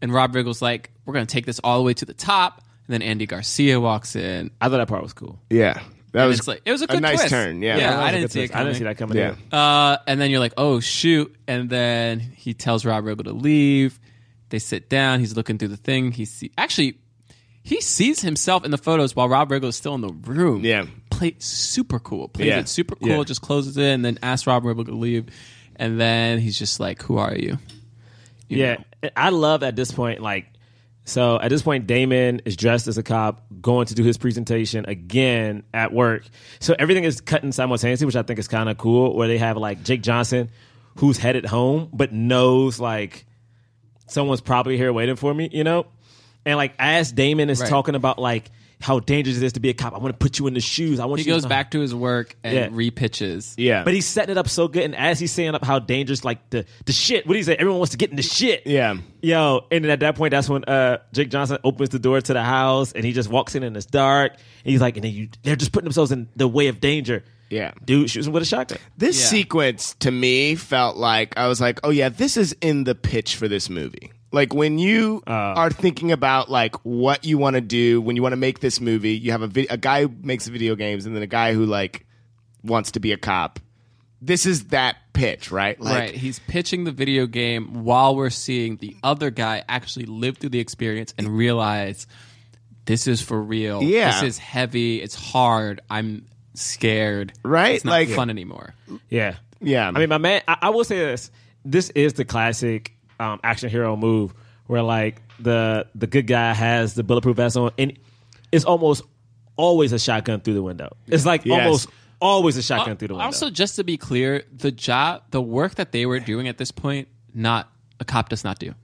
Speaker 4: and Rob Riggle's like, "We're going to take this all the way to the top." And then Andy Garcia walks in.
Speaker 6: I thought that part was cool.
Speaker 5: yeah, that
Speaker 4: and
Speaker 5: was
Speaker 4: it's like- it was a good
Speaker 5: nice
Speaker 4: twist.
Speaker 5: turn. Yeah,
Speaker 4: Yeah,
Speaker 5: That was
Speaker 4: I
Speaker 5: a
Speaker 4: didn't
Speaker 5: good
Speaker 4: see it
Speaker 5: twist.
Speaker 6: I didn't see that coming.
Speaker 5: Yeah.
Speaker 6: either.
Speaker 4: Uh, and then you're like, oh shoot! And then he tells Rob Riggle to leave. They sit down. He's looking through the thing. He see actually, he sees himself in the photos while Rob Riggle is still in the room.
Speaker 5: Yeah.
Speaker 4: played super cool. Plays
Speaker 5: Yeah.
Speaker 4: it super cool.
Speaker 5: Yeah.
Speaker 4: Just closes it and then asks Rob Riggle to leave. And then he's just like, "Who are you?"
Speaker 6: yeah, I love at this point like So at this point, Damon is dressed as a cop, going to do his presentation again at work. So everything is cutting simultaneously, which I think is kind of cool. Where they have like Jake Johnson, who's headed home, but knows like someone's probably here waiting for me, you know? And like as Damon is
Speaker 4: Right.
Speaker 6: talking about like how dangerous it is to be a cop, I want to put you in the shoes. I want
Speaker 4: He
Speaker 6: you
Speaker 4: goes back to his work and
Speaker 6: Yeah.
Speaker 4: repitches.
Speaker 5: Yeah.
Speaker 6: But he's setting it up so good, and as he's setting up how dangerous, like the the shit. What do you say? Everyone wants to get in the shit.
Speaker 5: Yeah.
Speaker 6: Yo, and then at that point, that's when uh, Jake Johnson opens the door to the house, and he just walks in, and it's dark. And he's like, and then you, they're just putting themselves in the way of danger.
Speaker 5: Yeah.
Speaker 6: Dude shoots him with a shotgun.
Speaker 5: This sequence to me felt like I was like, oh yeah, this is in the pitch for this movie. Like when you
Speaker 4: Uh.
Speaker 5: are thinking about like what you want to do when you want to make this movie, you have a vid- a guy who makes video games and then a guy who like wants to be a cop. This is that pitch, right? Like,
Speaker 4: right. He's pitching the video game while we're seeing the other guy actually live through the experience and realize this is for real.
Speaker 5: Yeah.
Speaker 4: This is heavy. It's hard. I'm scared.
Speaker 5: Right?
Speaker 4: It's not
Speaker 5: Like-
Speaker 4: fun anymore.
Speaker 6: Yeah.
Speaker 5: Yeah.
Speaker 6: I mean, my man, I, I will say this. This is the classic um, action hero move where like the the good guy has the bulletproof vest on and it's almost always a shotgun through the window. It's like
Speaker 4: Yes.
Speaker 6: almost always a shotgun through the window.
Speaker 4: Also, just to be clear, the job, the work that they were doing at this point, not a cop does not do.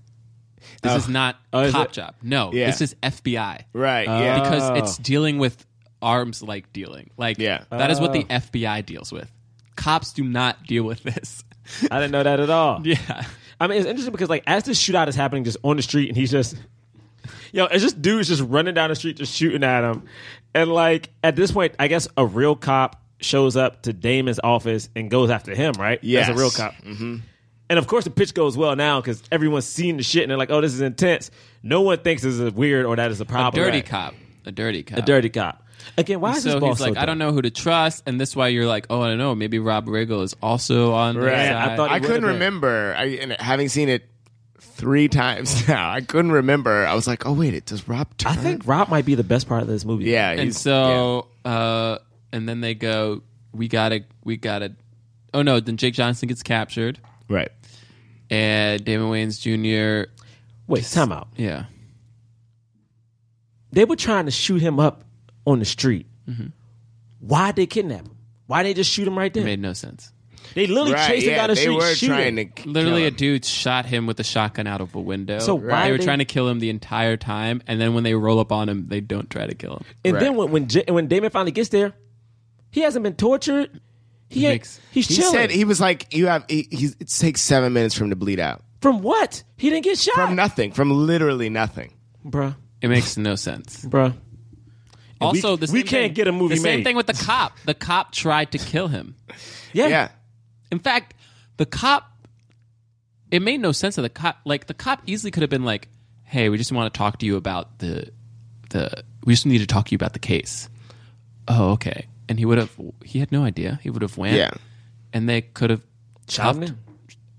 Speaker 4: This
Speaker 6: Oh.
Speaker 4: is not
Speaker 6: Oh, is
Speaker 4: cop
Speaker 6: it?
Speaker 4: job. No,
Speaker 6: Yeah.
Speaker 4: this is FBI.
Speaker 5: Right, yeah.
Speaker 6: Uh,
Speaker 4: Because
Speaker 5: Oh.
Speaker 4: it's dealing with arms like dealing. Like yeah. that is what the
Speaker 6: Oh.
Speaker 4: FBI deals with. Cops do not deal with this.
Speaker 6: I didn't know that at all.
Speaker 4: Yeah.
Speaker 6: I mean, it's interesting because like as this shootout is happening just on the street and he's just yo, it's just dudes just running down the street just shooting at him. And like at this point, I guess a real cop shows up to Damon's office and goes after him, right?
Speaker 5: Yes.
Speaker 6: As a real cop.
Speaker 5: Mhm.
Speaker 6: And of course, the pitch goes well now because everyone's seen the shit and they're like, "Oh, this is intense." No one thinks this is weird or that is a problem.
Speaker 4: dirty
Speaker 6: Right.
Speaker 4: cop. A dirty cop.
Speaker 6: A dirty cop. Again, why
Speaker 4: And
Speaker 6: is
Speaker 4: so
Speaker 6: this boss
Speaker 4: he's like,
Speaker 6: so
Speaker 4: I don't know who to trust, and that's why you're like, oh, I don't know, maybe Rob Riggle is also on. the
Speaker 5: Right.
Speaker 4: side.
Speaker 5: I, couldn't remember. I, and having seen it three times now, I couldn't remember. I was like, oh wait, it does Rob turn?
Speaker 6: I think Rob might be the best part of this movie.
Speaker 5: Yeah,
Speaker 4: and so uh and then they go we gotta we gotta oh no then jake johnson gets captured
Speaker 5: right
Speaker 4: and damon wayans jr
Speaker 6: Wait, time out.
Speaker 4: Yeah.
Speaker 6: They were trying to shoot him up on the street.
Speaker 4: Mhm.
Speaker 6: Why'd they kidnap him? Why'd they just shoot him right there?
Speaker 4: made no sense
Speaker 6: They literally chased him down the street. shoot him.
Speaker 4: literally a dude shot him with a shotgun out of a window
Speaker 6: So why
Speaker 4: they were
Speaker 6: they-
Speaker 4: trying to kill him the entire time and then when they roll up on him they don't try to kill him
Speaker 6: And then when when, J- when Damon finally gets there, he hasn't been tortured. He ain't, he's
Speaker 5: he
Speaker 6: chilling.
Speaker 5: said he was like, you have. He, he's, it takes seven minutes for him to bleed out
Speaker 6: From what? He didn't get shot.
Speaker 5: from nothing, from literally nothing,
Speaker 6: Bruh.
Speaker 4: it makes no sense
Speaker 6: bruh
Speaker 4: also
Speaker 6: we-
Speaker 4: the
Speaker 6: we
Speaker 4: same
Speaker 6: can't
Speaker 4: thing-
Speaker 6: get a movie
Speaker 4: the same
Speaker 6: made.
Speaker 4: thing with the cop the cop tried to kill him
Speaker 6: yeah
Speaker 5: yeah
Speaker 4: in fact the cop it made no sense of the cop like the cop easily could have been like hey we just want to talk to you about the the we just need to talk to you about the case oh okay and he would have he had no idea he would have went
Speaker 5: Yeah.
Speaker 4: and they could have
Speaker 6: Shot
Speaker 4: cuffed,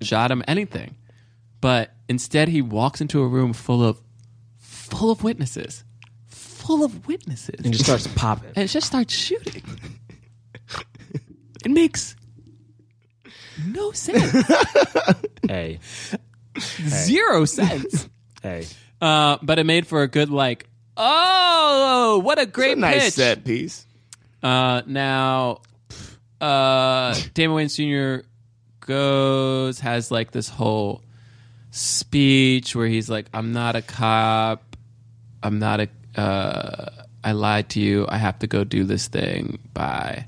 Speaker 4: shot him anything but instead he walks into a room full of full of witnesses full of witnesses
Speaker 6: and just starts popping.
Speaker 4: and it just starts shooting it makes no sense
Speaker 6: hey
Speaker 4: zero sense
Speaker 6: hey
Speaker 4: Uh, but it made for a good like. Oh, what a great
Speaker 5: It's a nice
Speaker 4: pitch.
Speaker 5: set piece.
Speaker 4: Uh, now, uh, Damon Wayans Jr. goes has like this whole speech where he's like, "I'm not a cop. I'm not a. Uh, I lied to you. I have to go do this thing. Bye."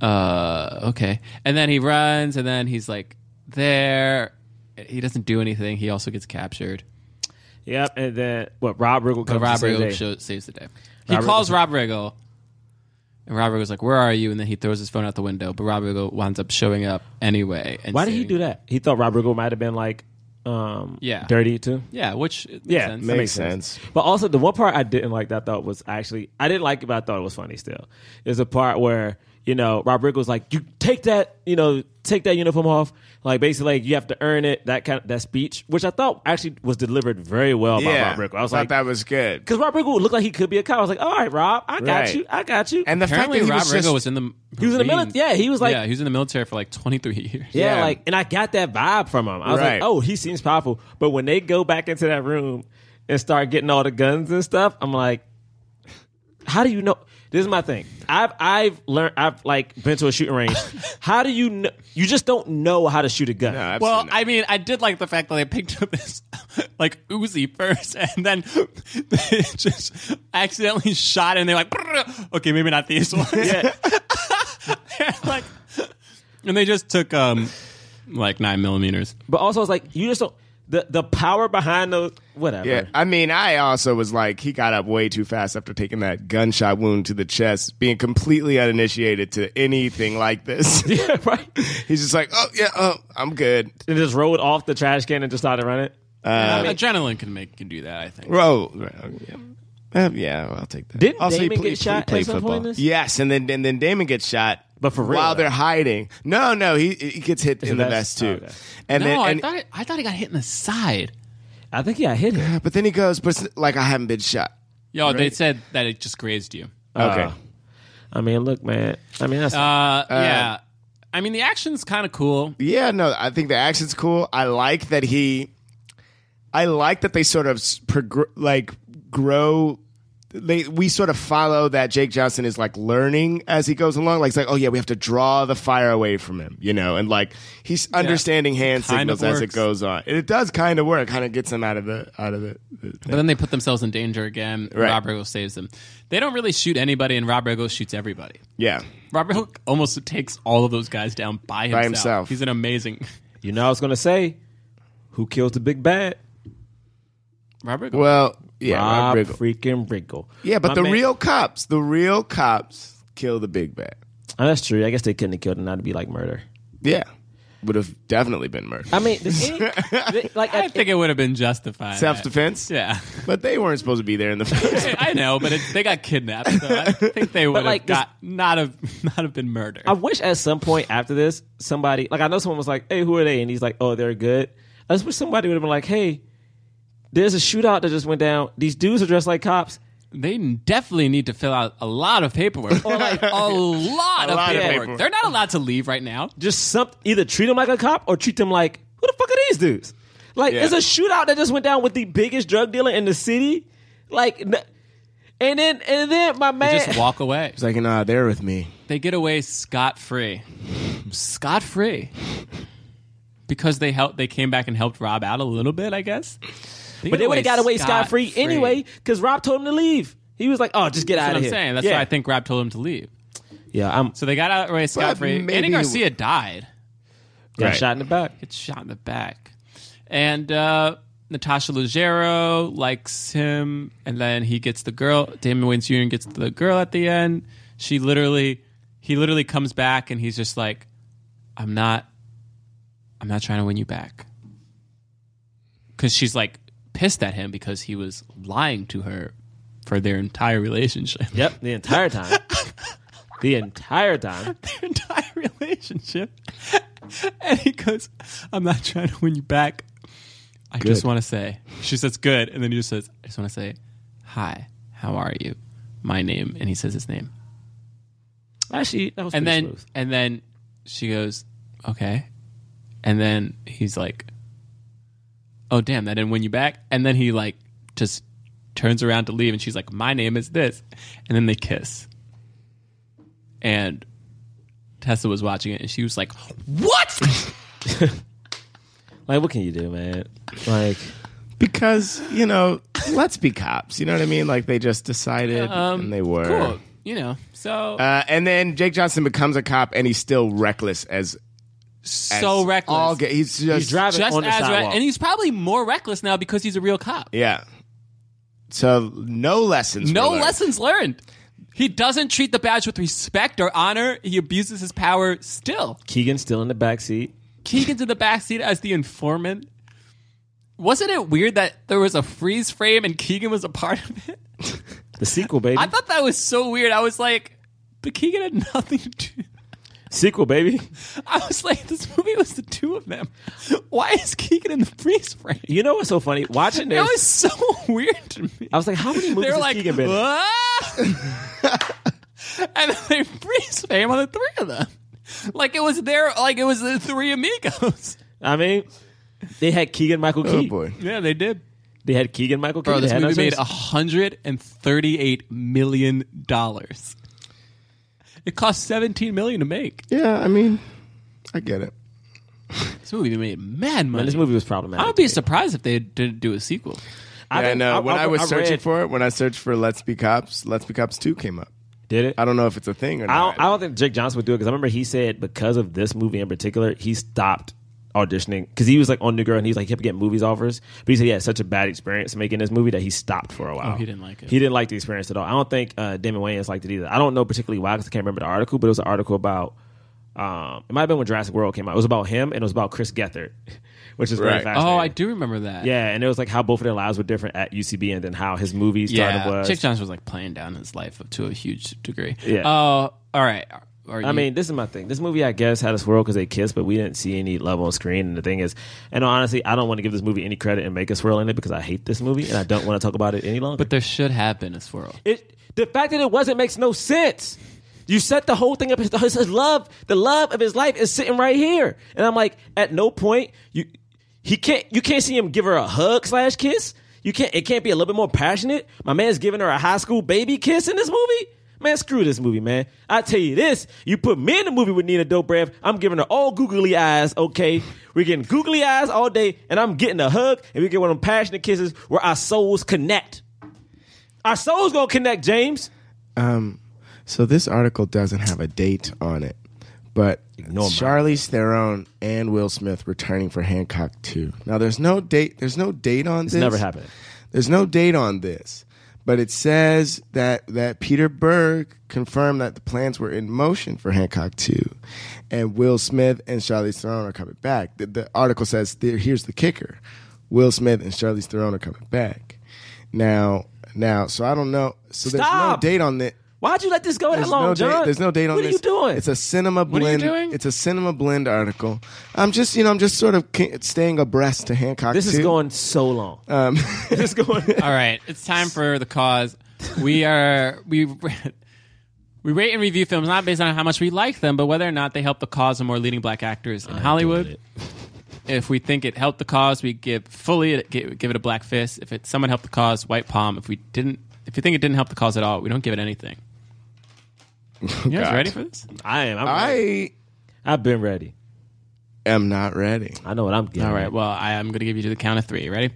Speaker 4: Uh, okay. And then he runs, and then he's like there. He doesn't do anything. He also gets captured.
Speaker 6: Yep. And then what? Rob Riggle
Speaker 4: But
Speaker 6: comes.
Speaker 4: Rob
Speaker 6: to save the
Speaker 4: Riggle
Speaker 6: day.
Speaker 4: show, saves the day. He
Speaker 6: Rob
Speaker 4: calls
Speaker 6: Riggle-
Speaker 4: Rob Riggle, and Rob Riggle's like, "Where are you?" And then he throws his phone out the window. But Rob Riggle winds up showing up anyway. And
Speaker 6: Why did he
Speaker 4: saving-
Speaker 6: do that? He thought Rob Riggle might have been like, um,
Speaker 4: Yeah.
Speaker 6: dirty too.
Speaker 4: Yeah, which it makes
Speaker 6: yeah,
Speaker 4: sense.
Speaker 6: that
Speaker 4: Makes
Speaker 6: But also, the one part I didn't like that I thought was actually I didn't like it, but I thought it was funny. Still, is a part where you know Rob Riggle's like, "You take that, you know, take that uniform off." Like basically, like, you have to earn it. That kind of that speech, which I thought actually was delivered very well
Speaker 5: yeah,
Speaker 6: by Rob Riggle. I was
Speaker 5: thought
Speaker 6: like,
Speaker 5: that was good.
Speaker 6: because Rob Riggle looked like he could be a cop. I was like, "All right, Rob, I got
Speaker 5: Right.
Speaker 6: you, I got you."
Speaker 5: And the fact
Speaker 4: Apparently,
Speaker 5: that he
Speaker 4: Rob
Speaker 5: was
Speaker 4: Riggle
Speaker 5: just-
Speaker 4: was in the
Speaker 6: He was in the
Speaker 4: Marine-
Speaker 6: mili- yeah, he was like-
Speaker 4: yeah, he was in the military for like twenty three years.
Speaker 6: Yeah, like, and I got that vibe from him. I was
Speaker 4: Right.
Speaker 6: like, oh, he seems powerful. But when they go back into that room and start getting all the guns and stuff, I'm like, how do you know? This is my thing. I've I've learned. I've like been to a shooting range. how do you know? You just don't know how to shoot a gun.
Speaker 4: well, I mean, I did like the fact that they picked up this like Uzi first, and then they just accidentally shot, and they're like, "Brr, "Okay, maybe not these ones."
Speaker 6: Yeah.
Speaker 4: and, like, and they just took um like nine millimeters.
Speaker 6: But also, it's like you just don't the the power behind those whatever.
Speaker 5: Yeah, I mean, I also was like, he got up way too fast after taking that gunshot wound to the chest, being completely uninitiated to anything like this.
Speaker 6: yeah, right.
Speaker 5: He's just like, oh yeah, oh, I'm good.
Speaker 6: And just rolled off the trash can and just started running.
Speaker 4: Yeah, adrenaline can make can do that. I think.
Speaker 5: Whoa. Yeah. Uh, yeah, well, I'll take that.
Speaker 6: Didn't
Speaker 5: also, he
Speaker 6: Damon
Speaker 5: play-
Speaker 6: get
Speaker 5: he
Speaker 6: shot
Speaker 5: played
Speaker 6: at some point in this?
Speaker 5: Yes, and then and then Damon gets shot.
Speaker 6: But for real,
Speaker 5: while
Speaker 6: though.
Speaker 5: they're hiding, no, no, he he gets hit in the vest too, and
Speaker 4: no,
Speaker 5: then
Speaker 4: I
Speaker 5: and,
Speaker 4: thought it, I thought he got hit in the side.
Speaker 6: I think yeah, I hit him.
Speaker 5: But then he goes, but it's like I haven't been shot.
Speaker 4: Yo, they said that it just grazed you.
Speaker 6: Uh, I mean, look, man. I mean, that's
Speaker 4: Uh, yeah. I mean, the action's kind of cool.
Speaker 5: Yeah, no, I think the action's cool. I like that he, I like that they sort of s- progr- like grow. They we sort of follow that Jake Johnson is like learning as he goes along. Like it's like, oh yeah, we have to draw the fire away from him, you know, and like he's understanding hand
Speaker 4: Kind of
Speaker 5: signals as it
Speaker 4: works.
Speaker 5: goes on. And it does kind of work. Kind of gets him out of the out of the. the
Speaker 4: But then they put themselves in danger again. and
Speaker 5: Right.
Speaker 4: Rob Riggle saves them. They don't really shoot anybody, and Rob Riggle shoots everybody.
Speaker 5: yeah,
Speaker 4: Rob Riggle almost takes all of those guys down by himself.
Speaker 6: By himself.
Speaker 4: He's an amazing
Speaker 6: you know, I was gonna say, who kills the big bad?
Speaker 4: Rob Riggle.
Speaker 5: Well, yeah,
Speaker 6: Rob
Speaker 5: Rob
Speaker 6: freaking Riggle.
Speaker 5: yeah. But
Speaker 6: My
Speaker 5: the
Speaker 6: man-
Speaker 5: real cops, the real cops, kill the big bad.
Speaker 6: Oh, that's true. I guess they couldn't have killed him. That'd be like murder.
Speaker 5: Yeah, would have definitely been murder.
Speaker 6: I mean, this- it- like
Speaker 4: I think it would have been justified.
Speaker 5: Self defense.
Speaker 4: Yeah,
Speaker 5: but they weren't supposed to be there in the first.
Speaker 4: I know, but it, they got kidnapped. So I think they would
Speaker 6: like,
Speaker 4: have got not have not have been murdered.
Speaker 6: I wish at some point after this, somebody like I know someone was like, "Hey, who are they?" And he's like, "Oh, they're good." I just wish somebody would have been like, "Hey, there's a shootout that just went down. These dudes are dressed like cops."
Speaker 4: They definitely need to fill out a lot of paperwork. Or like a lot,
Speaker 6: A
Speaker 4: of,
Speaker 6: lot of
Speaker 4: paperwork.
Speaker 6: paperwork.
Speaker 4: They're not allowed to leave right now.
Speaker 6: Just some either treat them like a cop or treat them like who the fuck are these dudes? Like
Speaker 4: Yeah.
Speaker 6: it's a shootout that just went down with the biggest drug dealer in the city. Like, n- and then and then my man
Speaker 4: They just walk away.
Speaker 5: He's like, nah, they're with me.
Speaker 4: They get away scot free, scot free, because they helped. They came back and helped Rob out a little bit, I guess.
Speaker 6: but they would have got away scot free
Speaker 4: scot-free.
Speaker 6: anyway because Rob told him to leave. He was like, "Oh, just get
Speaker 4: That's
Speaker 6: out
Speaker 4: what
Speaker 6: of
Speaker 4: I'm
Speaker 6: here."
Speaker 4: saying. That's
Speaker 6: yeah.
Speaker 4: why I think Rob told him to leave.
Speaker 6: Yeah, I'm
Speaker 4: So they got out away scot free.
Speaker 6: maybe-
Speaker 4: Andy Garcia died.
Speaker 6: got shot in the back.
Speaker 4: Gets shot in the back, and uh, Natasha Leggero likes him, and then he gets the girl. Damon Wayans Jr. gets the girl at the end. She literally, he literally comes back, and he's just like, "I'm not, I'm not trying to win you back," because she's like pissed at him because he was lying to her for their entire relationship.
Speaker 6: Yep, the entire time. the entire time.
Speaker 4: their entire relationship. And he goes, I'm not trying to win you back. I
Speaker 6: Good.
Speaker 4: just want to say, she says, good. And then he just says, I just want to say, hi, how are you? My name. And he says his name.
Speaker 6: Actually, that was
Speaker 4: and
Speaker 6: pretty
Speaker 4: then,
Speaker 6: smooth.
Speaker 4: and then she goes, okay. And then he's like, oh, damn, that didn't win you back. And then he like just turns around to leave and she's like, my name is this. And then they kiss. And Tessa was watching it and she was like, What?
Speaker 6: like, what can you do, man? Like,
Speaker 5: Because, you know, let's be cops. You know what I mean? Like they just decided
Speaker 4: Um,
Speaker 5: and they were.
Speaker 4: cool. You know, so
Speaker 5: Uh, and then Jake Johnson becomes a cop and he's still reckless as.
Speaker 4: So
Speaker 5: as
Speaker 4: reckless.
Speaker 5: All ga- he's just
Speaker 4: just as re- and he's probably more reckless now because he's a real cop.
Speaker 5: yeah. So no lessons.
Speaker 4: No
Speaker 5: were learned.
Speaker 4: lessons learned. He doesn't treat the badge with respect or honor. He abuses his power still.
Speaker 6: Keegan's still in the back seat.
Speaker 4: Keegan's in the backseat as the informant. Wasn't it weird that there was a freeze frame and Keegan was a part of it?
Speaker 6: The sequel, baby.
Speaker 4: I thought that was so weird. I was like, but Keegan had nothing to do.
Speaker 6: sequel, baby.
Speaker 4: I was like, this movie was the two of them. Why is Keegan in the freeze frame?
Speaker 6: You know what's so funny? Watching
Speaker 4: That
Speaker 6: this,
Speaker 4: was so weird to me.
Speaker 6: I was like, how many movies
Speaker 4: They're
Speaker 6: has
Speaker 4: like,
Speaker 6: Keegan been in?
Speaker 4: "Ah!" and then they freeze frame on the three of them. Like it was their, like it was the three amigos.
Speaker 5: Oh,
Speaker 6: I mean, they had Keegan Michael Key.
Speaker 4: Yeah, they did.
Speaker 6: They had Keegan Michael Key.
Speaker 4: Bro,
Speaker 6: they
Speaker 4: this
Speaker 6: had
Speaker 4: movie made
Speaker 6: Usher.
Speaker 4: $138 million. It cost $17 million to make.
Speaker 5: Yeah, I mean, I get it.
Speaker 4: This movie made mad money.
Speaker 6: this movie was problematic.
Speaker 4: I would be surprised if they didn't do a sequel.
Speaker 5: Yeah, I know. when I, was searching for it, when I searched for Let's Be Cops, Let's Be Cops 2 came up.
Speaker 6: Did it?
Speaker 5: I don't know if it's a thing or
Speaker 6: I
Speaker 5: not.
Speaker 6: don't, I don't think Jake Johnson would do it because I remember he said because of this movie in particular, he stopped auditioning because he was like on the girl and he was like kept getting movies offers, but he said he had such a bad experience making this movie that he stopped for a while.
Speaker 4: Oh, he didn't like it.
Speaker 6: He didn't like the experience at all. I don't think uh, Damon Wayans liked it either. I don't know particularly why because I can't remember the article, but it was an article about. Um, it might have been when Jurassic World came out. It was about him and it was about Chris Gethard, which is very fascinating.
Speaker 4: Oh, I do remember that.
Speaker 6: Yeah, and it was like how both of their lives were different at UCB, and then how his movie stardom was.
Speaker 4: Jake Johnson was like playing down his life to a huge degree.
Speaker 6: Yeah.
Speaker 4: Oh, all right. Are
Speaker 6: I
Speaker 4: you-
Speaker 6: mean, this is my thing. This movie, I guess, had a swirl because they kissed, but we didn't see any love on screen. And the thing is, and honestly, I don't want to give this movie any credit and make a swirl in it because I hate this movie and I don't want to talk about it any longer. But
Speaker 4: there should have been a swirl.
Speaker 6: It, the fact that it wasn't makes no sense. You set the whole thing up. His, his, his love, the love of his life, is sitting right here, and I'm like, at no point you he can't you can't see him give her a hug slash kiss. You can't. It can't be a little bit more passionate. My man's giving her a high school baby kiss in this movie. Man, screw this movie, man. I tell you this, you put me in the movie with Nina Dobrev, I'm giving her all googly eyes, okay? We're getting googly eyes all day, and I'm getting a hug, and we get one of them passionate kisses where our souls connect. Our souls gonna connect, James.
Speaker 5: Um, so this article doesn't have a date on it, but Charlize Theron and Will Smith returning for Hancock 2. Now there's no date. There's no date on
Speaker 6: It's
Speaker 5: this.
Speaker 6: never happened.
Speaker 5: There's no date on this, but it says that that Peter Berg confirmed that the plans were in motion for Hancock 2, and Will Smith and Charlize Theron are coming back. The, the article says there- here's the kicker: Will Smith and Charlize Theron are coming back. Now, now, so I don't know. So
Speaker 6: Stop.
Speaker 5: there's no date on it.
Speaker 6: Why'd you let this go that
Speaker 5: There's
Speaker 6: long,
Speaker 5: no
Speaker 6: John?
Speaker 5: Date, there's no date on
Speaker 6: What
Speaker 5: this.
Speaker 6: What are you doing?
Speaker 5: It's a cinema
Speaker 6: What
Speaker 5: blend.
Speaker 6: are you doing?
Speaker 5: It's a cinema blend article. I'm just, you know, I'm just sort of ca- staying abreast to Hancock.
Speaker 6: This is
Speaker 5: too.
Speaker 6: going so long.
Speaker 5: Um,
Speaker 6: this going.
Speaker 4: All right, it's time for the cause. We are we we rate and review films not based on how much we like them, but whether or not they help the cause of more leading black actors in Hollywood. If we think it helped the cause, we give fully give give it a black fist. If it someone helped the cause, white palm. If we didn't, if you think it didn't help the cause at all, we don't give it anything. You guys
Speaker 5: God.
Speaker 4: ready for this?
Speaker 6: I am. I'm
Speaker 5: ready.
Speaker 6: I've been ready.
Speaker 5: I'm not ready.
Speaker 6: I know what I'm getting.
Speaker 4: All right. Well, I, I'm going to give you to the count of three. Ready?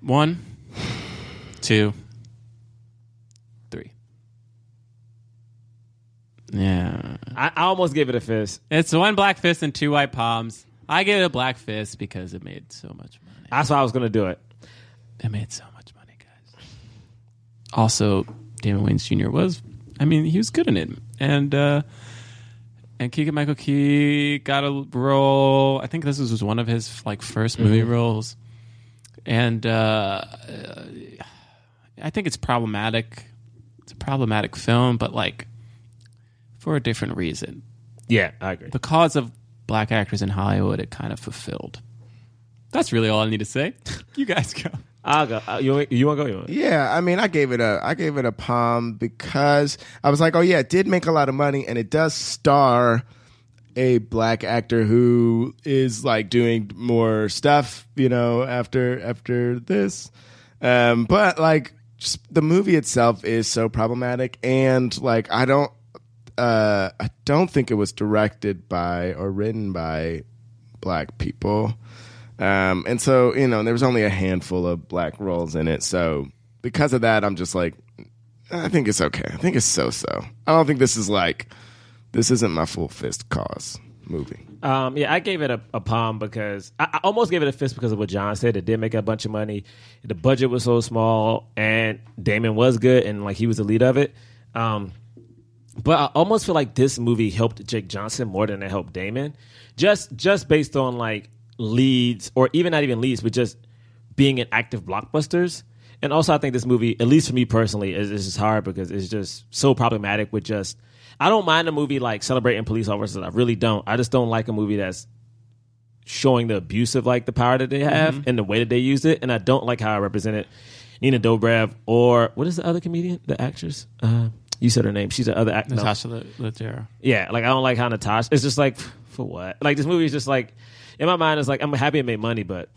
Speaker 4: One, two, three. Yeah.
Speaker 6: I, I almost gave it a fist.
Speaker 4: It's one black fist and two white palms. I give it a black fist because it made so much money.
Speaker 6: That's why I was going to do it.
Speaker 4: It made so much money, guys. Also, Damon Wayans Jr. was, I mean, he was good in it. And, uh, and Keegan Michael Key got a role. I think this was one of his like 1st movie
Speaker 6: Mhm.
Speaker 4: roles. And, uh, I think it's problematic. It's a problematic film, but like for a different reason.
Speaker 6: Yeah, I agree.
Speaker 4: The cause of black actors in Hollywood, it kind of fulfilled. That's really all I need to say. You guys go.
Speaker 6: I'll go. Uh, You, you want to go? You wanna-
Speaker 5: Yeah, I mean, I gave it a I gave it a palm because I was like, oh yeah, it did make a lot of money, and it does star a black actor who is like doing more stuff, you know, after after this. Um, but like, just the movie itself is so problematic, and like, I don't. Uh, I don't think it was directed by or written by black people. Um, and so, you know, there was only a handful of black roles in it. So because of that, I'm just like, I think it's okay. I think it's so so. I don't think this is like, this isn't my full fist cause movie.
Speaker 6: Um, yeah, I gave it a, a palm because I, I almost gave it a fist because of what John said. It did make a bunch of money. The budget was so small, and Damon was good, and like he was the lead of it. Um, but I almost feel like this movie helped Jake Johnson more than it helped Damon, just just based on like leads or even not even leads, but just being in active blockbusters. And also, I think this movie, at least for me personally, is is just hard because it's just so problematic with just. I don't mind a movie like celebrating police officers. I really don't. I just don't like a movie that's showing the abuse of like the power that they have
Speaker 4: Mhm.
Speaker 6: and the way that they used it. And I don't like how I represented Nina Dobrev or what is the other comedian, the actress? Uh, you said her name. She's the other actress.
Speaker 4: Natasha Le- Leggero.
Speaker 6: Yeah, like I don't like how Natasha. It's just like for what? Like this movie is just like in my mind. It's like I'm happy it made money, but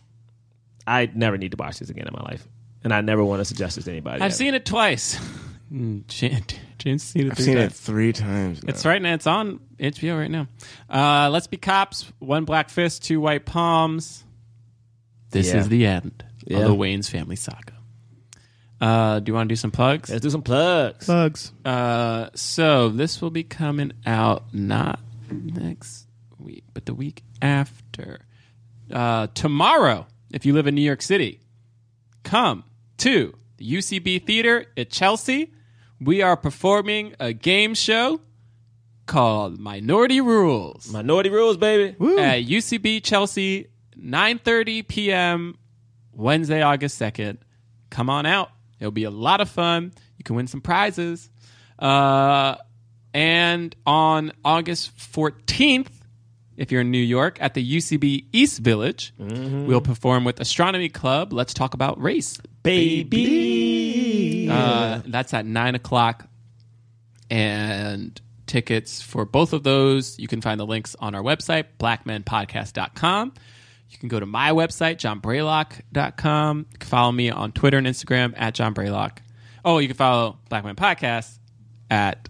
Speaker 6: I never need to watch this again in my life, and I never want to suggest this to anybody.
Speaker 4: I've seen it twice. Mm, James seen it.
Speaker 5: I've
Speaker 4: three
Speaker 5: seen it
Speaker 4: times.
Speaker 5: three times. now.
Speaker 4: It's right now. It's on HBO right now. Uh, Let's be cops. One black fist, two white palms. This
Speaker 6: Yeah.
Speaker 4: is the end
Speaker 6: Yeah.
Speaker 4: of the Wayne's family saga. Uh, do you want to do some plugs?
Speaker 6: Let's do some plugs.
Speaker 4: Plugs. Uh, so this will be coming out not next week, but the week after. Uh, tomorrow, if you live in New York City, come to the UCB Theater at Chelsea. We are performing a game show called Minority Rules.
Speaker 6: Minority Rules, baby.
Speaker 4: At UCB Chelsea, 9.30 p.m. Wednesday, August 2nd. Come on out. It'll be a lot of fun. You can win some prizes. Uh, and on August 14th, if you're in New York, at the UCB East Village, we'll perform with Astronomy Club. Let's talk about race.
Speaker 6: Baby.
Speaker 4: Uh, that's at 9 o'clock. And tickets for both of those, you can find the links on our website, blackmenpodcast.com. You can go to my website, johnbraylock.com. You can follow me on Twitter and Instagram at John Braylock. Oh, you can follow Black Men Podcast at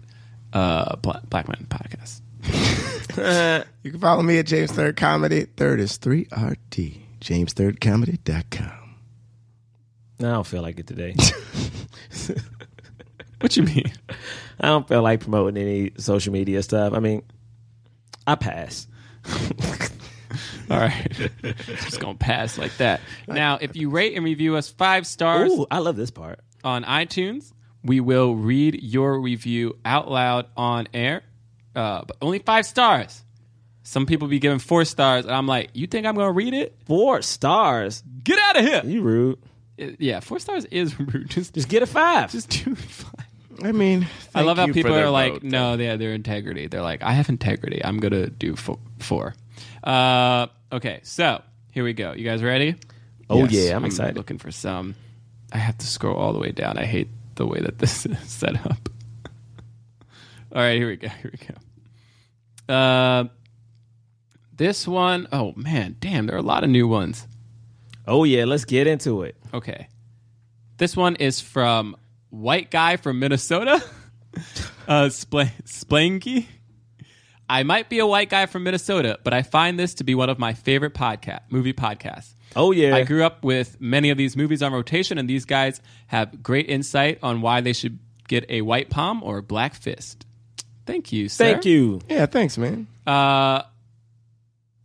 Speaker 4: uh, Bla- Black Men Podcast.
Speaker 5: you can follow me at James Third Comedy. Third is 3RT. JamesThirdComedy.com.
Speaker 6: I don't feel like it today.
Speaker 4: what you mean?
Speaker 6: I don't feel like promoting any social media stuff. I mean, I pass.
Speaker 4: All right. Just going to pass like that. Now, if you rate and review us five stars.
Speaker 6: Ooh, I love this part.
Speaker 4: On iTunes, we will read your review out loud on air, uh, but only five stars. Some people be giving four stars, and I'm like, you think I'm going to read it?
Speaker 6: Four stars?
Speaker 4: Get out of here.
Speaker 6: You rude.
Speaker 4: yeah, four stars is rude. Just,
Speaker 6: just get a five.
Speaker 4: Just do five.
Speaker 5: I mean,
Speaker 4: I love how
Speaker 5: thank you
Speaker 4: people
Speaker 5: for their
Speaker 4: are like,
Speaker 5: vote.
Speaker 4: no, they have their integrity. They're like, I have integrity. I'm going to do fo- four. Uh, okay, so here we go. You guys ready?
Speaker 6: Oh, yeah,
Speaker 4: Mm-hmm.
Speaker 6: I'm excited.
Speaker 4: looking for some. I have to scroll all the way down. I hate the way that this is set up. all right, here we go. Here we go. Uh, this one, oh man, damn, there are a lot of new ones.
Speaker 6: Oh, yeah, let's get into it.
Speaker 4: Okay. This one is from white guy from Minnesota. uh, Spl- Splanky. I might be a white guy from Minnesota, but I find this to be one of my favorite podcast movie podcasts.
Speaker 6: Oh yeah.
Speaker 4: I grew up with many of these movies on rotation, and these guys have great insight on why they should get a white palm or a black fist. Thank you, sir.
Speaker 6: Thank you.
Speaker 5: Yeah, thanks, man.
Speaker 4: Uh,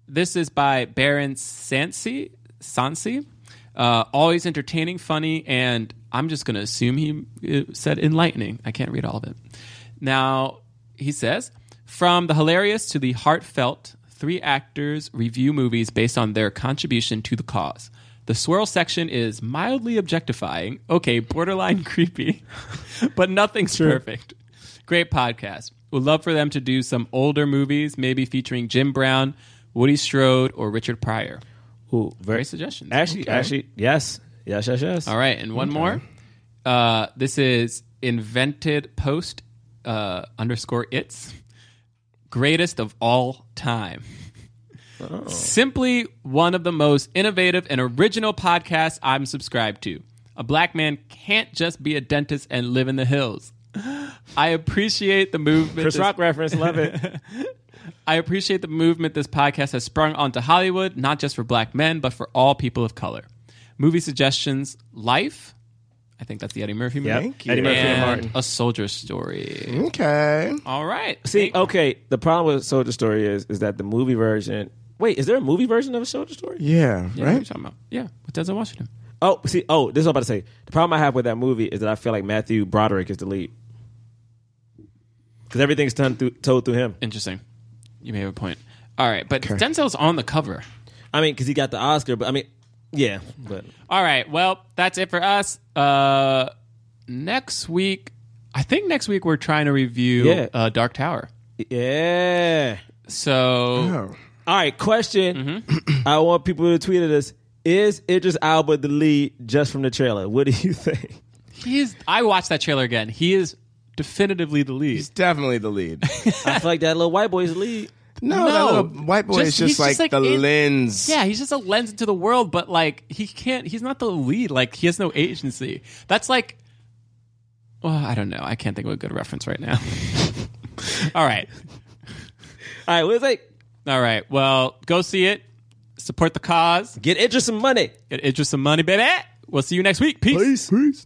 Speaker 4: this is by Baron Sansi. Sansi. Uh, always entertaining, funny, and I'm just going to assume he uh, said enlightening. I can't read all of it. Now, he says From the hilarious to the heartfelt, three actors review movies based on their contribution to the cause. The swirl section is mildly objectifying, okay, borderline creepy, but nothing's perfect. Great podcast. Would love for them to do some older movies, maybe featuring Jim Brown, Woody Strode, or Richard Pryor.
Speaker 6: Ooh, very
Speaker 4: Great suggestions.
Speaker 6: Actually, actually, yes, yes, yes, yes.
Speaker 4: All right, and one more. Uh, this is invented post uh, underscore its greatest of all time.
Speaker 6: Oh.
Speaker 4: Simply one of the most innovative and original podcasts I'm subscribed to. A black man can't just be a dentist and live in the hills. I appreciate the movement.
Speaker 6: Chris Rock reference, love it.
Speaker 4: I appreciate the movement this podcast has sprung onto Hollywood, not just for black men, but for all people of color. Movie suggestions Life. I think that's the Eddie Murphy
Speaker 6: Yep.
Speaker 4: movie.
Speaker 6: Thank you. Eddie Murphy and Martin.
Speaker 4: A Soldier's Story.
Speaker 5: Okay.
Speaker 4: All right.
Speaker 6: See, oh, okay. The problem with Soldier Story is is that the movie version. Wait, is there a movie version of a Soldier Story?
Speaker 5: Yeah,
Speaker 4: Yeah, what are you
Speaker 6: right.
Speaker 4: talking about? Yeah, with Denzel Washington.
Speaker 6: Oh, see, oh, this is what I'm about to say. The problem I have with that movie is that I feel like Matthew Broderick is the lead because everything's done through, told through him.
Speaker 4: Interesting. You may have a point. All right, but Denzel's on the cover.
Speaker 6: I mean, because he got the Oscar, but I mean, yeah, but
Speaker 4: All right. Well, that's it for us. Uh, next week, I think next week we're trying to review
Speaker 6: Yeah.
Speaker 4: uh, Dark Tower.
Speaker 6: yeah.
Speaker 4: So,
Speaker 6: Oh. all right. Question: I want people to tweet at us. Is Idris Alba the lead just from the trailer? What do you think?
Speaker 4: He is. I watched that trailer again. He is definitively the lead. He's
Speaker 5: definitely the lead.
Speaker 6: I feel like that little white boy's the lead.
Speaker 5: No, that little white boy is just
Speaker 4: he's
Speaker 5: like the lens.
Speaker 4: Yeah, he's just a lens into the world, but like he can't. He's not the lead. Like he has no agency. That's like, well, I don't know. I can't think of a good reference right now. All right,
Speaker 6: all right. What is it?
Speaker 4: All right. Well, go see it. Support the cause.
Speaker 6: Get Idris some money.
Speaker 4: Get Idris some money, baby. We'll see you next week. Peace.
Speaker 6: Peace.